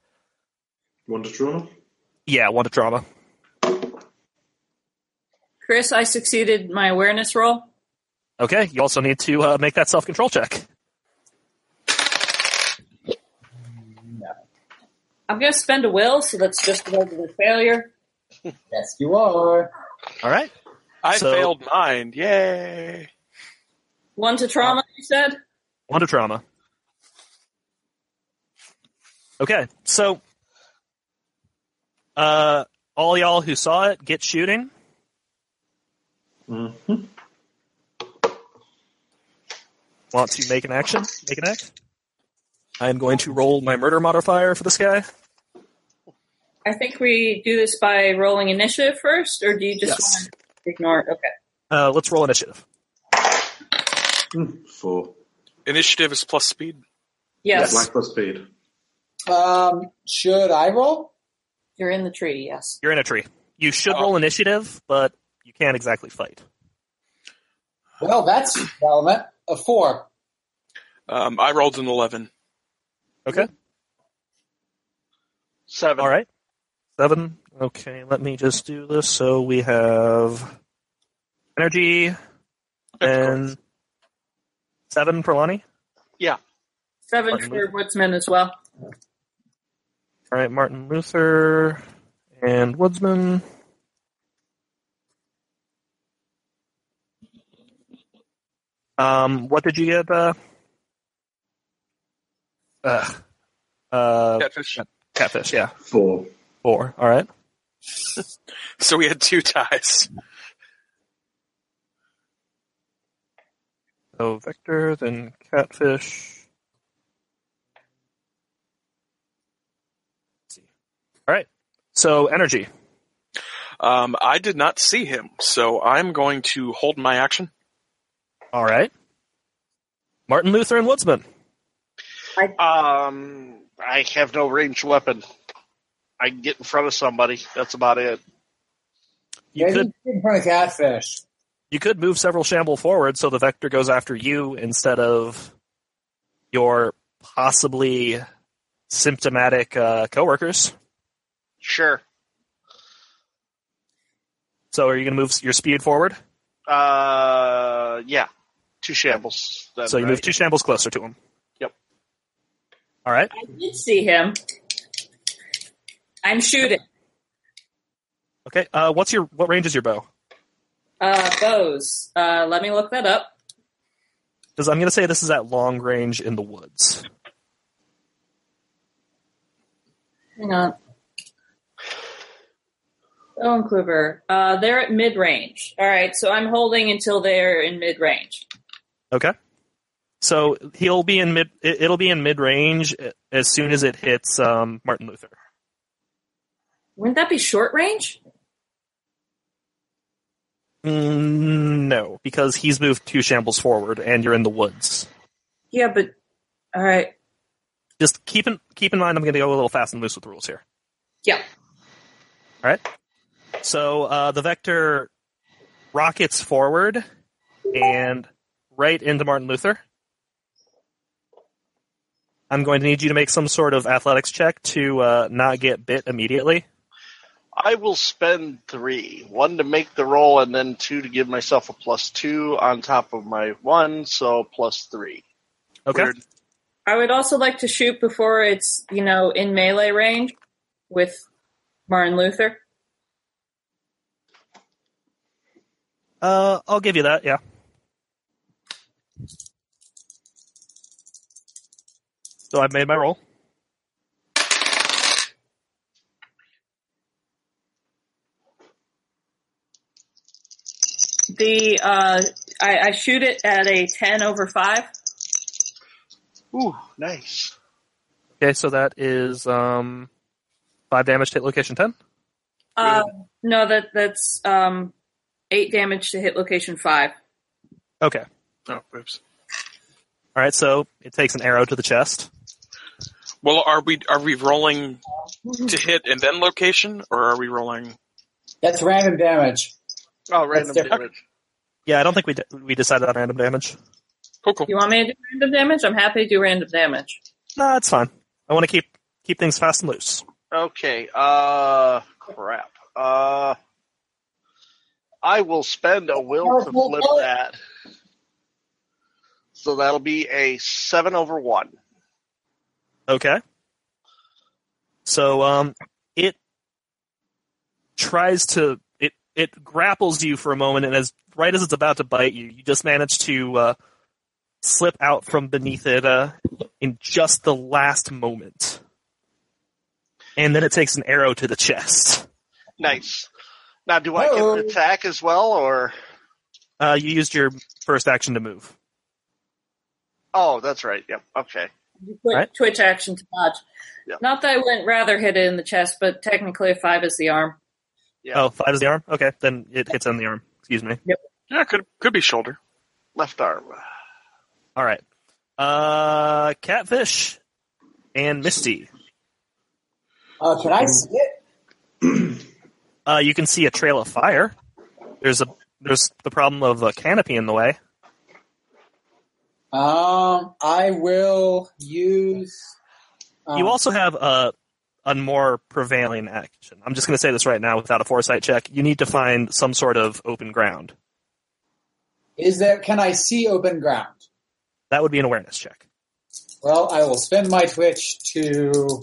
S7: One to trauma.
S2: yeah, one to drama.
S5: Chris, I succeeded my awareness roll.
S2: Okay. You also need to uh, make that self control check.
S5: I'm going to spend a will, so that's just a regular failure.
S3: Yes, you are.
S2: All right.
S4: I
S2: So-
S4: failed mine. Yay!
S5: One to trauma, you said?
S2: One to drama. Okay. So, uh, all y'all who saw it get shooting.
S7: Mm-hmm.
S2: Want to make an action? Make an act. I am going to roll my murder modifier for this guy.
S5: I think we do this by rolling initiative first, or do you just
S2: Yes.
S5: want to ignore it? Okay.
S2: Uh, let's roll initiative.
S7: Hmm. Four.
S4: Initiative is plus speed.
S5: Yes.
S7: Black plus speed.
S3: Um, should I roll?
S5: You're in the tree, yes.
S2: You're in a tree. You should
S4: Oh.
S2: roll initiative, but you can't exactly fight.
S3: Well, that's relevant. A four.
S4: Um, I rolled an eleven.
S2: Okay.
S6: Seven.
S2: All right. Seven. Okay, let me just do this. So we have energy and seven for Lonnie.
S5: Seven
S2: Pardon me?
S5: for Woodsman as well.
S2: All right, Martin Luther and Woodsman. Um, what did you get? Uh, uh, uh,
S4: Catfish.
S2: catfish. Yeah,
S7: Four.
S2: four. All right.
S4: So we had two ties.
S2: So vector, then catfish. Let's see. All right. So energy.
S4: Um, I did not see him, so I'm going to hold my action.
S2: All right. Martin Luther and Woodsman.
S6: Um, I have no ranged weapon. I can get in front of somebody. That's about it.
S8: You
S2: Maybe
S8: could
S2: in front of catfish.
S8: you could move several shamble forward so the vector goes after you instead of your possibly symptomatic uh, coworkers.
S6: Sure.
S8: So are you going to move s- your speed forward?
S6: Uh, yeah. Two shambles. That's
S8: so you
S6: right.
S8: move two shambles closer to him.
S6: Yep.
S8: All right.
S5: I did see him. I'm shooting.
S8: Okay. Uh, what's your what range is your bow?
S5: Uh, bows. Uh, let me look that up.
S8: Because I'm going to say this is at long range in the woods.
S5: Hang on. Bow and quiver. Uh, they're at mid range. All right, so I'm holding until they're in mid range.
S8: Okay. So he'll be in mid. it- It'll be in mid range as soon as it hits um, Martin Luther.
S5: Wouldn't that be short range?
S8: Mm, no, because he's moved two shambles forward, and you're in the woods.
S5: Yeah, but all right.
S8: Just keep in keep in mind, I'm going to go a little fast and loose with the rules here.
S5: Yeah.
S8: All right. So uh, the vector rockets forward and right into Martin Luther. I'm going to need you to make some sort of athletics check to uh, not get bit immediately.
S6: I will spend three. One to make the roll, and then two to give myself a plus two on top of my one, so plus three.
S8: Okay.
S4: Weird.
S5: I would also like to shoot before it's you know in melee range with Martin Luther.
S8: Uh, I'll give you that. Yeah. So I've made my roll.
S5: The uh, I, I shoot it at a ten over five.
S6: Ooh, nice.
S8: Okay, so that is um, five damage to hit location ten.
S5: Uh, no, that that's um, eight damage to hit location five.
S8: Okay.
S4: Oh, oops.
S8: All right. So it takes an arrow to the chest.
S4: Well, are we are we rolling to hit and then location, or are we rolling?
S3: That's random damage.
S6: Oh, random
S3: different.
S6: damage.
S8: Yeah, I don't think we d- we decided on random damage.
S4: Cool, cool.
S5: You want me to do random damage? I'm happy to do random damage.
S8: No, it's fine. I want to keep keep things fast and loose.
S6: Okay. Uh, crap. Uh, I will spend a will to flip that. So that'll be a seven over one.
S8: Okay. So um, it tries to it it grapples you for a moment, and as right as it's about to bite you, you just manage to uh, slip out from beneath it uh, in just the last moment, and then it takes an arrow to the chest.
S6: Nice. Now, do I get
S3: Oh.
S6: an attack as well, or?
S8: Uh, you used your first action to move.
S6: Oh, that's right. Yep. Okay.
S5: You put
S8: Right.
S5: Twitch action to dodge.
S6: Yeah.
S5: Not that I wouldn't rather hit it in the chest, but technically a five is the arm.
S6: Yeah.
S8: Oh, five is the arm. Okay, then it hits on the arm. Excuse me.
S4: Yeah, could could be shoulder.
S6: Left arm.
S8: All right. Uh, catfish and Misty.
S3: Uh, can I see it?
S8: Uh, you can see a trail of fire. There's a there's the problem of a canopy in the way.
S3: Um, I will use. Um,
S8: You also have a a more prevailing action. I'm just going to say this right now without a foresight check. You need to find some sort of open ground.
S3: is there? Can I see open ground?
S8: That would be an awareness check.
S3: Well, I will spend my Twitch to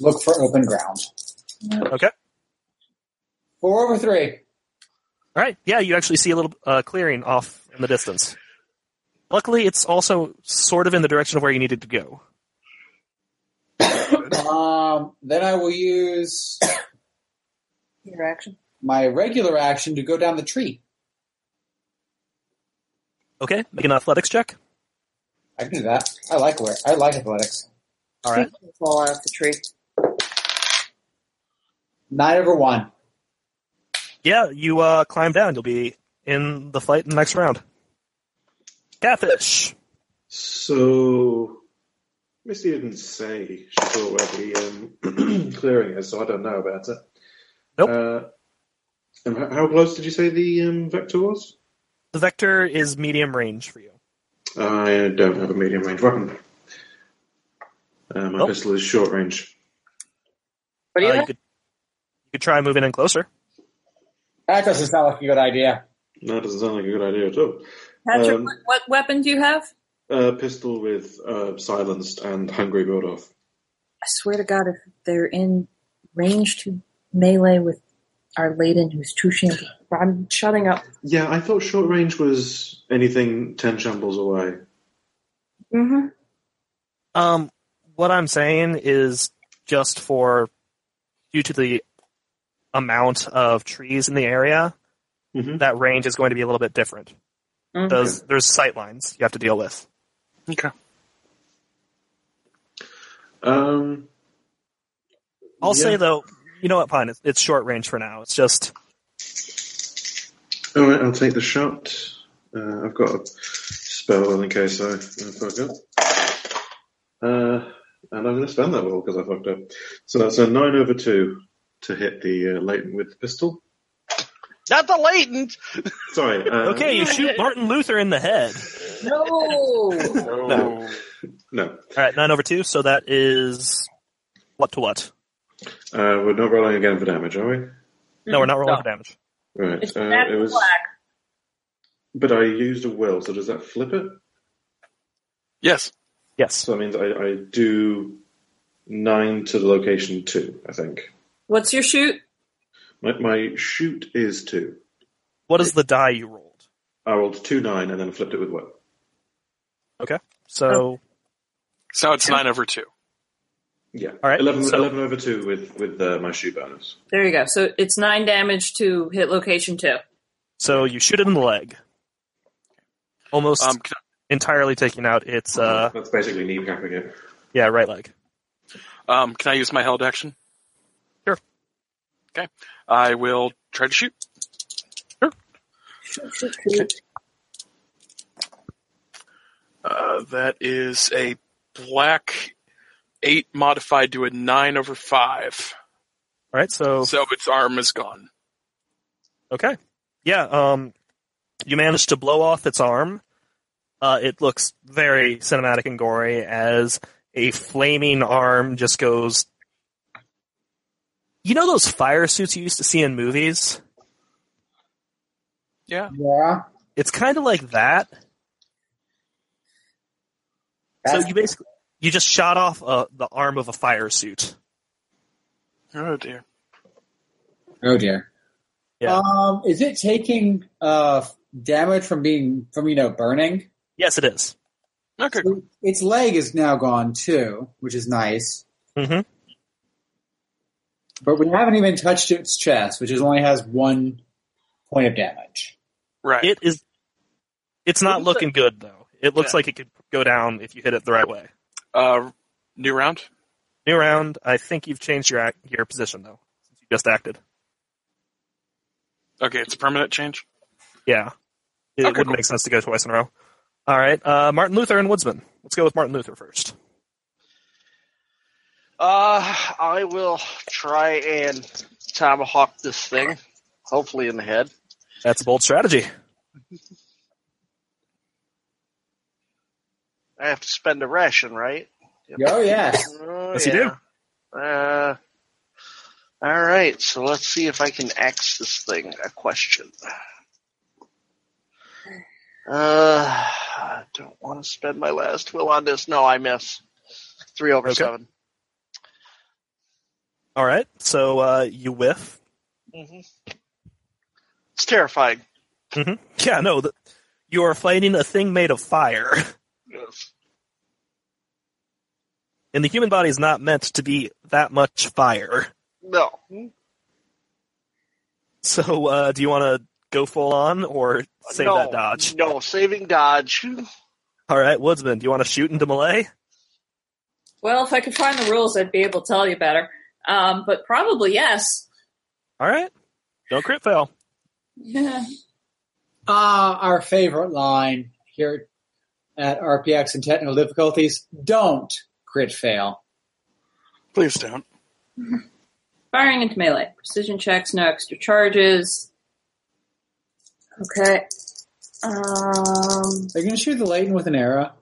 S3: look for open ground.
S8: Okay.
S3: Four over three.
S8: All right. Yeah, you actually see a little uh, clearing off in the distance. Luckily, it's also sort of in the direction of where you needed to go.
S3: Um, then I will use
S5: Your action.
S3: my regular action to go down the tree.
S8: Okay, make an athletics check.
S3: I can do that. I like where I like athletics.
S8: All right.
S5: Fall out of the tree.
S3: Nine over one.
S8: Yeah, you uh, climb down. You'll be in the fight in the next round. Catfish.
S7: So Misty didn't say she was already um, clearing it, so I don't know about it.
S8: Nope.
S7: Uh, and h- how close did you say the um, vector was?
S8: The vector is medium range for you.
S7: I don't have a medium range weapon. Uh, my
S8: Nope.
S7: pistol is short range.
S5: What do you
S8: Uh, you
S5: have?
S8: could you could try moving in closer.
S3: That doesn't sound like a good idea.
S7: That doesn't sound like a good idea at all.
S5: Patrick,
S7: um,
S5: what, what weapon do you have?
S7: Uh, pistol with uh, silenced and hungry build off.
S5: I swear to God, if they're in range to melee with our Laden, who's two shingles, I'm shutting up.
S7: Yeah, I thought short range was anything ten shambles away.
S5: Mm-hmm.
S8: Um, what I'm saying is just for due to the amount of trees in the area,
S7: Mhm.
S8: that range is going to be a little bit different.
S5: Mhm.
S8: There's there's sight lines you have to deal with.
S4: Okay.
S7: Um,
S8: I'll
S7: Yeah.
S8: say though, you know what, Pine? It's, it's short range for now. It's just
S7: All right, I'll take the shot. Uh, I've got a spell in case I, I fuck up. Uh, and I'm going to spend that roll because I fucked up. So that's a 9 over 2 to hit the uh, Leighton with the pistol.
S6: Not the latent.
S7: Sorry. Uh,
S8: okay. You shoot Martin Luther in the head.
S5: No.
S4: No.
S7: No.
S8: All right, nine over two. So that is what to what?
S7: Uh, we're not rolling again for damage, are we?
S8: No, we're not rolling
S3: No.
S8: for damage.
S7: Right.
S5: It's
S7: uh,
S5: back
S7: it
S5: to
S7: was,
S5: black.
S7: but I used a will, so does that flip it?
S4: Yes.
S8: Yes.
S7: So that means I, I do 9 to the location 2, I think.
S5: What's your shoot?
S7: My, my shoot is 2.
S8: What is the die you rolled?
S7: I rolled 2 9 and then flipped it with will.
S8: So
S4: So it's nine over two.
S7: Yeah.
S8: All right,
S7: 11,
S8: so-
S7: 11 over 2 with, with uh, my shoe bonus.
S5: There you go. So it's nine damage to hit location two.
S8: so you shoot it in the leg, almost
S4: Um, can
S8: entirely taking out its uh
S7: That's basically kneecapping it.
S8: yeah right leg.
S4: I- um, can I use my held action?
S8: Sure.
S4: Okay. I will try to shoot.
S5: Shoot, shoot, shoot.
S4: Uh, that is a black eight modified to a nine over five.
S8: All right, so
S4: So its arm is gone.
S8: okay, yeah. Um, you manage to blow off its arm. Uh, it looks very cinematic and gory as a flaming arm just goes. You know those fire suits you used to see in movies?
S4: Yeah.
S3: Yeah.
S8: It's kind of like that.
S3: That's-
S8: so you basically you just shot off uh, the arm of a fire suit.
S4: Oh dear.
S3: Oh dear.
S8: Yeah.
S3: Um, is it taking uh, damage from being from you know burning?
S8: Yes, it is.
S4: Okay.
S3: Its leg is now gone too, which is nice. Mm-hmm.
S8: Mhm.
S3: But we haven't even touched its chest, which is only has one point of damage.
S4: Right.
S8: It is. It's
S4: What
S8: not
S4: is
S8: looking good though. It looks
S4: Yeah.
S8: like it could go down if you hit it the right way.
S4: uh, new round.
S8: New round. I think you've changed your ac- your position though. Since you just acted.
S4: Okay, it's a permanent change.
S8: Yeah. It
S4: Okay,
S8: wouldn't
S4: cool.
S8: make sense to go twice in a row. All right. Uh, Martin Luther and Woodsman. Let's go with Martin Luther first.
S6: Uh, I will try and tomahawk this thing, hopefully in the head.
S8: That's a bold strategy.
S6: I have to spend a ration, right?
S3: Oh yes.
S6: Oh,
S8: Yes, you do.
S6: do. Uh, all right, so let's see if I can ask this thing a question. Uh, I don't want to spend my last will on this. No, I miss. Three over
S8: Okay.
S6: seven.
S8: All right. So uh, you whiff.
S6: hmm It's terrifying.
S8: Yeah. No. The, you are fighting a thing made of fire.
S6: Yes.
S8: And the human body is not meant to be that much fire.
S6: No.
S8: So, uh, do you want to go full on or save
S6: no.
S8: that dodge?
S6: No, saving dodge.
S8: All right, Woodsman, do you want to shoot into Malay?
S5: Well, if I could find the rules, I'd be able to tell you better. Um, but probably yes.
S8: All right, don't crit fail.
S5: Yeah.
S3: Ah, our favorite line here at RPX and technical difficulties. Don't Crit fail.
S4: Please don't.
S5: Firing into melee. Precision checks, no extra charges. Okay. Um,
S3: Are you going to shoot the Leighton with an arrow?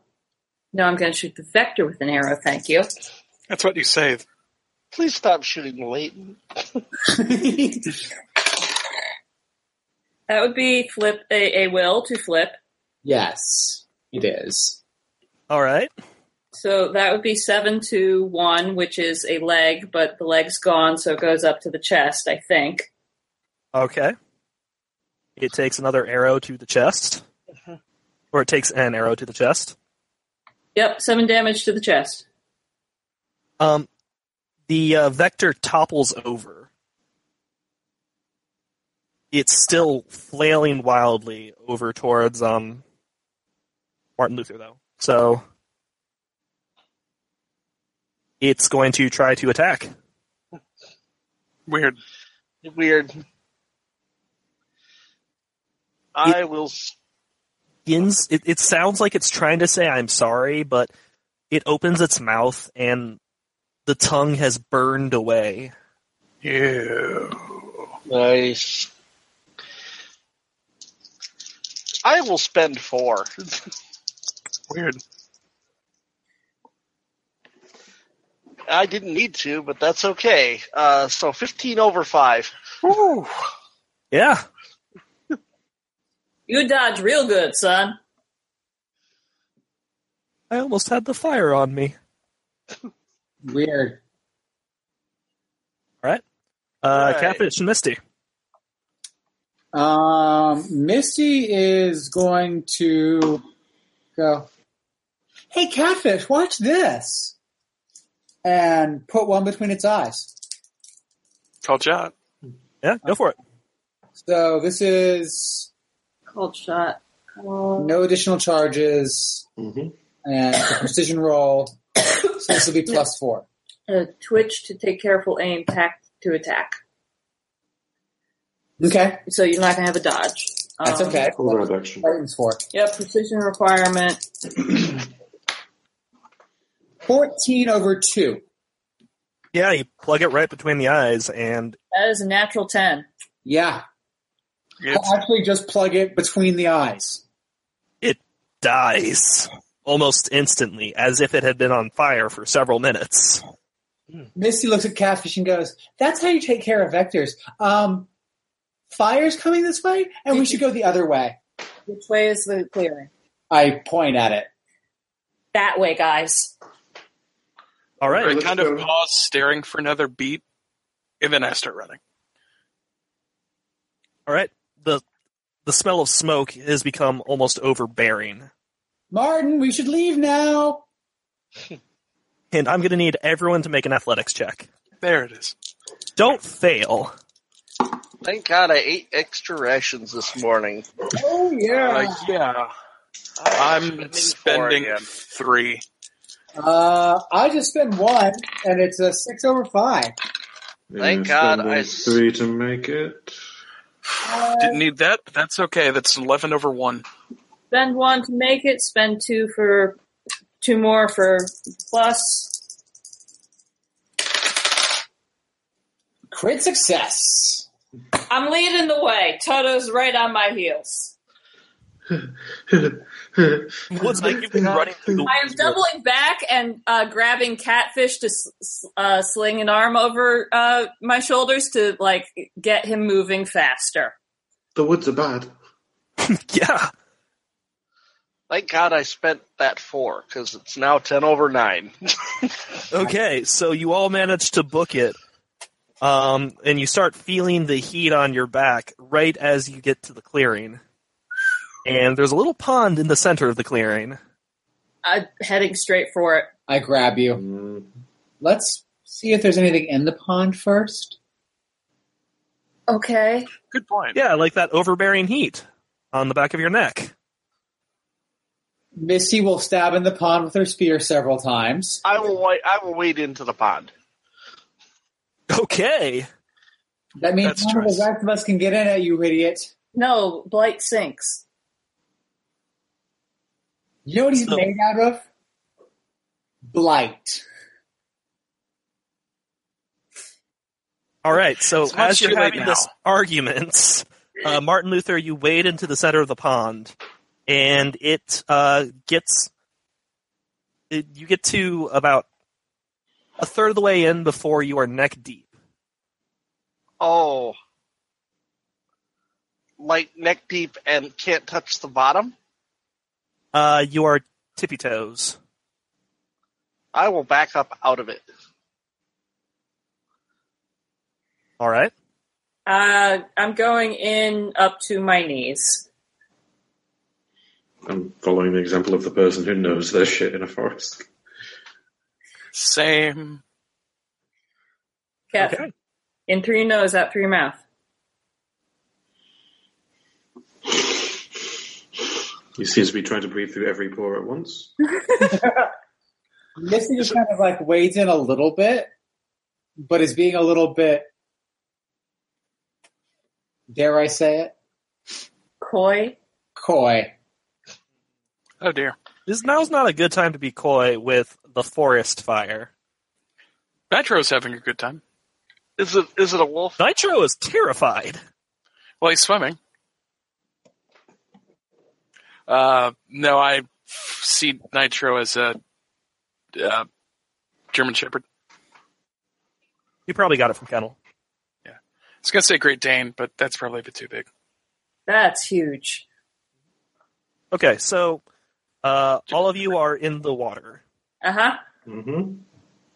S5: no, I'm going to shoot the vector with an arrow, thank you.
S4: That's what you say.
S6: Please stop shooting Leighton.
S5: That would be flip, a, a will to flip.
S3: yes, it is.
S8: All right.
S5: So that would be seven to one, which is a leg, but the leg's gone, so it goes up to the chest, I think.
S8: Okay. It takes another arrow to the chest. Or it takes an arrow to the chest.
S5: Yep, seven damage to the chest.
S8: Um, the uh, vector topples over. It's still flailing wildly over towards um, Martin Luther, though. So it's going to try to attack.
S4: Weird.
S6: Weird. I will. s-
S8: begins it, it sounds like it's trying to say i'm sorry but it opens its mouth and the tongue has burned away
S4: Ew.
S6: Nice. I will spend four.
S4: Weird.
S6: I didn't need to, but that's okay. Uh, so 15 over 5.
S4: Ooh.
S8: yeah
S5: You dodge real good, son.
S8: i almost had the fire on me
S3: Weird.
S8: uh
S6: Right.
S8: catfish and misty
S3: Um, Misty is going to go, Hey, catfish, watch this. And put one between its eyes.
S4: Called shot.
S8: yeah go for it
S3: So this is
S5: Cold shot. Oh.
S3: no additional charges
S7: Mhm.
S3: and a precision roll. So this will be plus four.
S5: Uh, twitch to take careful aim, tact to attack.
S3: Okay.
S5: So you're not going to have a dodge.
S3: That's
S5: Um,
S3: okay.
S7: Full round action.
S3: Titans four.
S5: Yep, precision requirement.
S3: 14 over two.
S8: yeah you plug it right between the eyes and
S5: That is a natural 10.
S3: Yeah.
S4: It's
S3: Actually, just plug it between the eyes.
S8: dies almost instantly as if it had been on fire for several minutes
S3: Misty looks at Catfish and goes, "That's how you take care of vectors. Um, fire's coming this way, and we should go the other way."
S5: Which way is the clearing?
S3: I point at it.
S5: That way, guys.
S8: all right
S4: I
S7: let's
S4: kind of
S7: go.
S4: pause, staring for another beat, and then I start running.
S8: all right the the smell of smoke has become almost overbearing
S3: Martin, we should leave now.
S8: and i'm going to need everyone to make an athletics check
S4: There it is.
S8: don't fail
S6: Thank God I ate extra rations this morning.
S3: Oh
S4: Uh, yeah. I'm spending
S6: four again.
S4: three.
S3: Uh, I just spent one, and it's a six over five.
S6: Thank
S7: Yeah,
S6: God
S7: spending
S6: I s-
S7: three to make it.
S4: Didn't need that. but That's okay. That's 11 over 1.
S5: Spend one to make it, spend two for two more for plus.
S3: Crit success.
S5: I'm leading the way. Toto's right on my heels.
S8: Woodsman, you've been running through the
S5: I am doubling back and uh, grabbing catfish to s- s- uh, sling an arm over uh, my shoulders to like get him moving faster.
S7: The woods are bad.
S8: yeah.
S6: Thank God I spent that four because it's now 10 over 9.
S8: Okay, so you all managed to book it, um, and you start feeling the heat on your back right as you get to the clearing. And there's a little pond in the center of the clearing.
S5: Uh, heading straight for it.
S3: I grab you.
S7: Mm,
S3: Let's see if there's anything in the pond first.
S5: Okay.
S4: Good point.
S8: Yeah, like that overbearing heat on the back of your neck.
S3: Misty will stab in the pond with her spear several times.
S6: I will wait. I will wade into the pond.
S8: Okay.
S3: That means
S4: That's
S3: none of the
S4: choice.
S3: rest of us can get in it, you idiot.
S5: No, blight sinks.
S3: You know what he's
S8: So-
S3: made out of? blight.
S8: All right. So
S4: It's much
S8: as
S4: too
S8: you're
S4: late
S8: having
S4: now.
S8: this argument, uh, Martin Luther, you wade into the center of the pond, and it uh, gets. It, you get to about a third of the way in before you are neck deep.
S6: Oh. Like neck deep and can't touch the bottom.
S8: Uh, you are tippy toes.
S6: I will back up out of it.
S8: All right.
S5: Uh, I'm going in up to my knees.
S7: I'm following the example of the person who knows their shit in a forest.
S4: Same.
S5: Cat,
S8: Okay.
S5: In through your nose, out through your mouth.
S7: He seems to be trying to breathe through every pore at once.
S3: Misty just kind of like wades in a little bit, but is being a little bit, dare I say it,
S5: Coy.
S3: coy.
S4: Oh dear.
S8: This now's not a good time to be coy with the forest fire.
S4: Nitro's having a good time.
S6: Is it is it a wolf?
S8: Nitro is terrified.
S4: Well, he's swimming. Uh, no, I see Nitro as a uh, German Shepherd.
S8: You probably got it from Kennel.
S4: I was gonna say Great Dane, but that's probably a bit too big.
S5: That's huge.
S8: Okay, so uh, all of you are in the water,
S5: Uh huh.
S7: hmm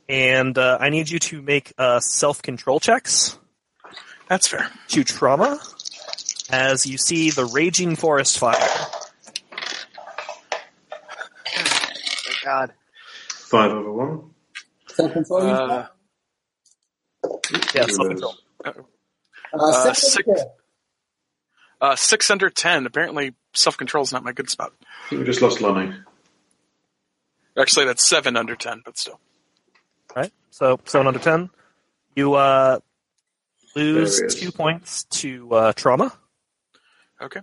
S8: and uh, I need you to make uh, self control checks
S4: That's fair.
S8: to trauma as you see the raging forest fire.
S6: Oh, my God.
S7: Five over one.
S3: Self control.
S4: Uh,
S8: Yeah,
S7: Who
S8: self
S7: knows?
S8: control.
S4: uh,
S3: six
S4: six.
S3: over
S4: uh, six under ten. Apparently, self control is not my good spot.
S7: I think we just lost Lonnie.
S4: Actually, that's seven under ten, but still.
S8: Right? So, 7 under 10. You uh, lose
S7: There he is.
S8: two points to uh, trauma,
S4: Okay.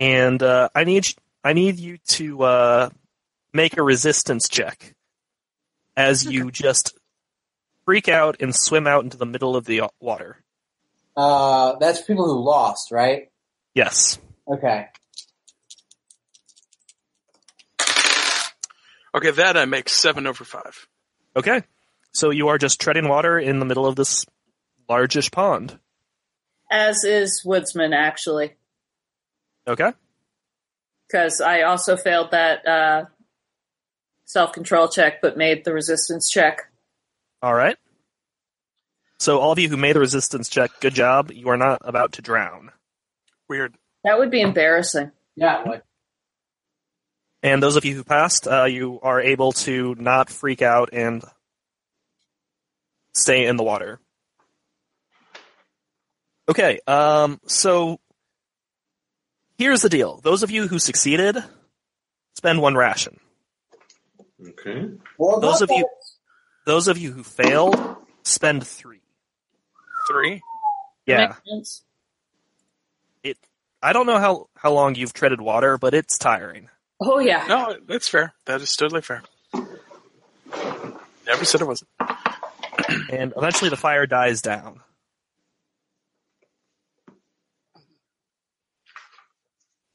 S8: and uh, I need I need you to uh, make a resistance check as you just freak out and swim out into the middle of the uh, water.
S3: two. Uh, that's people who lost, right?
S8: Yes.
S3: Okay.
S4: Okay, that I make seven over five.
S8: Okay. So you are just treading water in the middle of this largish pond.
S5: As is Woodsman, actually,
S8: Okay.
S5: because I also failed that uh, self control check but made the resistance check.
S8: All right. So all of you who made a resistance check, good job. You are not about to drown.
S4: Weird.
S5: That would be embarrassing.
S3: Yeah. Like,
S8: And those of you who passed, uh, you are able to not freak out and stay in the water. Okay, um, so here's the deal. Those of you who succeeded, spend one ration.
S7: Okay.
S3: well,
S8: Those of
S3: not
S8: you, those of you who failed, spend three.
S4: Three.
S8: Yeah,
S5: Makes sense.
S8: it. I don't know how how long you've treaded water, but it's tiring.
S5: Oh yeah.
S4: No, that's fair. That is totally fair. Never said it wasn't.
S8: and eventually the fire dies down.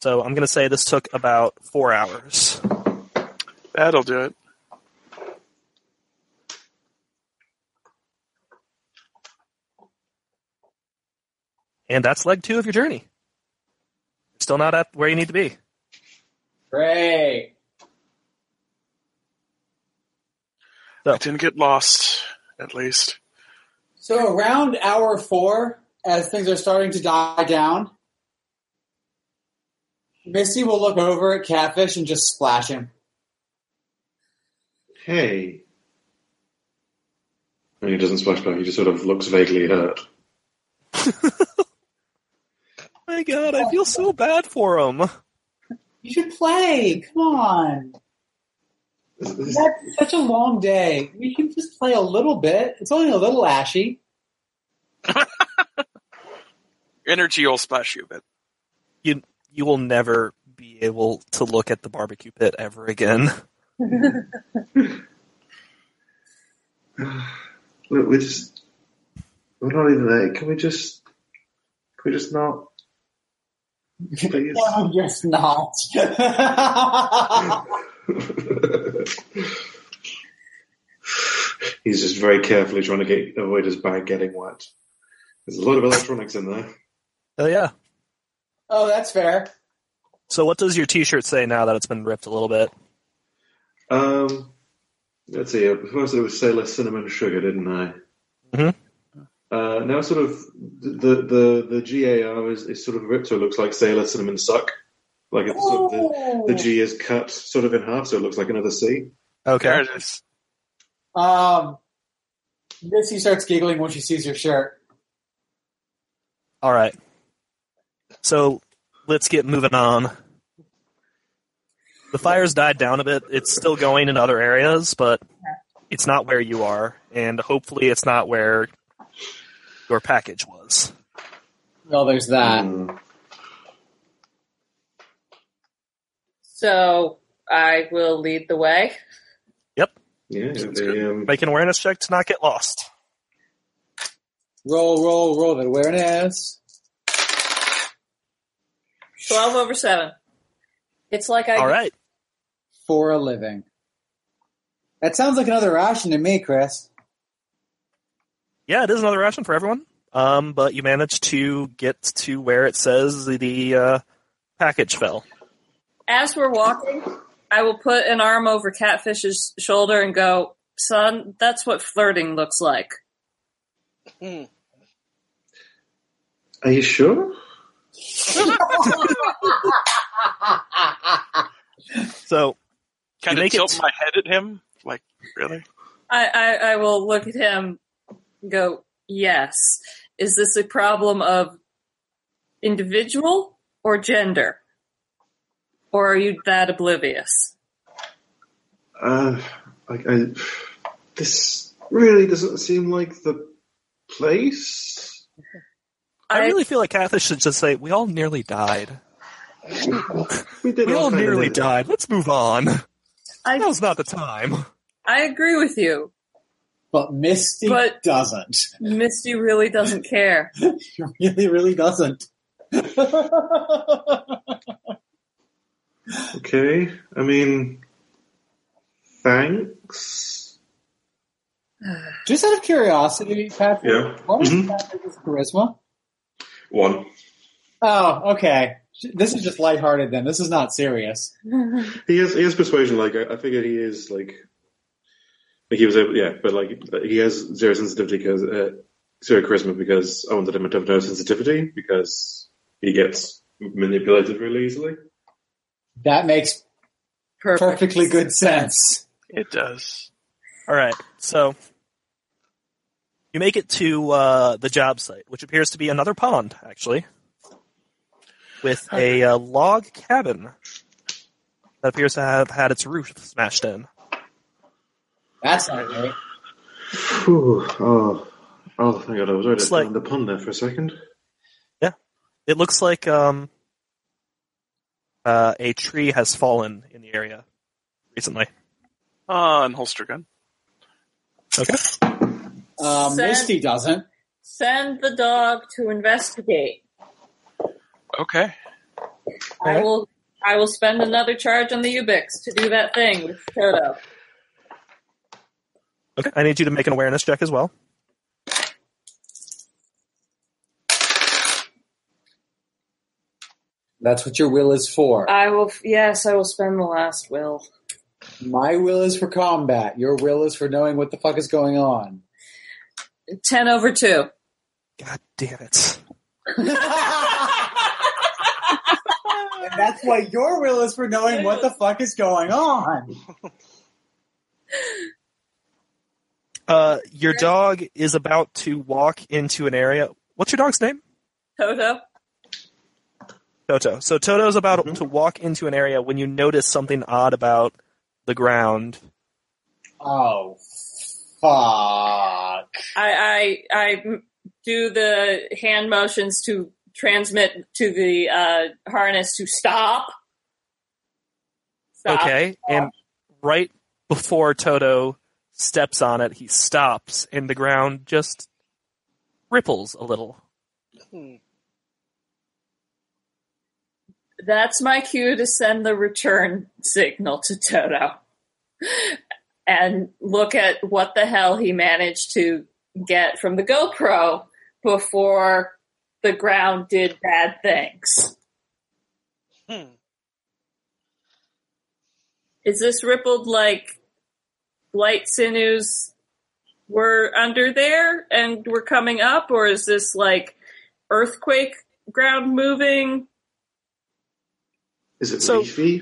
S8: So I'm going to say this took about four hours.
S4: That'll do it.
S8: And that's leg two of your journey. Still not at where you need to be.
S3: Great.
S4: I didn't get lost, at least.
S3: So around hour four, as things are starting to die down, Misty will look over at Catfish and just splash him.
S7: Hey. And he doesn't splash back. He just sort of looks vaguely hurt.
S8: My God, I feel so bad for him.
S3: You should play. Come on.
S7: This- this-
S3: That's such a long day. We can just play a little bit. It's only a little ashy.
S4: Energy will splash you a bit.
S8: You you will never be able to look at the barbecue pit ever again.
S7: Look, we just we're not even there. Can we just can we just not? Please.
S3: No, just not.
S7: He's just very carefully trying to get avoid his bag getting wet. There's a lot of electronics in there.
S8: Oh yeah.
S3: oh, that's fair.
S8: So what does your T-shirt say now that it's been ripped a little bit?
S7: Um, let's see. Before I said it was say less cinnamon and sugar, didn't I?
S8: Mhm.
S7: Uh, now, sort of the the the GAR is, is sort of ripped, so it looks like say less cinnamon suck. Like it's sort
S3: Oh,
S7: of the, the G is cut sort of in half, so it looks like another C.
S4: There
S8: Okay.
S4: it is.
S3: Um, Missy starts giggling when she sees your shirt.
S8: All right. So let's get moving on. The fire's died down a bit. It's still going in other areas, but it's not where you are, and hopefully it's not where your package was.
S3: Well, there's
S8: Uh,
S3: that.
S7: Mm.
S5: So I will lead the way.
S7: Yeah,
S4: Sounds
S7: the, um,
S8: Make an awareness check to not get lost.
S3: Roll, roll, roll. The awareness.
S5: 12 over 7. It's like I
S8: All right.
S3: for a living. That sounds like another ration to me, Chris.
S8: Yeah, it is another ration for everyone. Um, but you managed to get to where it says the uh, package fell.
S5: as we're walking, I will put an arm over Catfish's shoulder and go, "Son, that's what flirting looks like."
S6: Hmm,
S7: are you sure?
S8: So
S4: Kind
S8: You
S4: of
S8: make it-
S4: tilt my head at him. Like, really?
S5: I, I, I will look at him and go, yes. Is this a problem of individual or gender? Or are you that oblivious?
S7: Uh, I, I, this really doesn't seem like the place.
S8: I
S5: I-
S8: really feel like Catfish should just say, "We all nearly died.
S7: We did
S8: We all
S7: kinda
S8: nearly
S7: know-
S8: died. Let's move on.
S5: I,
S8: Now's not the time."
S5: I agree with you.
S3: But Misty
S5: But-
S3: doesn't.
S5: Misty really doesn't care.
S3: She really, really doesn't.
S7: Okay, I mean, thanks.
S3: Just out of curiosity, Patrick,
S7: Yeah.
S3: what is
S7: Mhm.
S3: Patrick's charisma?
S7: One.
S3: Oh, okay. This is just lighthearted then. This is not serious.
S7: He has he has persuasion. Like I, I figured he is like like he was able. Yeah, but like he has zero sensitivity because uh, zero charisma because I wanted him to have no sensitivity because he gets manipulated really easily.
S3: That makes
S5: Perfect.
S3: perfectly good sense.
S4: It does.
S8: All right, so you make it to uh, the job site, which appears to be another pond, actually, with a uh, log cabin that appears to have had its roof smashed in.
S3: That's not great.
S7: Phew, oh, oh, thank God! I was right
S8: It's
S7: at
S8: like-
S7: the pond there for a second.
S8: It looks like um, uh, a tree has fallen in the area recently.
S4: Ah, and holster gun.
S3: Uh,
S5: Sen-
S3: Misty doesn't.
S5: Send the dog to investigate.
S4: Okay.
S5: I will I will spend another charge on the Ubix to do that thing with Toto.
S8: Okay, I need you to make an awareness check as well.
S3: That's what your will is for.
S5: I will yes, I will spend the last will.
S3: My will is for combat. Your will is for knowing what the fuck is going on.
S5: Ten over two.
S8: God damn it!
S3: And that's why your will is for knowing what the fuck is going on.
S8: Uh, your dog is about to walk into an area. What's your dog's name?
S5: Toto?
S8: Toto. So Toto's about
S7: Mhm.
S8: to walk into an area when you notice something odd about the ground.
S3: Oh, fuck.
S5: I I I m- do the hand motions to transmit to the uh, harness to stop. Stop.
S8: Okay, and right before Toto steps on it, he stops, and the ground just ripples a little.
S6: hmm,
S5: That's my cue to send the return signal to Toto and look at what the hell he managed to get from the GoPro before the ground did bad things.
S6: Hmm.
S5: Is this rippled like light sinews were under there and were coming up, or is this like earthquake ground moving?
S7: Is it
S8: So-
S7: leafy?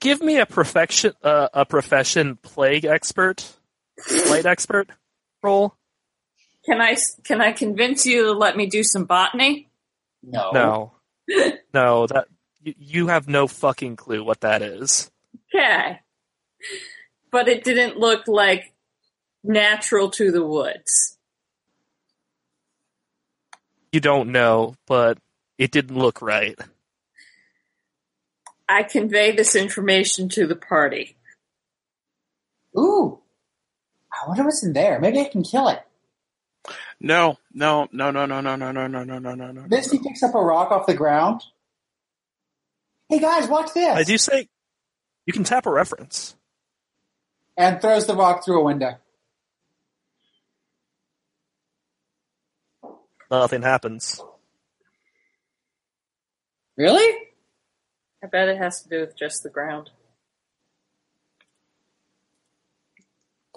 S8: Give me a perfection, uh, a profession plague expert, light expert roll.
S5: Can I can I convince you to let me do some botany?
S3: No.
S8: No, no, that you, you have no fucking clue what that is.
S5: Okay, but it didn't look like natural to the woods.
S8: You don't know, but it didn't look right.
S5: I convey this information to the party.
S3: Ooh. I wonder what's in there. Maybe I can kill it.
S4: No, Oh, no, no, no, no, no, no, no, no, no, no, no, no.
S3: Misty picks up a rock off the ground. Hey guys, watch this!
S8: I do say you can tap a reference.
S3: And throws the rock through a window.
S8: Nothing happens.
S3: Really?
S5: I bet it has to do with just the ground.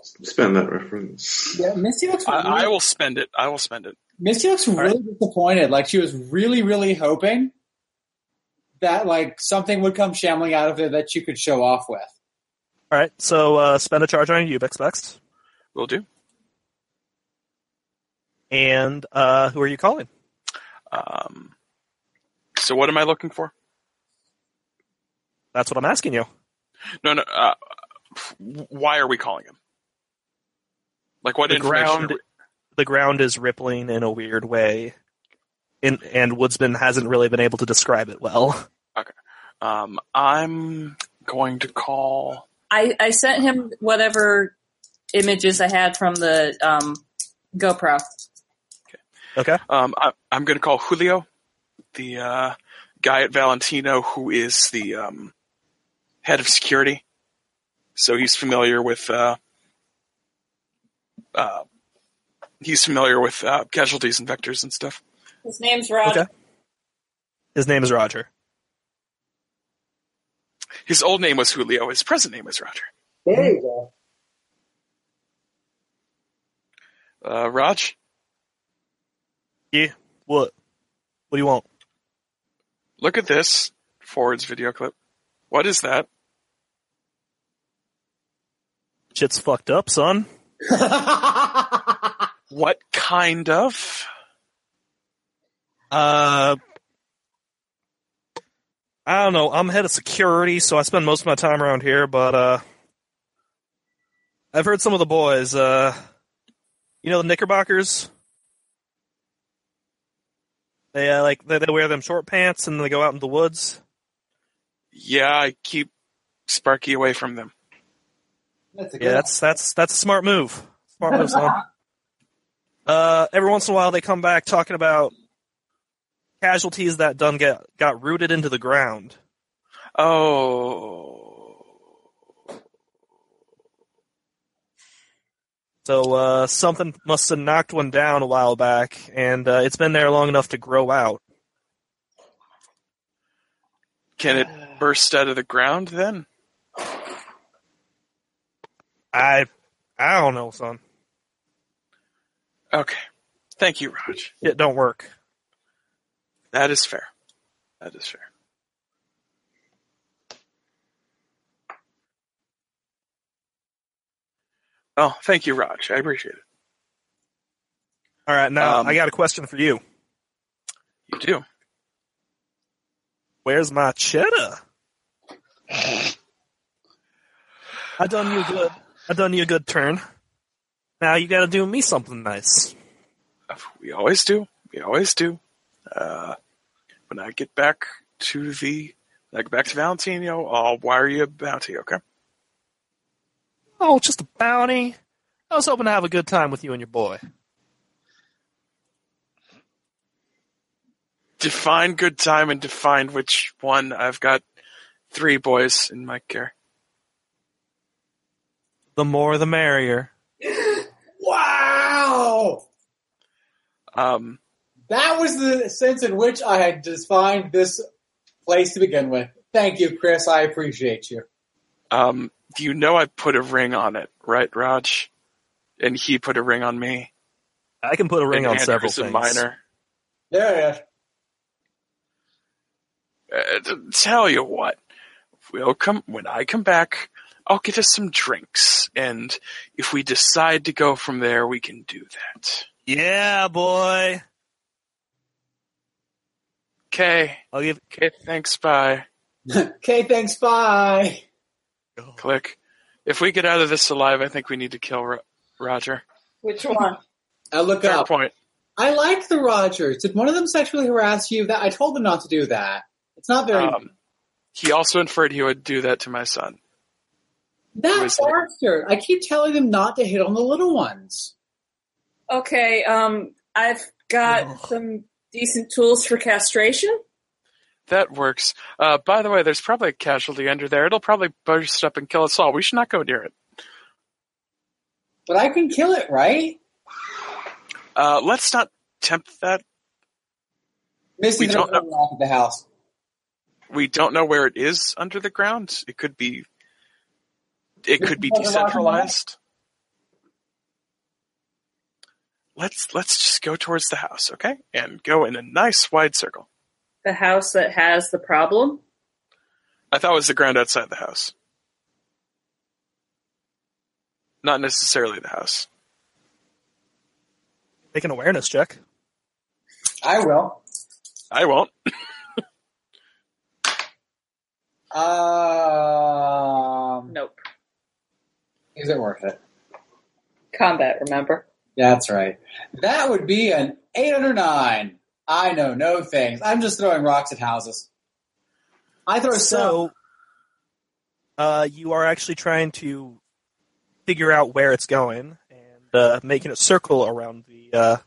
S7: Spend that reference.
S3: Yeah, Misty looks. really,
S4: I, I will spend it. I will spend it.
S3: Misty looks really disappointed. Like she was really, really hoping that like something would come shambling out of there that you could show off with.
S8: All right, so uh, spend a charge on your Ubix next.
S4: Will do.
S8: And uh, who are you calling?
S4: Um, so what am I looking for?
S8: That's what I'm asking you.
S4: No, no. Uh, why are we calling him? Like what
S8: The
S4: information? are
S8: ground-
S4: we-
S8: The ground is rippling in a weird way, and, and Woodsman hasn't really been able to describe it well.
S4: Um, I'm going to call.
S5: I, I sent him whatever images I had from the um, GoPro.
S8: Okay,
S4: Um, I, I'm going to call Julio, the uh, guy at Valentino who is the um, head of security. So he's familiar with. Uh, uh, he's familiar with uh, casualties and vectors and stuff.
S5: His name's Roger.
S8: Okay. his name is Roger.
S4: His old name was Julio. His present name is Roger.
S12: There you go.
S4: Uh, Raj,
S8: What? What do you want?
S4: look at this forwards video clip. What is that?
S8: Shit's fucked up, son.
S4: What kind of?
S8: Uh, I don't know. I'm head of security, so I spend most of my time around here. But uh, I've heard some of the boys. Uh, you know the Knickerbockers. They uh, like they, they wear them short pants and they go out in the woods.
S4: Yeah, I keep Sparky away from them.
S3: That's a good
S8: Yeah, that's that's that's a smart move. Smart move, son. Uh, every once in a while, they come back talking about casualties that done get got rooted into the ground.
S4: Oh.
S8: So uh, something must have knocked one down a while back, and uh, it's been there long enough to grow out.
S4: Can it burst out of the ground then?
S8: I, I don't know, son.
S4: Okay. Thank you, Raj.
S8: It don't work.
S4: That is fair. That is fair. Oh, thank you, Raj. I appreciate it.
S8: All right, now
S4: Um,
S8: I got a question for you.
S4: You do.
S8: Where's my cheddar? I done you good. I done you a good turn. Now you got to do me something nice.
S4: We always do. We always do. Uh, when I get back to the, when I get back to Valentino, I'll wire you a bounty, okay?
S8: Oh, just a bounty. I was hoping to have a good time with you and your boy.
S4: Define good time and define which one. I've got three boys in my care.
S8: The more the merrier.
S3: Wow!
S4: Um,
S3: That was the sense in which I had defined this place to begin with. Thank you, Chris. I appreciate you.
S4: um, you know I put a ring on it, right, Raj? And he put a ring on me.
S8: I can put a ring
S4: and
S8: on several
S4: Andrew's a
S8: things.
S4: minor.
S3: There it is.
S4: Uh, t- tell you what, we'll come when I come back. I'll get us some drinks, and if we decide to go from there, we can do that.
S8: Yeah, boy.
S4: Okay.
S8: I'll give
S4: Okay. Thanks. Bye.
S3: Okay, thanks. Bye.
S4: Click. If we get out of this alive, I think we need to kill Ro- Roger.
S5: Which one?
S3: I look
S4: Fair
S3: up.
S4: point.
S3: I like the Rogers. Did one of them sexually harass you? That I told them not to do that. It's not very
S4: Um, he also inferred he would do that to my son.
S3: that
S4: was-
S3: bastard. I keep telling them not to hit on the little ones.
S5: Okay, um, I've got some decent tools for castration.
S4: That works. Uh, by the way, there's probably a casualty under there. It'll probably burst up and kill us all. We should not go near it.
S3: But I can kill it, right?
S4: Uh, let's not tempt that.
S3: Missy,
S4: We
S3: there's
S4: don't know-
S3: one lock at the house.
S4: We don't know where it is under the ground. It could be. It could be
S3: Mr. Roger, Roger.
S4: decentralized. Let's let's just go towards the house, okay? And go in a nice wide circle.
S5: The house that has the problem.
S4: I thought it was the ground outside the house. Not necessarily the house.
S8: make an awareness check.
S3: I will.
S4: I won't.
S3: Um,
S5: Nope.
S3: Is it worth it?
S5: Combat, remember?
S3: That's right. That would be an eight under nine. I know no things. I'm just throwing rocks at houses. I throw so.
S8: So, uh, you are actually trying to figure out where it's going and uh, making a circle around the uh,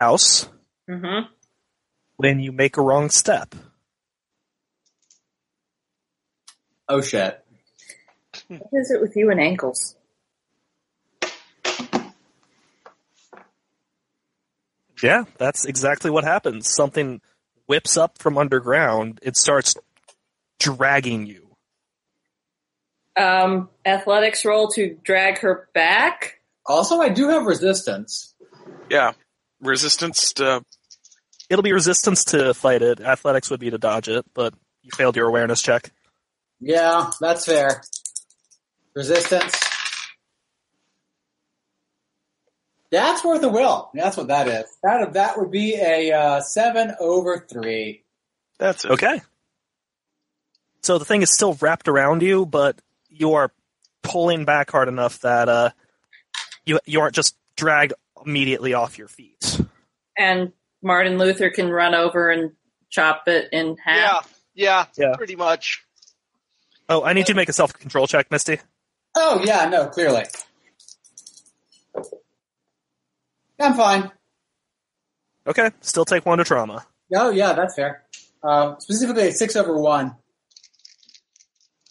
S8: house
S5: Mm-hmm.
S8: when you make a wrong step.
S3: Oh shit.
S5: What is it with you and ankles?
S8: Yeah, that's exactly what happens. Something whips up from underground. It starts dragging you.
S5: Um, athletics roll to drag her back.
S3: Also, I do have resistance.
S4: Yeah. Resistance to
S8: It'll be resistance to fight it. Athletics would be to dodge it, but you failed your awareness check.
S3: Yeah, that's fair. Resistance. That's worth a will. That's what that is. That that would be a uh, seven over three.
S4: that's it.
S8: Okay. So the thing is still wrapped around you, but you are pulling back hard enough that uh, you you aren't just dragged immediately off your feet.
S5: And Martin Luther can run over and chop it in
S6: Yeah,
S5: half.
S6: yeah,
S8: Yeah.
S6: pretty much.
S8: Oh, I need you to make a self control check, Misty.
S3: Oh yeah, no, clearly. I'm fine.
S8: Okay, still take one to trauma.
S3: Oh yeah, that's fair. Uh, specifically, a six over one.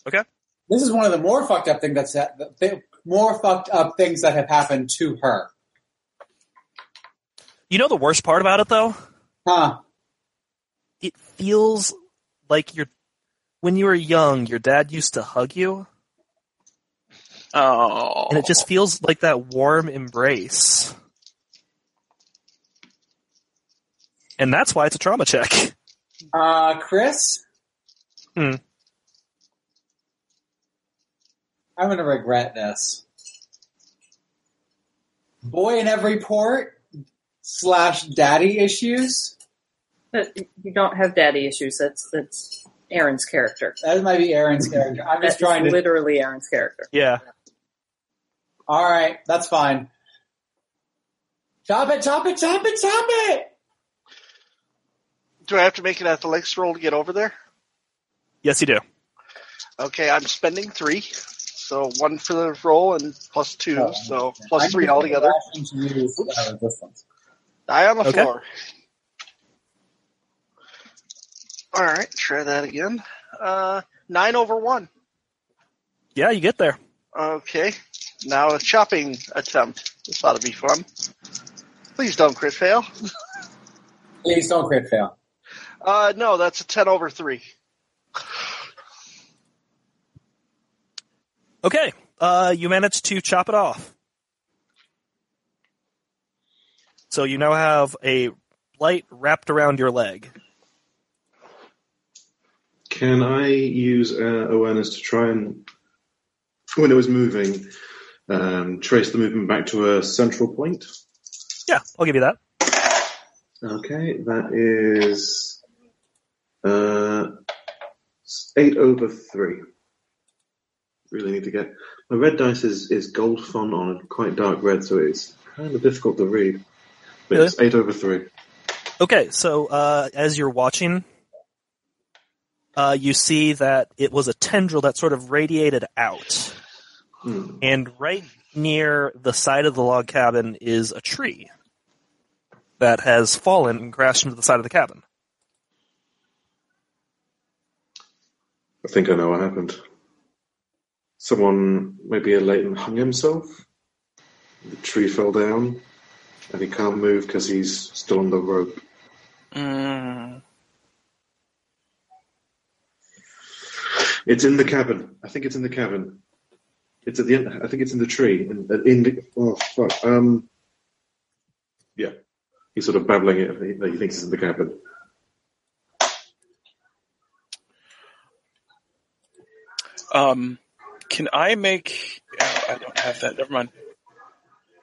S8: Okay.
S3: This is one of the more fucked up thing that's that, the more fucked up things that have happened to her.
S8: You know the worst part about it though?
S3: Huh?
S8: It feels like you're when you were young, your dad used to hug you,
S4: Oh.
S8: and it just feels like that warm embrace. And that's why it's a trauma check.
S3: Uh, Chris?
S8: Hmm.
S3: I'm going to regret this. Boy in every port slash daddy issues.
S5: But you don't have daddy issues. That's that's Aaron's character.
S3: That might be Aaron's character. I'm just
S5: That's
S3: trying to.
S5: literally Aaron's character.
S8: Yeah.
S3: All right, that's fine. Chop it, chop it, chop it, chop it!
S6: Do I have to make an athletics roll to get over there?
S8: Yes, you do.
S6: Okay, I'm spending three. So one for the roll and plus two,
S8: Oh,
S6: so
S8: okay.
S6: plus
S8: I'm
S6: three
S8: gonna
S6: altogether.
S8: use, uh, this one.
S6: Die on the
S2: Okay.
S6: floor. All right, try that again. Uh, nine over one.
S2: Yeah, you get there.
S6: Okay, now a chopping attempt. This ought to be fun. Please don't crit fail.
S8: Please don't crit fail.
S6: Uh, no, that's a ten over three.
S2: Okay. Uh, you managed to chop it off. So you now have a light wrapped around your leg.
S7: Can I use uh, awareness to try and, when it was moving, um, trace the movement back to a central point?
S2: Yeah, I'll give you that.
S7: Okay, that is uh, eight over three. Really need to get my red dice is is gold font on it, quite dark red, so it's kind of difficult to read. But it's eight over three.
S2: Okay, so uh, as you're watching, uh, you see that it was a tendril that sort of radiated out.
S7: Hmm.
S2: And right near the side of the log cabin is a tree that has fallen and crashed into the side of the cabin.
S7: I think I know what happened. Someone, maybe a Leighton, hung himself. The tree fell down, and he can't move because he's still on the rope.
S4: Mm,
S7: It's in the cabin. I think it's in the cabin. It's at the end. I think it's in the tree. And and in the oh fuck. Um. Yeah, he's sort of babbling it. He, he thinks it's in the cabin.
S4: um, can I make? oh, I don't have that. Never mind.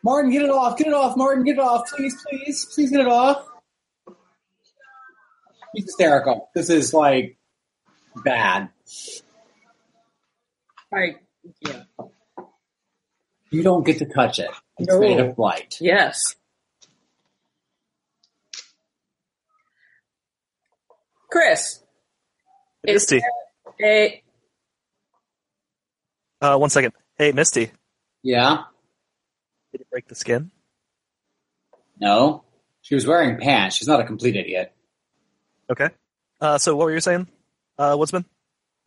S8: Martin, get it off. Get it off, Martin. Get it off. Please, please, please get it off.
S3: He's hysterical. This is like bad.
S5: I, yeah.
S3: You don't get to touch it. It's
S5: No.
S3: made of light.
S5: Yes. Chris, It's-
S2: Misty,
S5: a,
S2: uh, one second. Hey, Misty,
S3: Yeah.
S2: did it break the skin?
S3: No. She was wearing pants. She's not a complete idiot.
S2: Okay. Uh, so what were you saying, uh, Woodsman?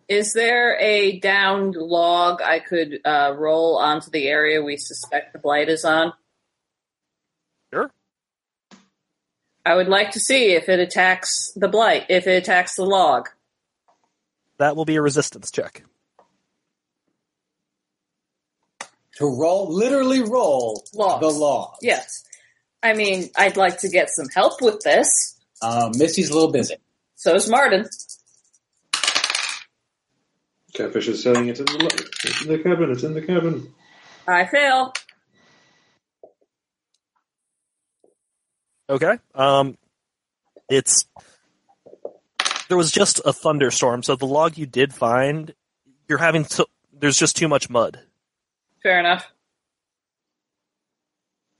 S5: is there a downed log I could uh, roll onto the area we suspect the blight is on?
S2: Sure.
S5: I would like to see if it attacks the blight, if it attacks the log.
S2: That will be a resistance check.
S3: To roll, literally roll
S5: Logs.
S3: the law.
S5: Yes. I mean, I'd like to get some help with this.
S3: Um, Missy's a little busy.
S5: So is Martin.
S7: Catfish is saying it's in the lo- it's in the cabin. It's in the cabin.
S5: I fail.
S2: Okay. Um, it's there was just a thunderstorm, so the log you did find, you're having to. There's just too much mud.
S5: Fair enough.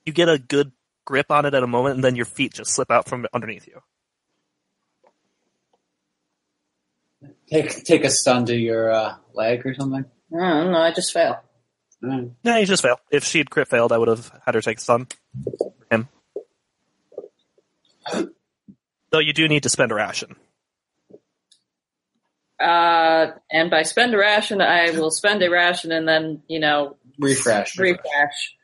S2: You get a good grip on it at a moment, and then your feet just slip out from underneath you.
S3: Take take a stun to your uh, leg or something.
S5: I don't know, I just failed.
S3: Mm.
S2: No, you just fail. If she had crit failed, I would have had her take stun. Him. Though you do need to spend a ration.
S5: Uh, and by spend a ration, I will spend a ration and then, you know,
S3: Refresh.
S5: refresh.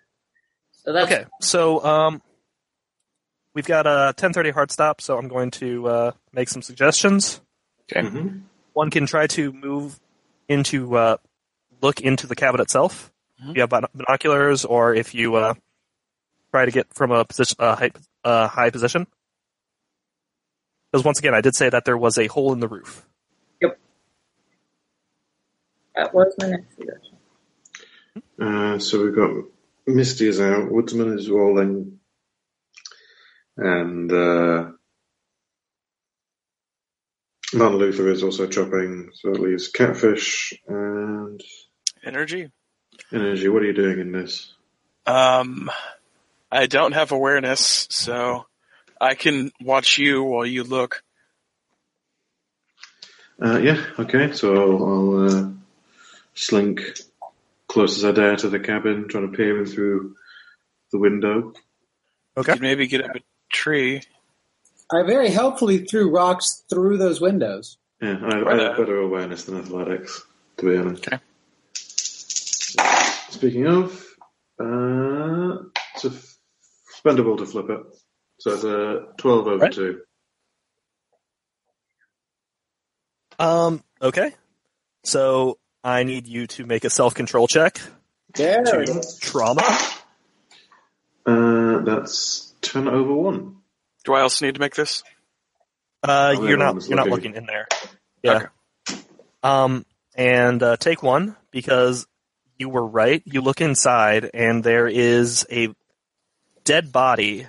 S5: So that's
S2: Okay, so um, we've got a 10:30 hard stop, so I'm going to uh, make some suggestions.
S4: Okay.
S7: Mhm.
S2: One can try to move into uh, look into the cabin itself. If you have bin- binoculars, or if you uh, try to get from a position a high, a high position. Because once again, I did say that there was a hole in the roof.
S5: that was my next suggestion.
S7: Uh, so we've got Misty is out. Woodsman is rolling, and uh, Van Luther is also chopping. So that leaves Catfish and
S4: Energy.
S7: Energy. What are you doing in this?
S4: Um, I don't have awareness, so I can watch you while you look.
S7: Uh, yeah, okay. So I'll, I'll uh, slink close as I dare to the cabin, trying to peer in through the window.
S2: Okay.
S4: You could maybe get up a tree.
S8: I very helpfully threw rocks through those windows.
S7: Yeah, I, I have better awareness than athletics, to be honest.
S4: Okay.
S7: Speaking of, uh, it's a f- spendable to flip it. So it's a 12 over
S2: Right.
S7: 2.
S2: Um. Okay. So I need you to make a self control check.
S8: There it
S2: To
S8: is.
S2: trauma.
S7: Uh, that's 10 over 1.
S4: Do I also need to make this?
S2: Uh,
S7: Oh,
S2: you're
S7: everyone
S2: not
S7: was
S2: you're not
S7: looking.
S2: looking in there. Yeah. Um, and uh, take one because you were right. You look inside, and there is a dead body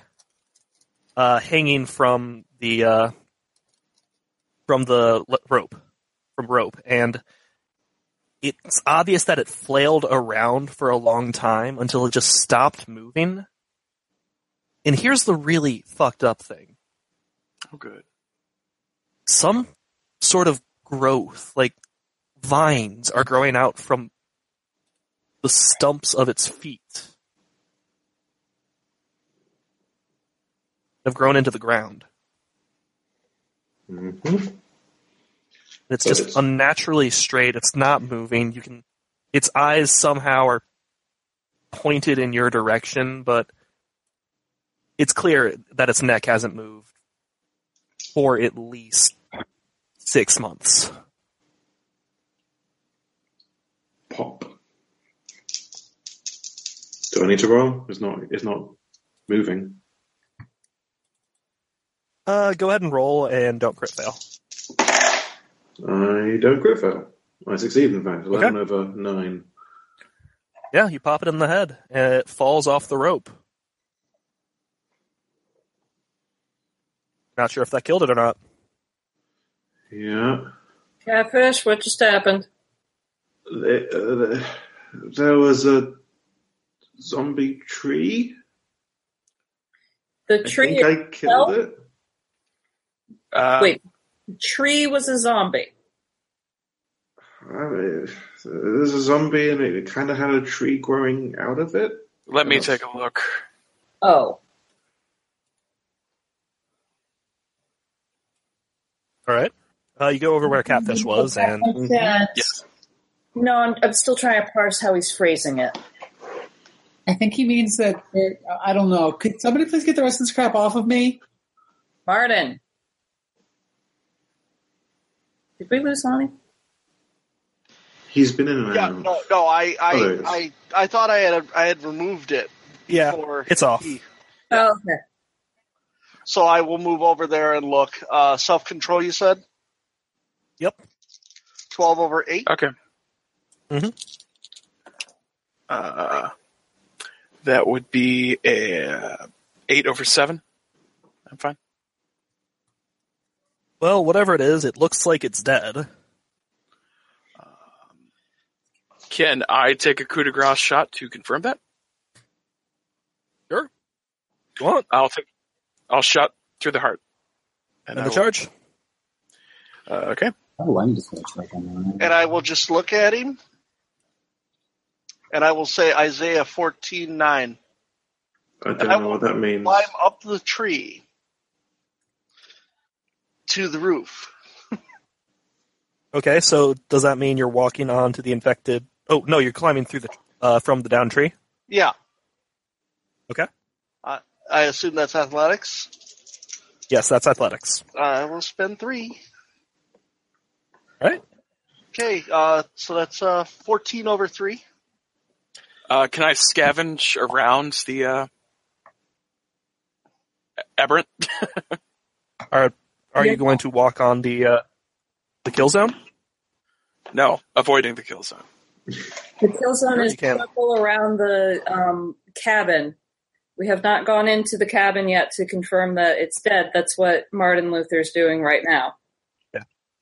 S2: uh, hanging from the uh, from the l- rope from rope, and it's obvious that it flailed around for a long time until it just stopped moving. And here's the really fucked up thing
S4: Oh, good.
S2: some sort of growth, like vines are growing out from the stumps of its feet. Have grown into the ground.
S7: hmm
S2: And It's
S7: But
S2: just
S7: it's-
S2: unnaturally straight. It's not moving. You can, its eyes somehow are pointed in your direction, but it's clear that its neck hasn't moved for at least six months.
S7: Pop. Do I need to roll? It's not, it's not moving.
S2: Uh, go ahead and roll and don't crit fail.
S7: I don't crit fail. I succeed, in fact.
S2: Okay.
S7: 11 over 9.
S2: Yeah, you pop it in the head, and it falls off the rope. Not sure if that killed it or not.
S7: Yeah.
S5: Catfish, what just happened?
S7: There, uh, there was a zombie tree.
S5: The
S7: I
S5: tree
S7: think I killed it.
S4: Uh,
S5: Wait. tree was a zombie.
S7: I mean, there's a zombie and it kind of had a tree growing out of it.
S4: Let me
S7: Yes.
S4: take a look.
S5: Oh,
S2: All right. Uh, you go over where Catfish was, and
S4: Yes.
S5: No, I'm, I'm still trying to parse how he's phrasing it.
S8: I think he means that.
S3: er,
S8: It, I don't know. Could somebody please get the rest of this crap off of me?
S5: Martin. Did we lose Lonnie?
S7: He's been in and
S6: Yeah,
S7: out.
S6: no, no, I, I,
S7: Mm. Oh, there it is.
S6: I, I thought I had, I had removed it.
S2: yeah,
S6: for
S2: it's off.
S6: he.
S5: Oh, okay.
S6: So I will move over there and look. Uh, Self control, you said.
S2: Yep.
S6: Twelve over eight.
S4: Okay.
S2: Mhm.
S4: Uh, that would be a eight over seven. I'm fine.
S2: Well, whatever it is, it looks like it's dead.
S4: Can I take a coup de grace shot to confirm that?
S2: You want?
S4: I'll take. I'll shot through the heart.
S2: And,
S4: I
S2: the
S4: will-
S2: charge.
S4: Uh, okay.
S8: Oh, I'm just going to check on
S6: And I will just look at him, and I will say Isaiah fourteen nine.
S7: I don't
S6: I
S7: know
S6: will
S7: what that means.
S6: Climb up the tree to the roof.
S2: Okay, so does that mean you're walking onto the infected? Oh no, you're climbing through the uh, from the down tree.
S6: Yeah.
S2: Okay.
S6: I I assume that's athletics.
S2: Yes, that's athletics.
S6: I will spend three.
S2: All right.
S6: Okay, uh, so that's uh, 14 over 3.
S4: Uh, can I scavenge around the uh, aberrant?
S2: Are are
S5: Yeah.
S2: you going to walk on the uh, the kill zone?
S4: No, avoiding the kill zone.
S5: The kill zone
S2: Sure,
S5: is
S2: you can.
S5: circle around the um, cabin. We have not gone into the cabin yet to confirm that it's dead. That's what Martin Luther's doing right now.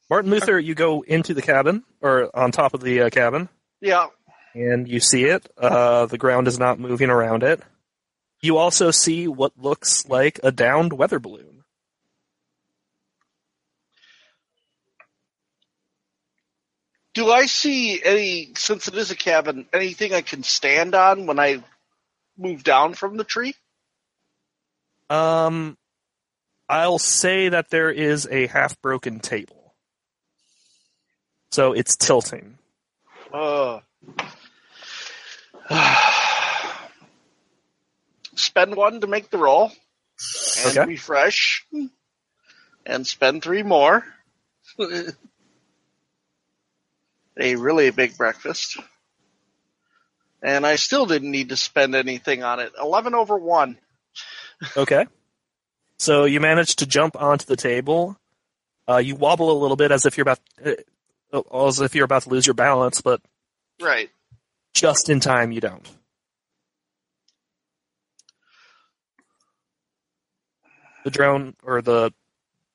S2: Martin Luther, you go into the cabin or on top of the uh, cabin.
S6: Yeah,
S2: and you see it. Uh, the ground is not moving around it. You also see what looks like a downed weather balloon.
S6: Do I see any, since it is a cabin, anything I can stand on when I move down from the tree?
S2: Um, I'll say that there is a half broken table. So it's tilting.
S6: Uh, spend one to make the roll and
S2: Okay.
S6: refresh, and spend three more. a really big breakfast. And I still didn't need to spend anything on it. 11 over 1.
S2: Okay. So you manage to jump onto the table. Uh, you wobble a little bit as if you're about uh, as if you're about to lose your balance, but
S6: Right.
S2: just in time you don't. The drone or the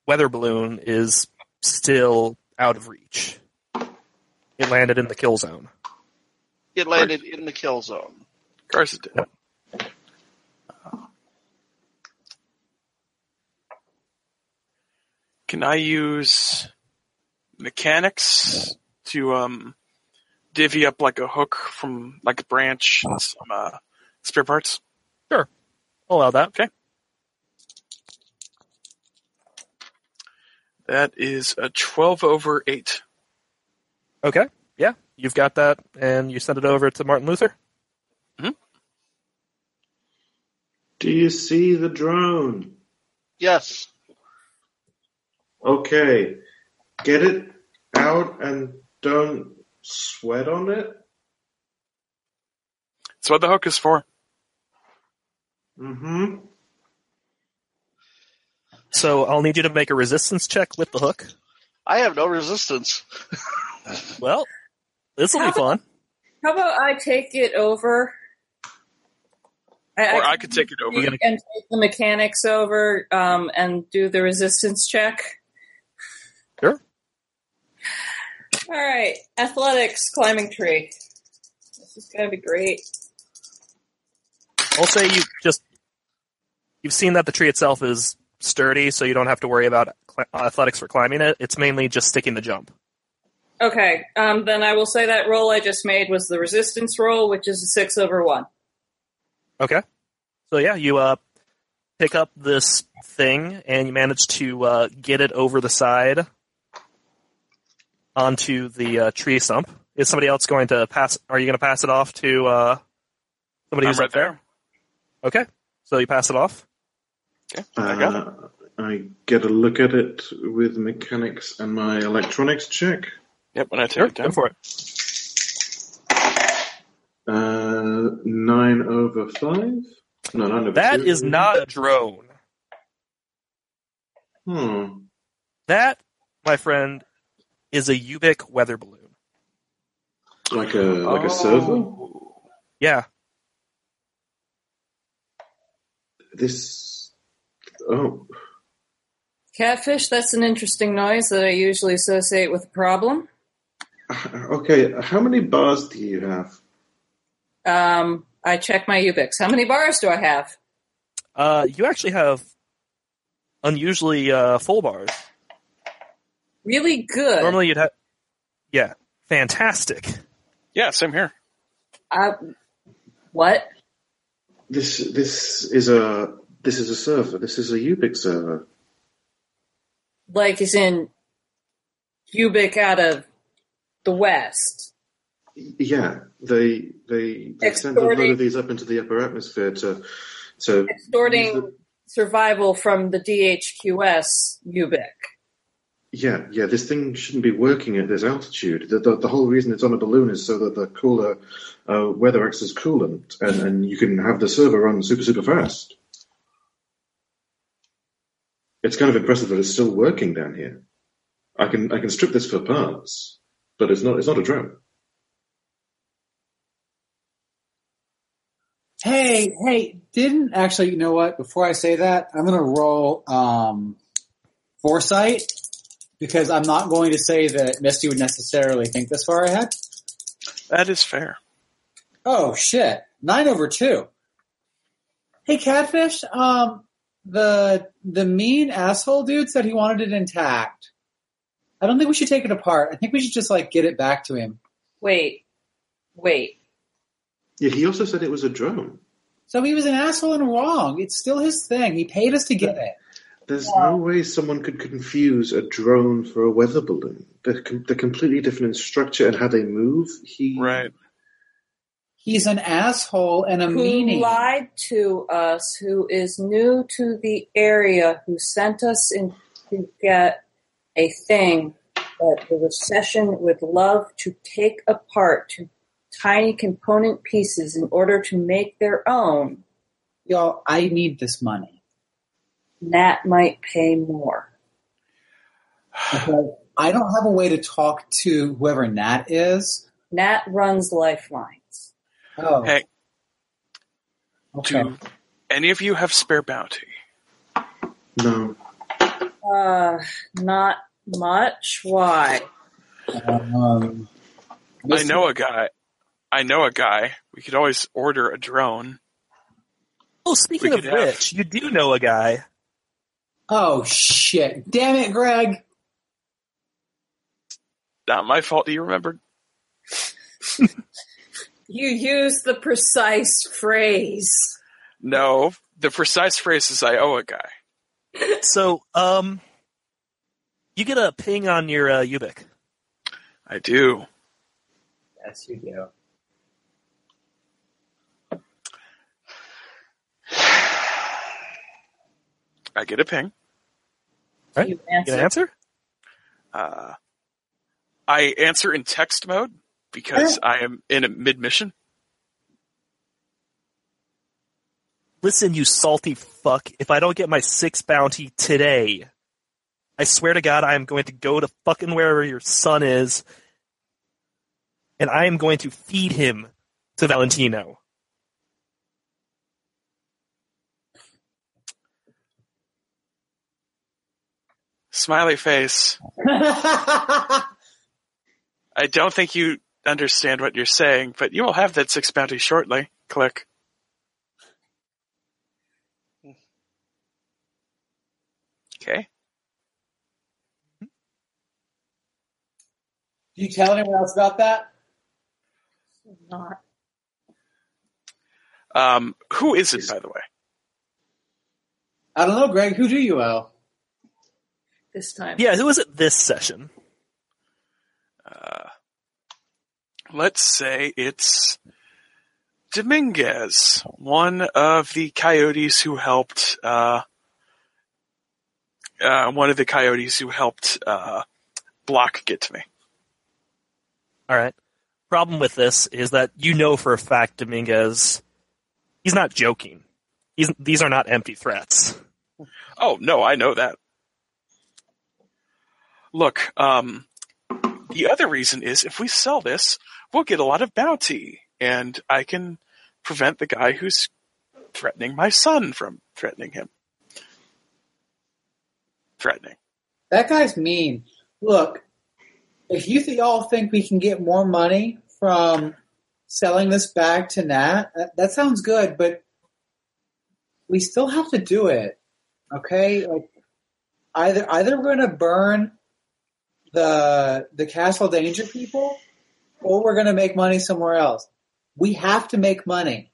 S2: weather balloon is still out of reach. It landed in the kill zone.
S6: It landed in the kill zone.
S4: Of course it did. Can I use mechanics to um, divvy up like a hook from like a branch and some uh, spare parts?
S2: Allow Oh, that.
S4: Okay. That is a 12 over 8.
S2: Okay. Yeah, you've got that, and you send it over to Martin Luther.
S7: Do you see the drone?
S6: Yes.
S7: Okay. Get it out and don't sweat on it.
S4: That's what the hook is for.
S7: Mm-hmm.
S2: So I'll need you to make a resistance check with the hook.
S6: I have no resistance.
S2: Well, this will be fun.
S5: How about I take it over?
S4: Or I could take it over.
S5: and take the mechanics over um, and do the resistance check.
S2: Sure.
S5: All right, athletics, climbing tree. This is gonna be great.
S2: I'll say you just you've seen that the tree itself is sturdy, so you don't have to worry about cl- athletics for climbing it. It's mainly just sticking the jump.
S5: Okay, um, then I will say that roll I just made was the resistance roll, which is a six over one.
S2: Okay. So yeah, you uh pick up this thing and you manage to uh, get it over the side onto the uh, tree stump. Is somebody else going to pass? Are you going to pass it off to uh, somebody
S4: I'm
S2: who's
S4: right
S2: up there? Okay. So you pass it off.
S4: I got
S7: Uh, I get a look at it with mechanics and my electronics check.
S4: Yep, when I take it
S2: Go
S4: down.
S2: for it.
S7: Uh, nine over five? No, nine over
S2: That
S7: two.
S2: is not a drone.
S7: Hmm.
S2: That, my friend, is a Ubik weather balloon.
S7: Like a
S2: Oh.
S7: like a server.
S2: Yeah.
S7: This. Oh,
S5: Catfish, that's an interesting noise that I usually associate with a problem.
S7: okay. How many bars do you have?
S5: Um, I check my Ubix. How many bars do I have?
S2: Uh, you actually have unusually uh, full bars.
S5: Really good.
S2: Normally you'd have. Yeah. Fantastic.
S4: Yeah, same here.
S5: I, Uh, what?
S7: This this is a this is a server. This is a Ubix server.
S5: Like is in Ubik out of the West.
S7: Yeah, they they they sent a load
S5: Extorting-
S7: of these up into the upper atmosphere to to use
S5: Extorting
S7: the-
S5: survival from the DHQS Ubik.
S7: yeah yeah. This thing shouldn't be working at this altitude. The, the, the whole reason it's on a balloon is so that the cooler uh, weather acts as coolant, and, and you can have the server run super super fast. It's kind of impressive that it's still working down here. I can I can strip this for parts, but it's not it's not a drone.
S3: Hey, hey, didn't actually, you know what? Before I say that, I'm going to roll um, foresight because I'm not going to say that Misty would necessarily think this far ahead.
S4: That is fair.
S3: Oh shit. Nine over two. Hey catfish, um the the mean asshole dude said he wanted it intact. I don't think we should take it apart. I think we should just like get it back to him.
S5: Wait, wait.
S7: Yeah, he also said it was a drone.
S3: So he was an asshole and wrong. It's still his thing. He paid us to get it.
S7: There's no way someone could confuse a drone for a weather balloon. They're, com- they're completely different in structure and how they move. He
S4: Right.
S3: He's an asshole and a
S5: Who
S3: meanie.
S5: lied to us? Who is new to the area? Who sent us in to get a thing that the recession would love to take apart to tiny component pieces in order to make their own?
S3: Y'all, I need this money.
S5: That might pay more.
S3: Because I don't have a way to talk to whoever Nat is.
S5: Nat runs lifelines.
S3: Oh,
S4: Hey,
S3: okay.
S4: do any of you have spare bounty?
S7: no.
S5: Uh, not much. Why?
S3: Um,
S4: I know a guy. I know a guy. We could always order a drone.
S8: Oh, speaking
S4: We
S8: of
S4: could have-
S8: which, you do know a guy.
S3: Oh shit! Damn it, Greg.
S4: Not my fault. Do you remember?
S5: You use the precise phrase.
S4: No. The precise phrase is I owe a guy.
S8: So, um, you get a ping on your uh, Ubik.
S4: I do.
S3: Yes, you do.
S4: I get a ping.
S8: Right.
S5: You
S8: You gonna
S5: answer.
S8: answer?
S4: Uh, I answer in text mode because I am in a mid mission.
S8: Listen, you salty fuck. If I don't get my six bounty today, I swear to God, I am going to go to fucking wherever your son is, and I am going to feed him to Valentino.
S4: Smiley face. I don't think you understand what you're saying, but you will have that six bounty shortly. Click. Okay.
S3: Do you tell anyone else about that?
S5: Not
S4: Um, who is it, by the way?
S3: I don't know, Greg. Who do you owe?
S5: this time.
S8: Yeah, who is it this session?
S4: Uh, let's say it's Dominguez, one of the coyotes who helped. Uh, uh, one of the coyotes who helped uh, Block get to me.
S8: All right. Problem with this is that you know for a fact Dominguez, he's not joking. He's, these are not empty threats.
S4: Oh no, I know that. Look, um, the other reason is if we sell this, we'll get a lot of bounty, and I can prevent the guy who's threatening my son from threatening him. Threatening.
S3: That guy's mean. Look, if you th- all think we can get more money from selling this back to Nat, that, that sounds good, but we still have to do it. Okay? Like either either we're gonna burn the the Castle Danger people or we're gonna make money somewhere else. We have to make money.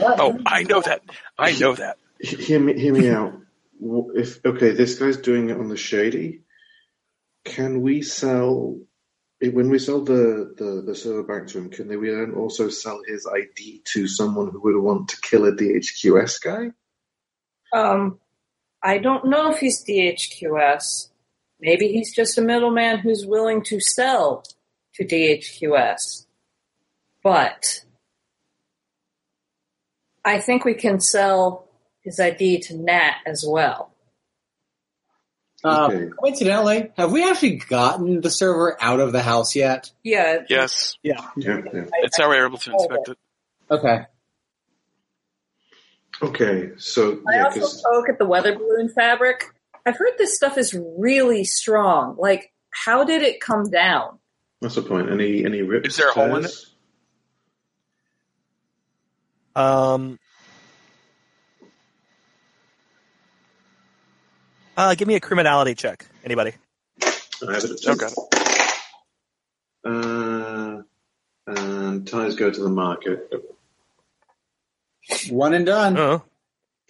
S4: Oh, I know that. I know that.
S7: He- Hear me, hear me out. Wh- If okay, this guy's doing it on the shady. Can we sell eh, when we sell the, the, the server back to him? Can they, we then also sell his ID to someone who would want to kill a DHQS guy?
S5: Um, I don't know if he's DHQS. Maybe he's just a middleman who's willing to sell to DHQS. But I think we can sell his ID to Nat as well.
S3: Uh,
S7: Okay.
S3: coincidentally, have we actually gotten the server out of the house yet?
S5: Yeah.
S4: Yes,
S7: Yeah, yeah.
S4: it's how we're able to inspect it.
S3: Okay.
S7: Okay, so
S5: I
S7: yeah,
S5: also
S7: 'cause-
S5: poke at the weather balloon fabric. I've heard this stuff is really strong. Like, how did it come down?
S7: that's the point. Any any rips?
S4: Is there a hole in
S7: tears?
S8: Um, uh, give me a criminality check. Anybody?
S7: I have it at two.
S4: Oh, got it.
S7: Uh, and ties go to the market.
S3: One and done.
S2: Oh,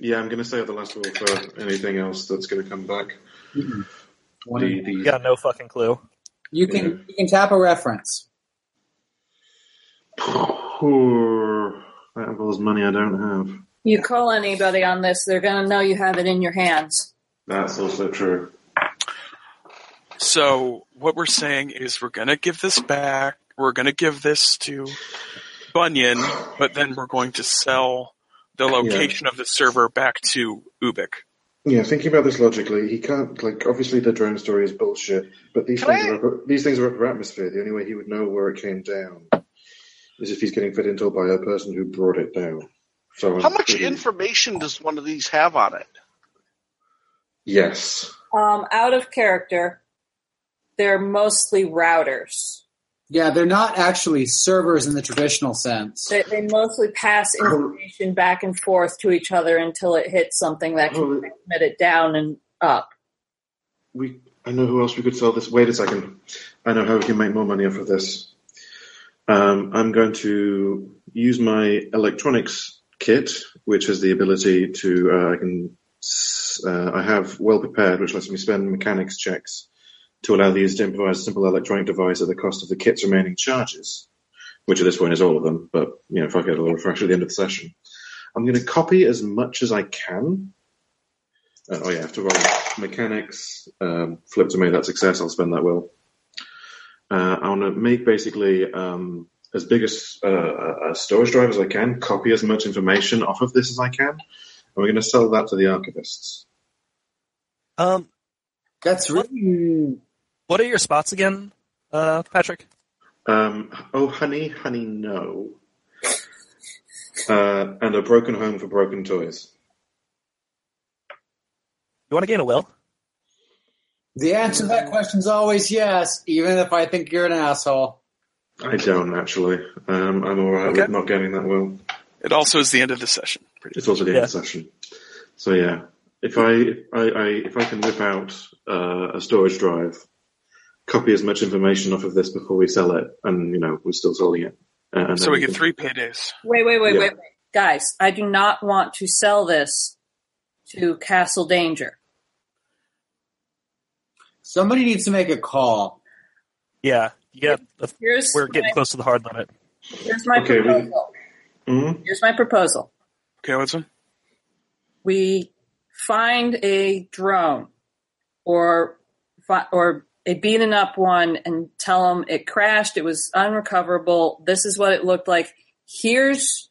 S7: Yeah, I'm going to save the last one for anything else that's going to come back.
S3: One and-
S7: The- the-
S2: got no fucking clue.
S3: you can you can tap a reference.
S7: Poor. That involves money I don't have.
S5: You call anybody on this, they're going to know you have it in your hands.
S7: That's also true.
S4: So what we're saying is we're gonna give this back. We're gonna give this to Bunyan, but then we're going to sell the location of the server back to Ubik.
S7: Yeah, thinking about this logically, he can't like obviously the drone story is bullshit, but these
S6: Can
S7: things
S6: I-
S7: are upper, these things are upper atmosphere. The only way he would know where it came down is if he's getting fed into by a person who brought it down. So
S6: How
S7: I'm
S6: much
S7: pretty-
S6: information does one of these have on it?
S7: Yes.
S5: Um, out of character, they're mostly routers.
S3: Yeah, they're not actually servers in the traditional sense.
S5: They, they mostly pass information back and forth to each other until it hits something that can
S7: Oh,
S5: transmit it down and up.
S7: we. I know who else we could sell this. Wait a second. I know how we can make more money off of this. Um, I'm going to use my electronics kit, which has the ability to. Uh, I can. s- Uh, I have well prepared, which lets me spend mechanics checks to allow the user to improvise a simple electronic device at the cost of the kit's remaining charges, which at this point is all of them. But you know, if I get a little refresh at the end of the session, I'm going to copy as much as I can uh, oh yeah, I have to roll mechanics. Um, flip to me, that's success. I'll spend that will. Uh, I want to make basically um, as big a, s- uh, a- a storage drive as I can. Copy as much information off of this as I can, and we're going to sell that to the archivists.
S2: Um,
S3: That's really
S2: what are your spots again, uh, Patrick?
S7: Um, oh honey, honey, no. Uh, and a broken home for broken toys.
S2: You want to gain a will?
S3: the answer to that question is always yes, even if I think you're an asshole.
S7: I don't actually. Um, I'm all right with
S2: Okay.
S7: not getting that will.
S4: It also is the end of the session. Pretty
S7: It's also the
S2: Yeah.
S7: end session. So yeah, if I, I, I if I can whip out uh, a storage drive, copy as much information off of this before we sell it, and you know we're still selling it. Uh, and
S4: so
S7: then
S4: we get three paydays.
S5: Wait, wait, wait,
S7: Yeah.
S5: wait, wait. Guys, I do not want to sell this to Castle Danger.
S3: Somebody needs to make a call.
S2: Yeah, yeah. that's-
S5: Here's
S2: We're getting
S5: my,
S2: close to the hard limit.
S5: here's my
S7: Okay, we-
S5: proposal.
S7: Mhm.
S5: Here's my proposal.
S4: Okay, Woodson.
S5: We find a drone or fi- or a beaten up one and tell them it crashed, it was unrecoverable. This is what it looked like. Here's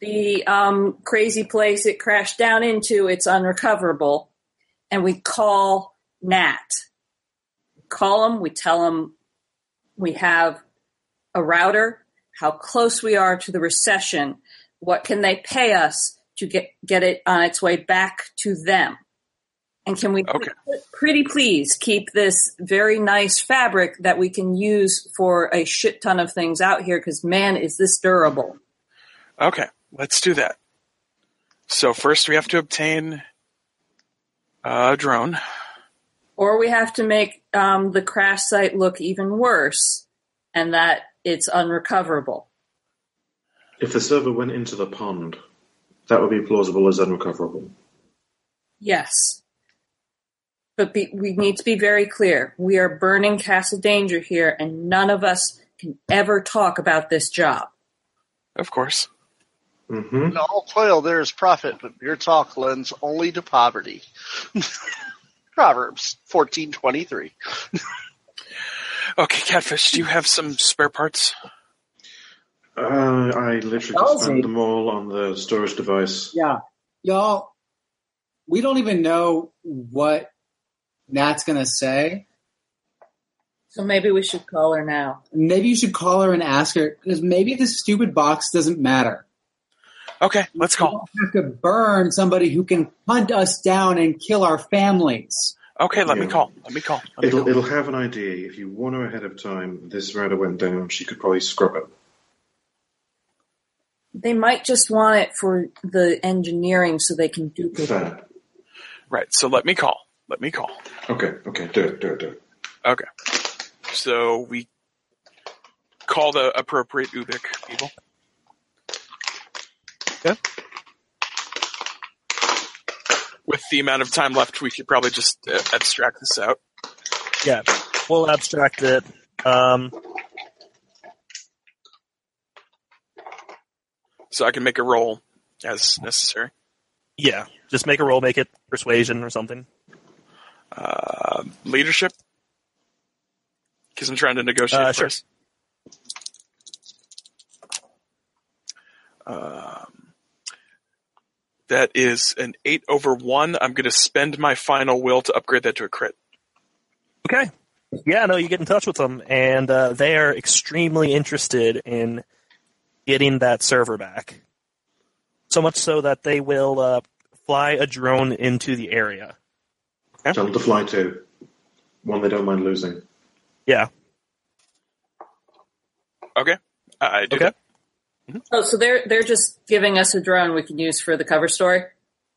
S5: the um, crazy place it crashed down into. It's unrecoverable, and we call Nat. Call him. We tell him we have a router, how close we are to the recession, what can they pay us to get, get it on its way back to them? And can we
S4: Okay.
S5: pretty please keep this very nice fabric that we can use for a shit ton of things out here? Because man, is this durable.
S4: Okay, let's do that. So first we have to obtain a drone.
S5: Or we have to make um, the crash site look even worse and that it's unrecoverable.
S7: If the server went into the pond, that would be plausible as unrecoverable.
S5: Yes. But be, we need to be very clear. We are burning Castle Danger here, and none of us can ever talk about this job.
S4: Of course.
S7: hmm
S6: In all toil there is profit, but mere talk lends only to poverty. Proverbs fourteen twenty three.
S4: Okay, Catfish, do you have some spare parts?
S7: Uh, I literally
S3: That was
S7: just spent
S3: it.
S7: them all on the storage device.
S3: Yeah, y'all. We don't even know what Nat's gonna say.
S5: So maybe we should call her now.
S3: Maybe you should call her and ask her because maybe this stupid box doesn't matter.
S4: Okay, let's
S3: We
S4: call.
S3: don't have to burn somebody who can hunt us down and kill our families.
S4: Okay, let me
S7: Yeah.
S4: call. Let me call. Let me
S7: It'll
S4: call.
S7: it'll have an idea. If you warn her ahead of time, this router went down. She could probably scrub it.
S5: They might just want it for the engineering so they can duplicate.
S7: Fair.
S4: Right, so let me call. Let me call.
S7: Okay. Okay. Do it. Do it. Do it.
S4: Okay. So we call the appropriate Ubik people.
S13: Okay.
S4: With the amount of time left, we should probably just uh, abstract this out.
S8: Yeah, we'll abstract it. Um,
S4: So I can make a roll as necessary.
S8: yeah, just make a roll, make it persuasion or something.
S4: Uh, leadership? Because I'm trying to negotiate
S8: Uh, sure.
S4: first. Um, that is an 8 over 1. I'm going to spend my final will to upgrade that to a crit.
S8: Okay. Yeah, no, you get in touch with them, and uh, they are extremely interested in getting that server back. So much so that they will uh, fly a drone into the area.
S7: Tell them to fly to. One they don't mind losing.
S8: Yeah.
S4: Okay. I do
S8: Okay.
S4: that.
S5: Oh, so they're they're just giving us a drone we can use for the cover story.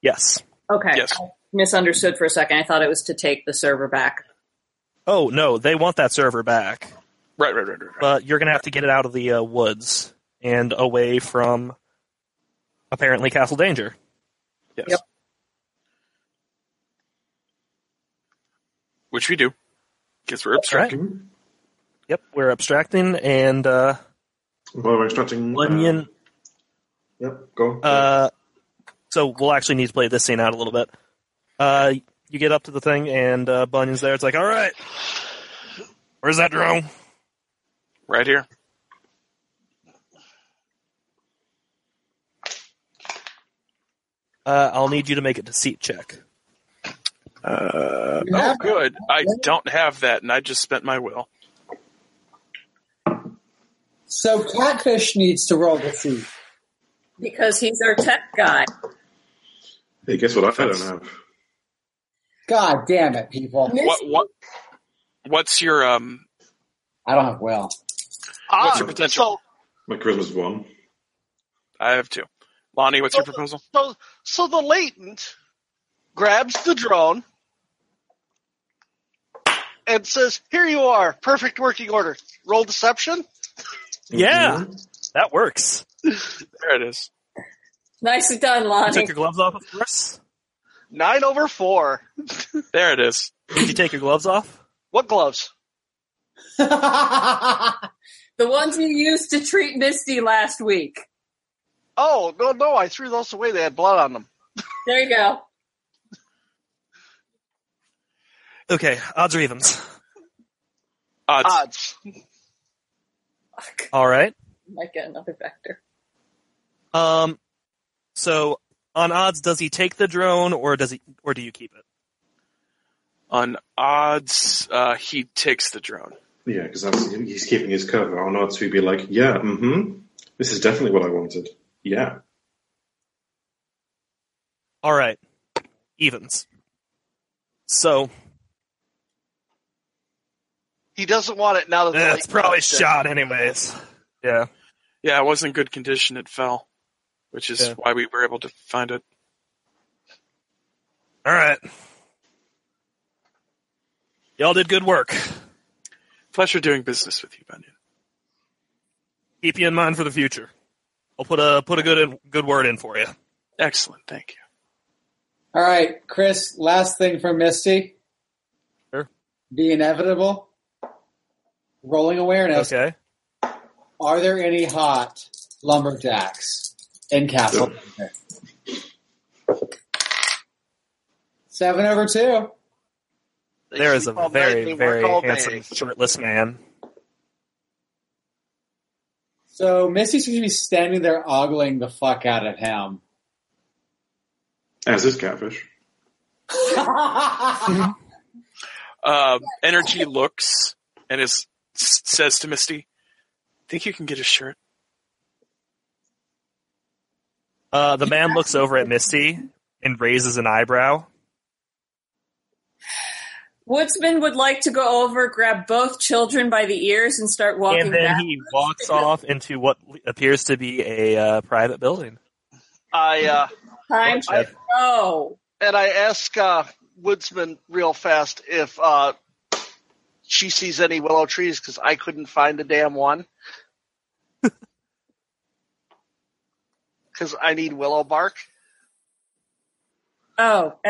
S8: Yes.
S5: Okay.
S4: Yes.
S5: I misunderstood for a second. I thought it was to take the server back.
S8: Oh no, they want that server back,
S4: Right, right, right, right. right.
S8: but you're gonna have to get it out of the uh, woods and away from apparently Castle Danger.
S4: yes.
S5: Yep.
S4: Which we do. Because we're abstracting.
S7: Mhm.
S8: Mm-hmm. Yep, we're abstracting, and uh,
S7: Well, we're extracting. uh,
S8: Bunyan
S7: yep, go on.
S8: Uh, so we'll actually need to play this scene out a little bit. Uh, you get up to the thing, and uh, Bunyan's there. It's like, all right, where's that drone?
S4: Right here.
S8: Uh, I'll need you to make a deceit check.
S4: Uh,
S3: You
S4: oh,
S3: have that.
S4: good. I don't have that, and I just spent my will.
S3: So catfish needs to roll the seat.
S5: Because he's our tech guy.
S7: hey, guess what? I don't have.
S3: God damn it, people!
S4: What? What? What's your um?
S3: I don't have well.
S4: What's
S6: Ah,
S4: your potential?
S6: So,
S7: My charisma's one.
S4: I have two. Lonnie, what's your
S6: So-
S4: proposal?
S6: so, so the latent grabs the drone and says, "Here you are, perfect working order. Roll deception."
S8: Yeah,
S7: Mhm.
S8: that works.
S4: There it is.
S5: Nicely done,
S8: You took
S5: Lonnie.
S8: your gloves off, of course.
S6: Nine over four.
S4: There it is.
S8: Did you take your gloves off?
S6: What gloves?
S5: The ones you used to treat Misty last week.
S6: Oh no, no! I threw those away. They had blood on them.
S5: There you go.
S8: Okay, odds or evens.
S4: Odds.
S6: Odds.
S5: Fuck.
S8: All right.
S5: Might get another vector.
S8: Um, so on odds, does he take the drone, or does he, or do you keep it?
S4: On odds, uh, he takes the drone.
S7: Yeah, because he's keeping his cover. On odds, he'd be like, yeah, mm-hmm. This is definitely what I wanted. Yeah.
S8: All right. Evens. So
S6: He doesn't want it now that the
S8: Yeah, eh, it's
S6: latent
S8: probably
S6: dropped in.
S8: shot anyways. Yeah.
S4: Yeah, it was in good condition. It fell, which is
S8: Yeah.
S4: why we were able to find it.
S8: All right. Y'all did good work.
S4: Pleasure doing business with you, Bunyan.
S8: Keep you in mind for the future. I'll put a put a good in, good word in for you.
S4: Excellent. Thank you.
S3: All right, Chris. Last thing from Misty.
S8: Sure.
S3: The inevitable. Rolling awareness.
S8: Okay.
S3: Are there any hot lumberjacks in Castle? Seven over two.
S6: They
S8: there is a
S6: sleep all night,
S8: very
S6: they work
S8: very
S6: all
S8: handsome
S6: day.
S8: shirtless man.
S3: So Misty's going to be standing there ogling the fuck out of him.
S7: As is catfish.
S4: Um, energy looks and is s- says to Misty, "Think you can get a shirt?"
S8: Uh, the man looks over at Misty and raises an eyebrow.
S5: Woodsman would like to go over, grab both children by the ears, and start walking
S8: And then
S5: back.
S8: he walks off into what appears to be a uh, private building.
S6: I uh,
S5: Time
S6: I-
S5: to go.
S6: and I ask uh, Woodsman real fast if uh, she sees any willow trees because I couldn't find a damn one. Because I need willow bark.
S5: Oh, uh,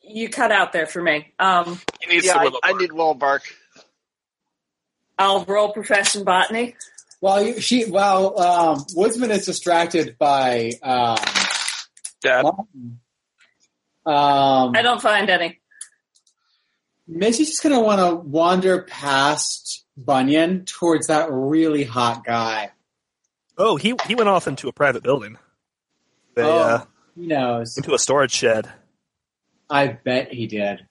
S5: you cut out there for me. Um,
S4: He needs
S6: yeah,
S4: the
S6: I,
S4: willow
S6: I
S4: bark.
S6: need willow bark.
S5: I'll roll profession botany.
S3: While you, she, while um, Woodsman is distracted by um,
S4: Dad.
S3: Martin, um,
S5: I don't find any.
S3: Missy's just gonna want to wander past Bunyan towards that really hot guy.
S8: Oh, he he went off into a private building. They
S3: oh,
S8: uh,
S3: he knows.
S8: into a storage shed.
S3: I bet he did.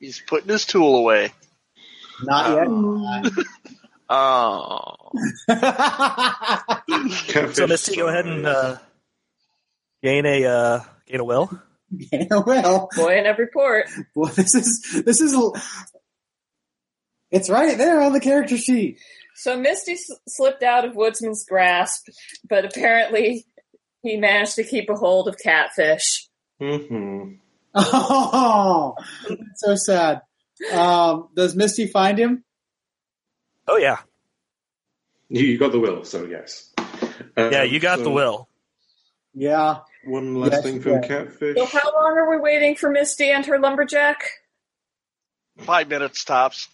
S6: He's putting his tool away.
S3: Not yet.
S6: Oh.
S7: Catfish,
S8: So Misty, go ahead and uh, gain a uh, gain a will.
S3: Yeah, well,
S5: Boy in every port.
S3: well, this is this is. It's right there on the character sheet.
S5: So Misty s- slipped out of Woodsman's grasp, but apparently he managed to keep a hold of Catfish.
S7: hmm
S3: Oh, that's so sad. Um, does Misty find him?
S8: Oh yeah,
S7: You, you got the will, so yes. Um,
S8: yeah, you got
S7: so
S8: the will.
S3: Yeah.
S7: One last
S3: Yes,
S7: thing
S3: you
S7: from
S3: did.
S7: Catfish.
S5: So how long are we waiting for Misty and her lumberjack?
S6: Five minutes tops.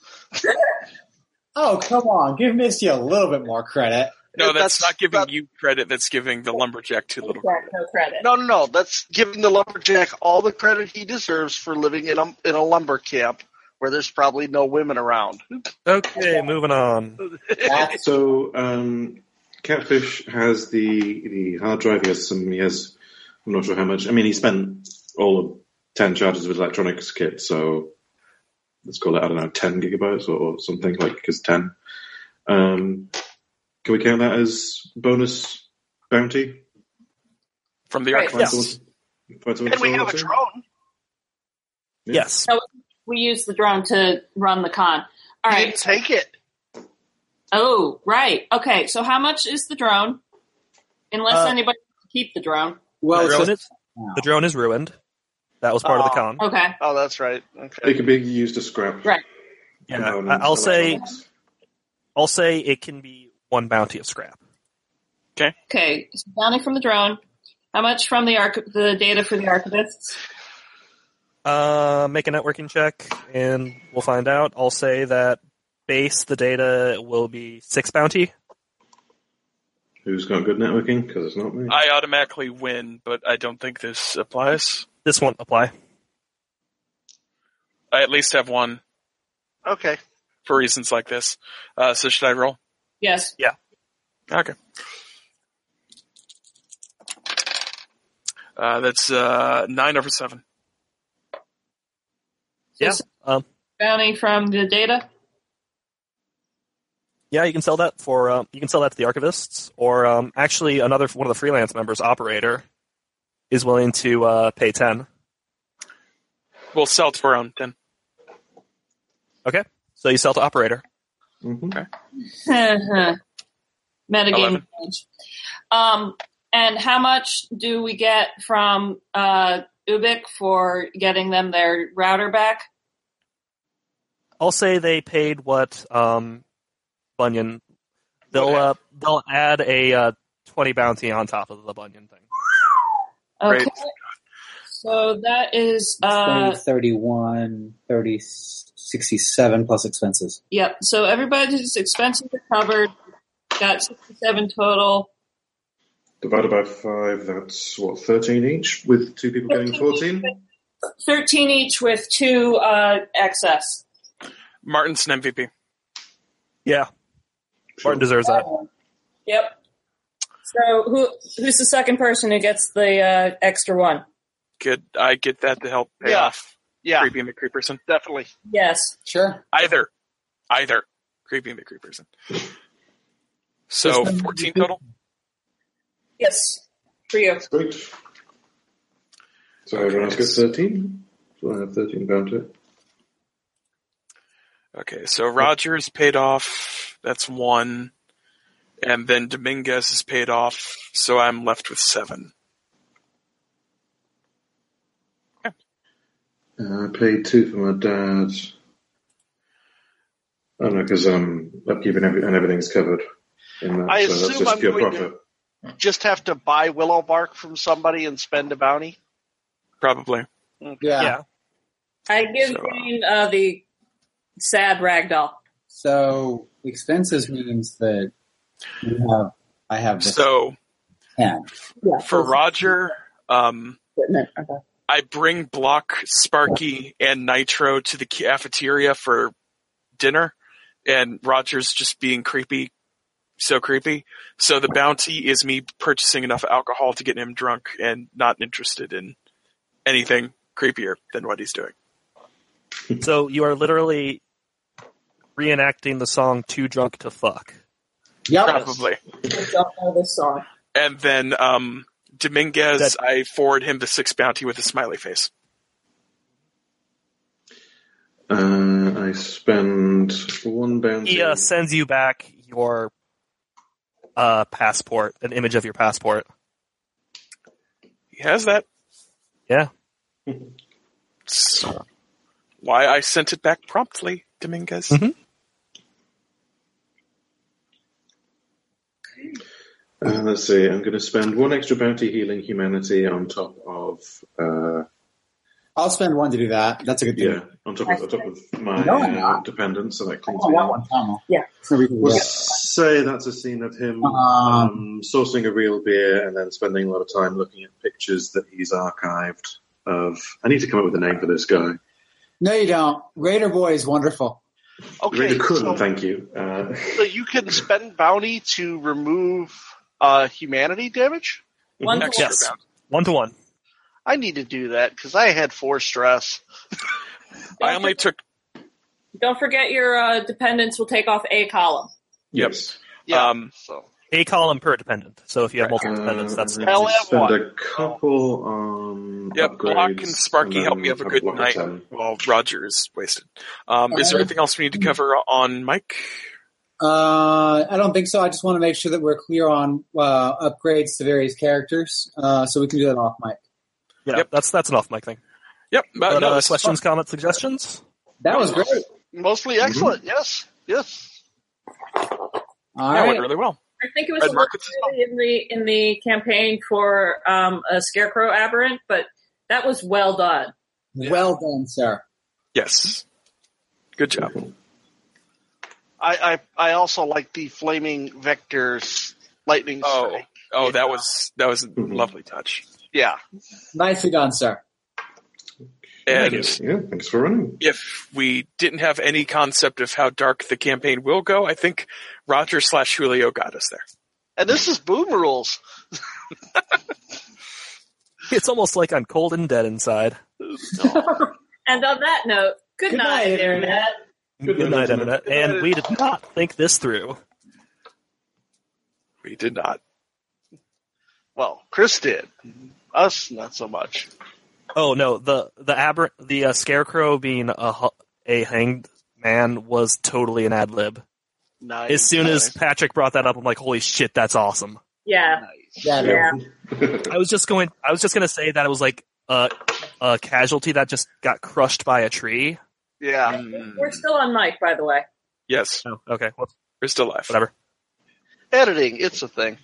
S3: Oh, come on. Give Misty a little bit more credit.
S4: No, that's,
S6: That's-
S4: not giving
S6: that-
S4: you credit. That's giving the lumberjack too little credit.
S5: No credit.
S6: No, no, no. That's giving the lumberjack all the credit he deserves for living in a, in a lumber camp where there's probably no women around.
S8: Okay, moving on.
S3: That's
S7: So um, Catfish has the the hard drive. He has some. He has. I'm not sure how much. I mean, he spent all of ten charges of his electronics kit. So let's call it I don't know ten gigabytes or, or something like because ten. Um, can we count that as bonus bounty?
S4: From the
S5: Right,
S4: archive.
S7: Find
S8: Yes.
S7: someone. Find someone
S6: and
S7: to
S6: we
S7: sell
S6: have
S7: that
S6: a
S7: to?
S6: drone.
S7: Yeah.
S8: Yes.
S5: We use the drone to run the con. All
S6: He
S5: right.
S6: didn't take it.
S5: Oh, right. Okay. So how much is the drone? Unless
S8: Uh,
S5: anybody wants to keep the drone.
S3: well.
S8: the, drone
S3: It's
S8: is, the drone is ruined. That was part of the con.
S5: Okay.
S6: Oh, that's right.
S7: It
S6: Okay.
S7: can be used to scrap.
S5: Right.
S8: Yeah, I,
S7: components,
S8: I'll say
S7: electronics.
S8: I'll say it can be one bounty of scrap.
S5: Okay. So bounty from the drone. How much from the arch- the data for the archivists?
S8: Uh, make a networking check, and we'll find out. I'll say that base the data will be six bounty.
S7: Who's got good networking? Because it's not me.
S4: I automatically win, but I don't think this applies.
S8: This won't apply.
S4: I at least have one
S6: Okay.
S4: for reasons like this. Uh, so should I roll?
S5: Yes.
S4: Okay. Uh, that's uh, nine over seven.
S5: So
S8: Yeah.
S5: s-
S8: Um,
S5: Bounty from the data.
S8: yeah, you can sell that for um, you can sell that to the archivists, or um, actually another one of the freelance members, operator, is willing to uh, pay ten.
S4: We'll sell to our own then.
S8: So you sell to operator.
S7: hmm
S5: Metagame
S4: Eleven.
S5: advantage. Um, and how much do we get from uh, Ubik for getting them their router back?
S8: I'll say they paid what um, Bunyan. They'll
S4: What
S8: uh, they'll add a uh, twenty bounty on top of the Bunyan thing.
S5: Okay.
S4: Great.
S5: So that is uh,
S3: 20, 31, 30, 67 plus expenses.
S5: yep. So everybody's expenses are covered. Got sixty-seven total.
S7: Divided by five, that's what, 13 each? With two people getting
S5: 13
S7: 14?
S5: each. Thirteen each with two uh, excess.
S4: Martin's an MVP.
S8: Yeah, Martin deserves that.
S5: Yep. So who who's the second person who gets the uh, extra one?
S4: Could I get that to help pay
S6: Yeah.
S4: off
S6: Yeah,
S4: Creepy and the Creeperson?
S6: definitely.
S5: Yes.
S3: Sure.
S4: Either. Either. Creepy and the Creeperson. So
S3: Just-
S4: 14 total?
S5: Yes. For you.
S7: Great. So
S4: Okay.
S7: everyone else gets 13? So I have 13 bounty.
S4: Okay, so Rogers paid off. That's one. And then Dominguez is paid off. So I'm left with seven.
S7: Uh, I paid two for my dad. I don't know because um, upkeeping every, and everything's covered. In that,
S6: I
S7: so that's
S6: assume
S7: just
S6: I'm
S7: pure
S6: going to-
S7: profit.
S6: Just have to buy willow bark from somebody and spend a bounty.
S4: Probably.
S8: Yeah.
S2: Yeah.
S5: I give
S4: So, uh,
S5: Jane uh, the sad ragdoll.
S8: So expenses means that you have I have this
S4: So
S8: ten.
S5: Yeah,
S4: for Roger, um,
S5: equipment. Okay.
S4: I bring Block, Sparky, and Nitro to the cafeteria for dinner, and Roger's just being creepy, so creepy. So the bounty is me purchasing enough alcohol to get him drunk and not interested in anything creepier than what he's doing.
S2: So you are literally reenacting the song "Too Drunk to Fuck."
S8: Yep.
S4: Probably.
S5: It's up by the song.
S4: And then um, Dominguez,
S2: That-
S4: I forward him the six bounty with a smiley face.
S7: Uh, I spend one bounty.
S2: He uh, sends you back your uh, passport, an image of your passport.
S4: He has that.
S2: Yeah.
S4: It's why I sent it back promptly, Dominguez.
S2: Mhm.
S7: Uh, let's see. I'm going to spend one extra bounty healing humanity on top of uh,
S8: I'll spend one to do that. That's a good thing.
S7: yeah, on top of on top of my
S8: No, I'm
S7: uh,
S8: not.
S7: dependence, so that
S8: I
S7: cleans
S8: want
S7: me
S8: that
S7: out.
S8: one Tom.
S5: Yeah.
S8: It's no reason to
S7: We'll
S8: do it.
S7: say that's a scene of him
S8: Um,
S7: um, sourcing a real beer and then spending a lot of time looking at pictures that he's archived of. I need to come up with a name for this guy.
S8: No, you don't. Greater boy is wonderful.
S6: Okay,
S7: Rita Kun,
S6: so,
S7: thank you. Uh,
S6: so you can spend bounty to remove uh, humanity damage.
S5: One to
S4: Extra
S5: one.
S2: Yes.
S4: bounty.
S2: One to one.
S6: I need to do that because I had four stress.
S4: I only took
S5: Don't forget your uh, dependents will take off a column.
S7: yes.
S6: Yeah,
S4: Um,
S6: so
S2: A column per dependent. So if you have
S7: Uh,
S2: multiple dependents,
S7: and
S2: that's
S7: then
S6: Hell
S7: I
S6: yeah,
S7: spend
S6: one.
S7: a couple on
S4: Yep, Block
S7: upgrades.
S4: and Sparky
S7: and
S4: help me
S7: then
S4: have a
S7: a
S4: good
S7: block of
S4: night
S7: 10.
S4: while Roger is wasted. Um, is there
S8: Uh,
S4: anything else we need to cover on Mike?
S8: Uh, I don't think so. I just want to make sure that we're clear on uh, upgrades to various characters, uh, so we can do that off mic.
S2: yeah,
S4: Yep.
S2: that's that's an off mic thing.
S4: Yep. uh,
S2: But
S4: no,
S2: uh,
S4: this is
S2: questions, comments, suggestions.
S8: That was great.
S6: mostly excellent. Yes, yes.
S8: All
S4: fun. Yeah, it went
S8: right.
S4: really well.
S5: I think it was
S4: Red
S5: a little
S4: markets is
S5: early in the in the campaign for um, a scarecrow aberrant, but that was well done.
S8: Well done, sir.
S4: Yes. Good job.
S6: I, I I also like the flaming vectors lightning.
S4: Oh,
S6: strike.
S4: oh, that was that was a
S7: Mhm.
S4: lovely touch.
S6: yeah.
S8: Nicely done, sir.
S4: And
S2: Thank
S7: Yeah, thanks for running.
S4: if we didn't have any concept of how dark the campaign will go, I think Roger slash Julio got us there.
S6: And this is boom rules.
S2: It's almost like I'm cold and dead inside.
S5: And on that note, good,
S8: Good
S5: night,
S8: night,
S5: Internet.
S8: Internet.
S7: Good
S2: Good,
S7: night,
S2: night,
S7: Internet.
S2: Internet. And we did not think this through.
S4: We did not.
S6: Well, Chris did. Us, not so much.
S2: Oh no, the the aber- the uh, scarecrow being a hu- a hanged man was totally an ad lib.
S6: Nice.
S2: As soon as Patrick brought that up, I'm like, holy shit, that's awesome.
S5: Yeah.
S6: Nice.
S8: Yeah,
S5: Yeah.
S2: I was just going, I was just gonna say that it was like a a casualty that just got crushed by a tree.
S6: Yeah.
S4: Um,
S5: We're still on mic, by the way.
S4: Yes,
S2: Oh, okay, well,
S4: we're still alive.
S2: whatever.
S6: Editing, it's a thing.